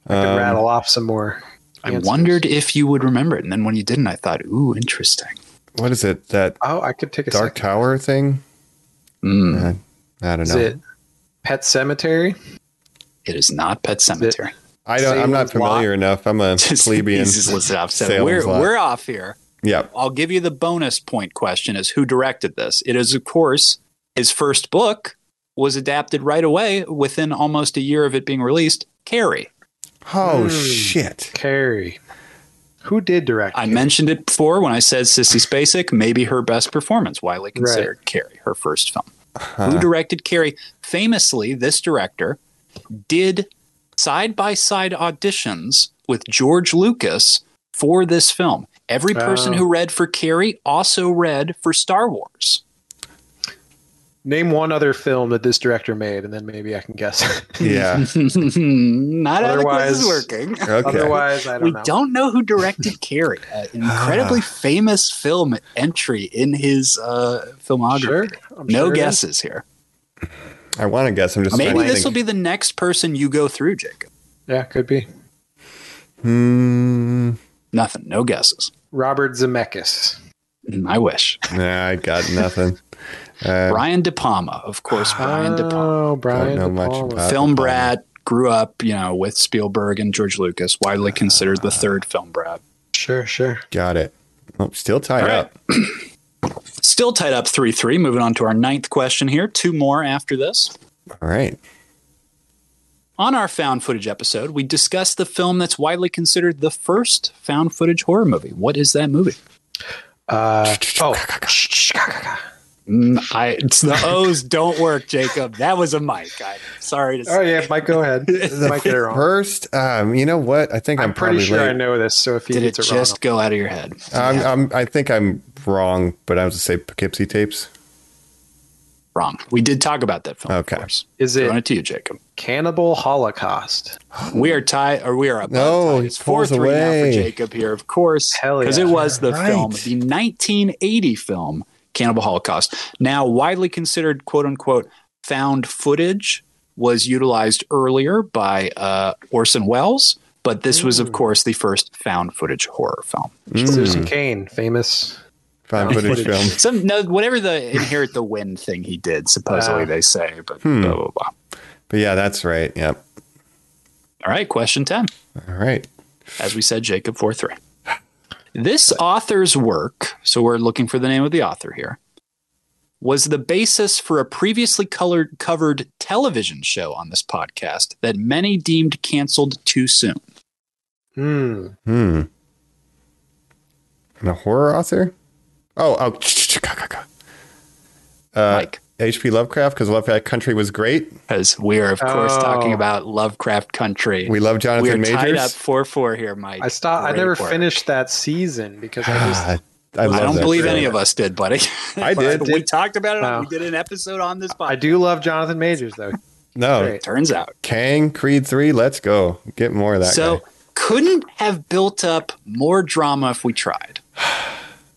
Um,
I could rattle off some more.
I
answers.
wondered if you would remember it. And then when you didn't, I thought, ooh, interesting.
What is it? That
Oh, I could take a
Dark
second.
Tower thing?
Mm,
I don't
Is
know.
it Pet Cemetery?
It is not Pet Cemetery.
I don't. I'm not
Salem's Lot?
familiar enough. I'm a
Just-
plebeian.
he's just listed off. So
Salem's
we're,
Lot.
we're off here.
Yep.
I'll give you the bonus point question is who directed this? It is, of course, his first book was adapted right away within almost a year of it being released. Carrie.
Oh
Hmm.
shit.
Carrie. Who did direct?
I
it?
mentioned it before when I said Sissy Spacek, maybe her best performance, widely considered Carrie, her first film. Who directed Carrie? Famously, this director did side by side auditions with George Lucas for this film. Every person
Oh.
who read for Carrie also read for Star Wars.
Name one other film that this director made, and then maybe I can guess.
Yeah.
Not how the quiz is
Otherwise-
working.
Okay.
Otherwise, I don't
we
know.
don't know who directed Carrie, an incredibly famous film entry in his uh, filmography.
Sure, I'm
no
sure it is.
guesses here.
I want to guess. I'm just
Maybe
trying to
this will
think.
be the next person you go through, Jacob.
Yeah, could be
Hmm.
Nothing, no guesses.
Robert Zemeckis.
Mm, I wish.
Nah, I got nothing. Uh,
Brian De Palma, of course. Brian De Palma,
Oh, Brian
know
De
much
Palma.
about-
film
De Palma.
brat, grew up, you know, with Spielberg and George Lucas, widely considered the third film brat.
Sure, sure.
Got it. Oh, still tied
All right.
up.
Still tied up three three. Moving on to our ninth question here. Two more after this.
All right.
On our found footage episode, we discussed the film that's widely considered the first found footage horror movie. What is that movie?
Uh, oh,
Mm, I, it's the O's don't work, Jacob. That was a mic. I'm sorry to say.
oh yeah, Mike, go ahead. Mike, get it wrong.
First, um, you know what? I think I'm,
I'm pretty
probably
sure
late.
I know this. So if he
Did it
gets it, wrong,
just go out of your head?
I'm, I'm, I think I'm wrong, but I was to say Poughkeepsie tapes.
Wrong. We did talk about that film.
Okay.
Of course.
is
Throwing
it
it to you, Jacob.
Cannibal Holocaust?
We are tied, or we are up.
No,
it's
he
four
pulls
three now for
away.
Jacob here, of course,
Hell
because
yeah.
it was the
Right.
film, the 1980 film Cannibal Holocaust. Now widely considered "quote unquote" found footage was utilized earlier by uh, Orson Welles, but this was, of course, the first found footage horror film.
Hmm.
Susan Kane, famous.
Found footage film.
Some no, whatever the inherit the wind thing he did, supposedly
Ah.
they say, but
Hmm.
blah blah blah.
But yeah, that's right. Yep.
All right, question 10.
All right.
As we said, Jacob 4 3. This author's work, so we're looking for the name of the author here, was the basis for a previously colored, covered television show on this podcast that many deemed canceled too soon.
Hmm.
Hmm. And a horror author? Oh, oh. Uh,
Mike,
H.P. Lovecraft, because Lovecraft Country was great.
because we are, of course,
Oh.
talking about Lovecraft Country.
We love Jonathan
We're tied
Majors.
up 4 4 here, Mike.
I stopped. I
Great
never
work.
finished that season because I just
Ah, I, love
I don't
that
believe
show.
any of us did, buddy.
I
But
did.
We talked about it. on-
Wow.
We did an episode on this
I
podcast.
do love Jonathan Majors though.
No,
Great.
Turns out.
Kang, Creed 3, let's go. Get more of that.
so
guy.
couldn't have built up more drama if we tried.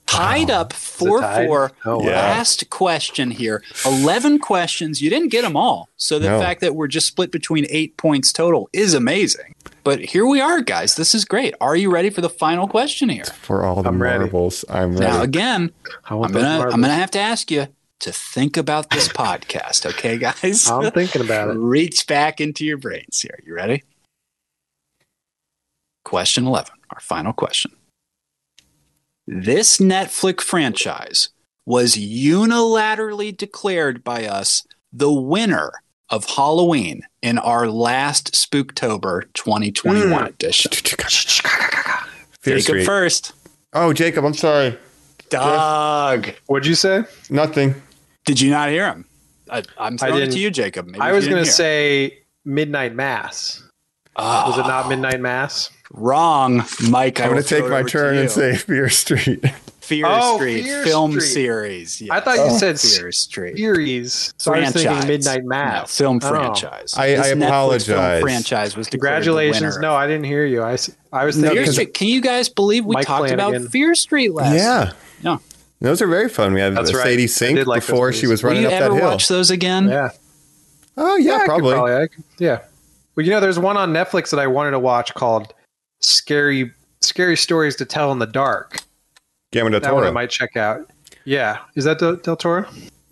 Tied up four
tied?
four.
Oh,
wow.
Last question here. Eleven questions. You didn't get them all, so the
No.
fact that we're just split between eight points total is amazing. But here we are, guys. This is great. Are you ready for the final question here?
for all the
I'm ready.
marbles, I'm ready.
Now again,
I
I'm
want those
gonna I'm
marbles.
gonna have to ask you to think about this podcast, okay, guys?
I'm thinking about it.
Reach back into your brains here. You ready? Question 11, our final question. This Netflix franchise was unilaterally declared by us the winner of Halloween in our last Spooktober 2021
Hmm.
edition.
Fear
Jacob
Street.
first.
Oh, Jacob, I'm sorry.
Dog.
What'd you say?
Nothing.
Did you not hear him? I, I'm throwing it
didn't.
to you, Jacob. Maybe
I
you
was
didn't
gonna
hear.
say Midnight Mass.
Oh,
Was it not Midnight Mass?
wrong, Mike?
I'm
going
going
to
to take my turn and say Fear Street.
Fear
Oh,
Street
Fear
film
Street.
series.
I thought you said
Fear Street
series. So I was thinking Midnight
No,
Mass.
film
Oh.
franchise.
I- I
Netflix film
apologize.
franchise was declared the
Congratulations.
winner.
No, I didn't hear you. I, s- I was
No,
thinking.
Fear
'cause-
Street. Can you guys believe we
Mike
talked
Flanagan.
about Fear Street last?
Yeah.
Yeah.
Those are very fun. We had
That's right.
Sadie
I
Sink
did like those
before she
movies.
was
Will
running
you
up that
ever
hill.
watch those again?
yeah.
Oh yeah,
I could
probably.
I could- yeah. Well, you know, there's one on Netflix that I wanted to watch called "Scary Scary Stories to Tell in the Dark."
Guillermo del
That one I
Toro.
might check out. Yeah, is that Del, Del Toro?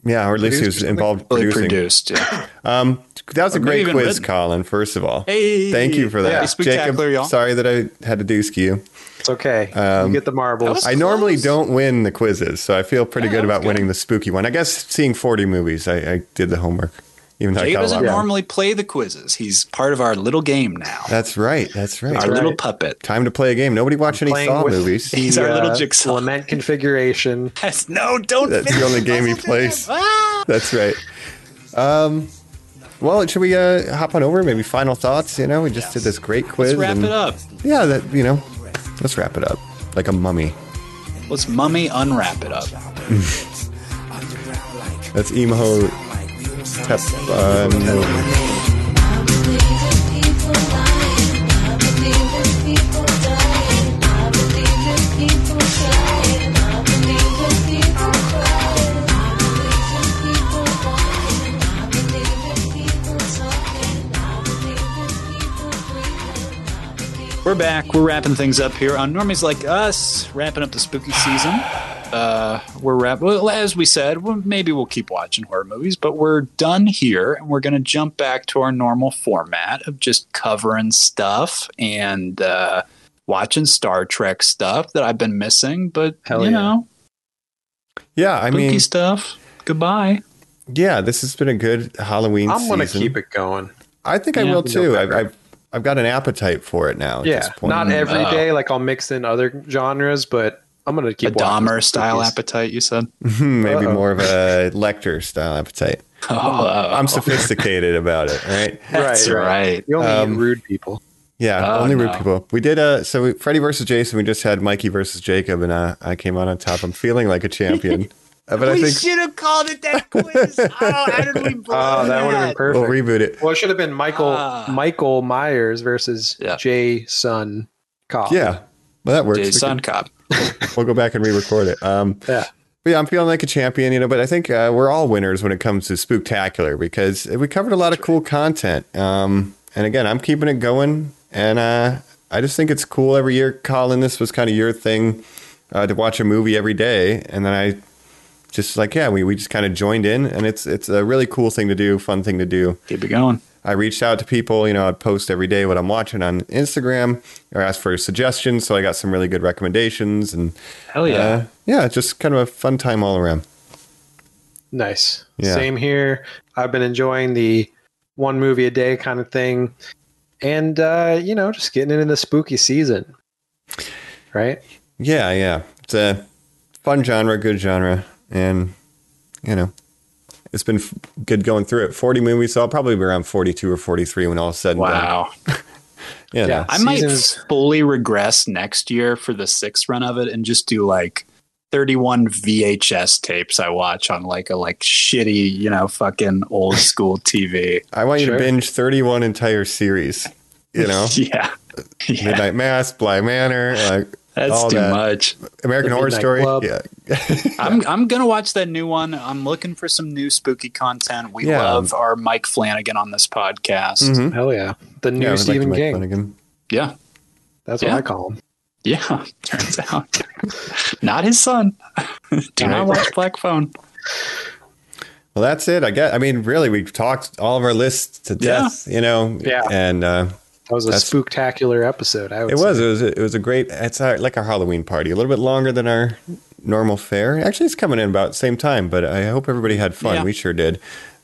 yeah, or at least he was
Produced or something?
involved
Really
producing.
produced. yeah.
Um, that was a
maybe
great
even
quiz,
written.
Colin. First of all,
Hey,
thank you for
yeah,
that,
spectacular,
Jacob.
y'all.
Sorry that I had to dooski you.
It's okay.
Um,
you get the marbles.
that
I
Close.
normally don't win the quizzes, so I feel pretty
Yeah,
good
that was
about
good.
winning the spooky one. I guess seeing 40 movies, I, I did the homework, even though
Jacob
I got a lot.
doesn't
wrong.
normally play the quizzes. He's part of our little game now.
That's right. That's right.
our little puppet.
Time to play a game. Nobody watched any
playing
Saw
with- uh,
movies.
He's our little jigsaw.
lament configuration.
Yes, no, don't.
That's
finish
the only game he
puzzle, Jacob.
plays.
Ah!
That's right. Um, well, should we uh, hop on over? Maybe final thoughts. You know, we just did this great quiz.
Let's wrap
and-
it up.
Yeah, that you know, let's wrap it up like a mummy.
Let's mummy unwrap it up.
That's emo. Tep, uh, no.
We're back. We're wrapping things up here on Normies Like Us, wrapping up the spooky season. Uh, we're wrap. Well, as we said, well, maybe we'll keep watching horror movies, but we're done here, and we're going to jump back to our normal format of just covering stuff and uh, watching Star Trek stuff that I've been missing. But
Hell
you
yeah.
know,
Yeah, I
spooky
mean,
stuff. Goodbye.
yeah, this has been a good Halloween.
I'm gonna
season.
keep it going.
I think I
Yeah.
will too. I've,
November.
I've I've got an appetite for it now. At
Yeah,
this point.
not every
Oh.
day. Like I'll mix in other genres, but I'm gonna
A
keep watching
Dahmer style
spookies.
appetite, you said.
maybe
Uh-oh.
more of a lecture style appetite.
Oh,
I'm sophisticated about it, right?
that's
Right,
Oh, right. Um,
right. You only need rude people.
Yeah,
Uh,
Oh,
only rude
no.
people. We did uh so we, Freddy versus Jason. We just had Mikey versus Jacob, and uh, I came out on top. I'm feeling like a champion. Uh, but I think
should have called it that quiz. Oh, how did we blow
Oh, that would have been
we'll
perfect.
reboot it.
Well, it should have been Michael
Ah.
Michael Myers versus
Yeah.
Jay Sun Cobb.
Yeah, well that works. We
Jason
could-
Cobb.
we'll go back and re-record it. Um,
Yeah.
But yeah, I'm feeling like a champion, you know. But I think uh, we're all winners when it comes to Spooktacular because we covered a lot of cool content. Um, and again, I'm keeping it going, and uh, I just think it's cool every year. Colin, this was kind of your thing uh, to watch a movie every day, and then I just like yeah, we, we just kind of joined in, and it's it's a really cool thing to do, fun thing to do.
Keep it going.
I reached out to people, you know, I'd post every day what I'm watching on Instagram or ask for suggestions. So I got some really good recommendations and
Hell yeah.
uh, yeah, just kind of a fun time all around.
Nice.
Yeah.
Same here. I've been enjoying the one movie a day kind of thing. And uh, you know, just getting into the spooky season. Right?
Yeah, yeah, it's a fun genre, good genre, and you know, it's been f- good going through it. Forty movies, so I'll probably be around forty-two or forty-three when all is said and done.
wow.
Yeah,
Yeah.
I might
Seasons-
fully regress next year for the sixth run of it and just do like 31 VHS tapes I watch on like a like shitty, you know, fucking old school TV.
I want you
Sure.
to binge thirty-one entire series. You know,
yeah. Yeah.
Midnight Mass, Bly Manor, like
That's
all
too
that.
much.
American
The
Horror
Midnight
Story.
Club.
Yeah,
I'm I'm gonna watch that new one. I'm looking for some new spooky content. We
Yeah.
love our Mike Flanagan on this podcast.
Mhm.
Hell yeah. The new
yeah, I would like to
Stephen
make
King.
fun again.
Yeah,
That's
Yeah.
what I call him.
yeah. Turns out, not his son. Do not watch Black Phone.
Well, that's it. I guess. I mean, really, we've talked all of our lists to
Yeah.
death. You know.
Yeah.
And uh,
That was a
That's-
spooktacular episode. I would
It
say.
was. It was. It was a great. It's our, like our Halloween party. A little bit longer than our normal fare. Actually, it's coming in about the same time. But I hope everybody had fun.
Yeah.
We sure did.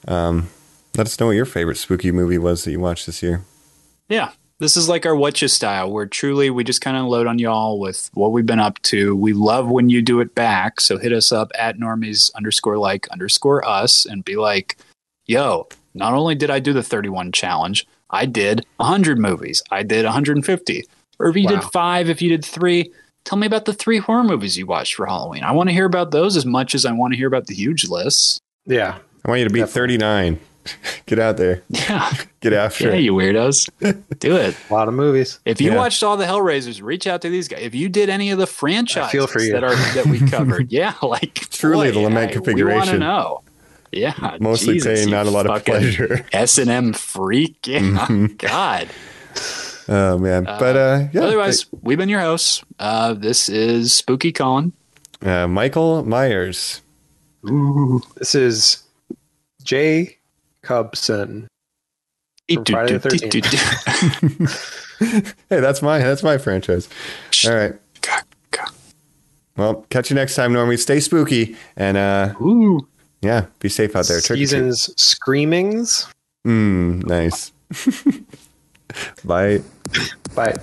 Um, let us know what your favorite spooky movie was that you watched this year.
Yeah, this is like our Whatcha style, where truly we just kind of load on y'all with what we've been up to. We love when you do it back, so hit us up at normies underscore like underscore us and be like, yo, not only did I do the 31 challenge, I did 100 movies, I did 150. Or if you did
Wow.
five, if you did three, Tell me about the three horror movies you watched for Halloween. I want to hear about those as much as I want to hear about the huge lists.
Yeah.
I want you to beat 39. Get out there.
Yeah.
Get after
Yeah,
it.
you weirdos. Do it.
A lot of movies.
If you
Yeah.
watched all the Hellraisers, reach out to these guys. If you did any of the franchises
I feel for you.
that are that we covered, yeah, like
Truly the lament
I- We want to
configuration.
know. Yeah,
Mostly
Jesus,
pain,
you
not a lot of
fucking
pleasure.
S and M freak. Yeah, God.
Oh, man. But uh, yeah.
Otherwise, we've been your hosts. Uh, this is Spooky Colin.
uh, Michael Myers.
This is Jay Cubson. From Friday the 13th.
Hey, that's my that's my franchise. All right. Well, catch you next time, Normie. Stay spooky and uh,
Ooh.
yeah, be safe out there. Trick or treat.
Seasons Screamings.
Mm, nice. Bye.
Bye.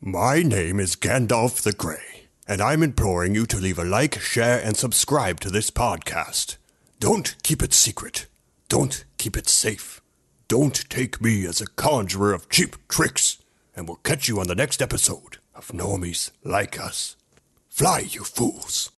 My name is Gandalf the Grey, and I'm imploring you to leave a like, share, and subscribe to this podcast. Don't keep it secret. Don't keep it safe. Don't take me as a conjurer of cheap tricks, and we'll catch you on the next episode of Normies Like Us. Fly, you fools!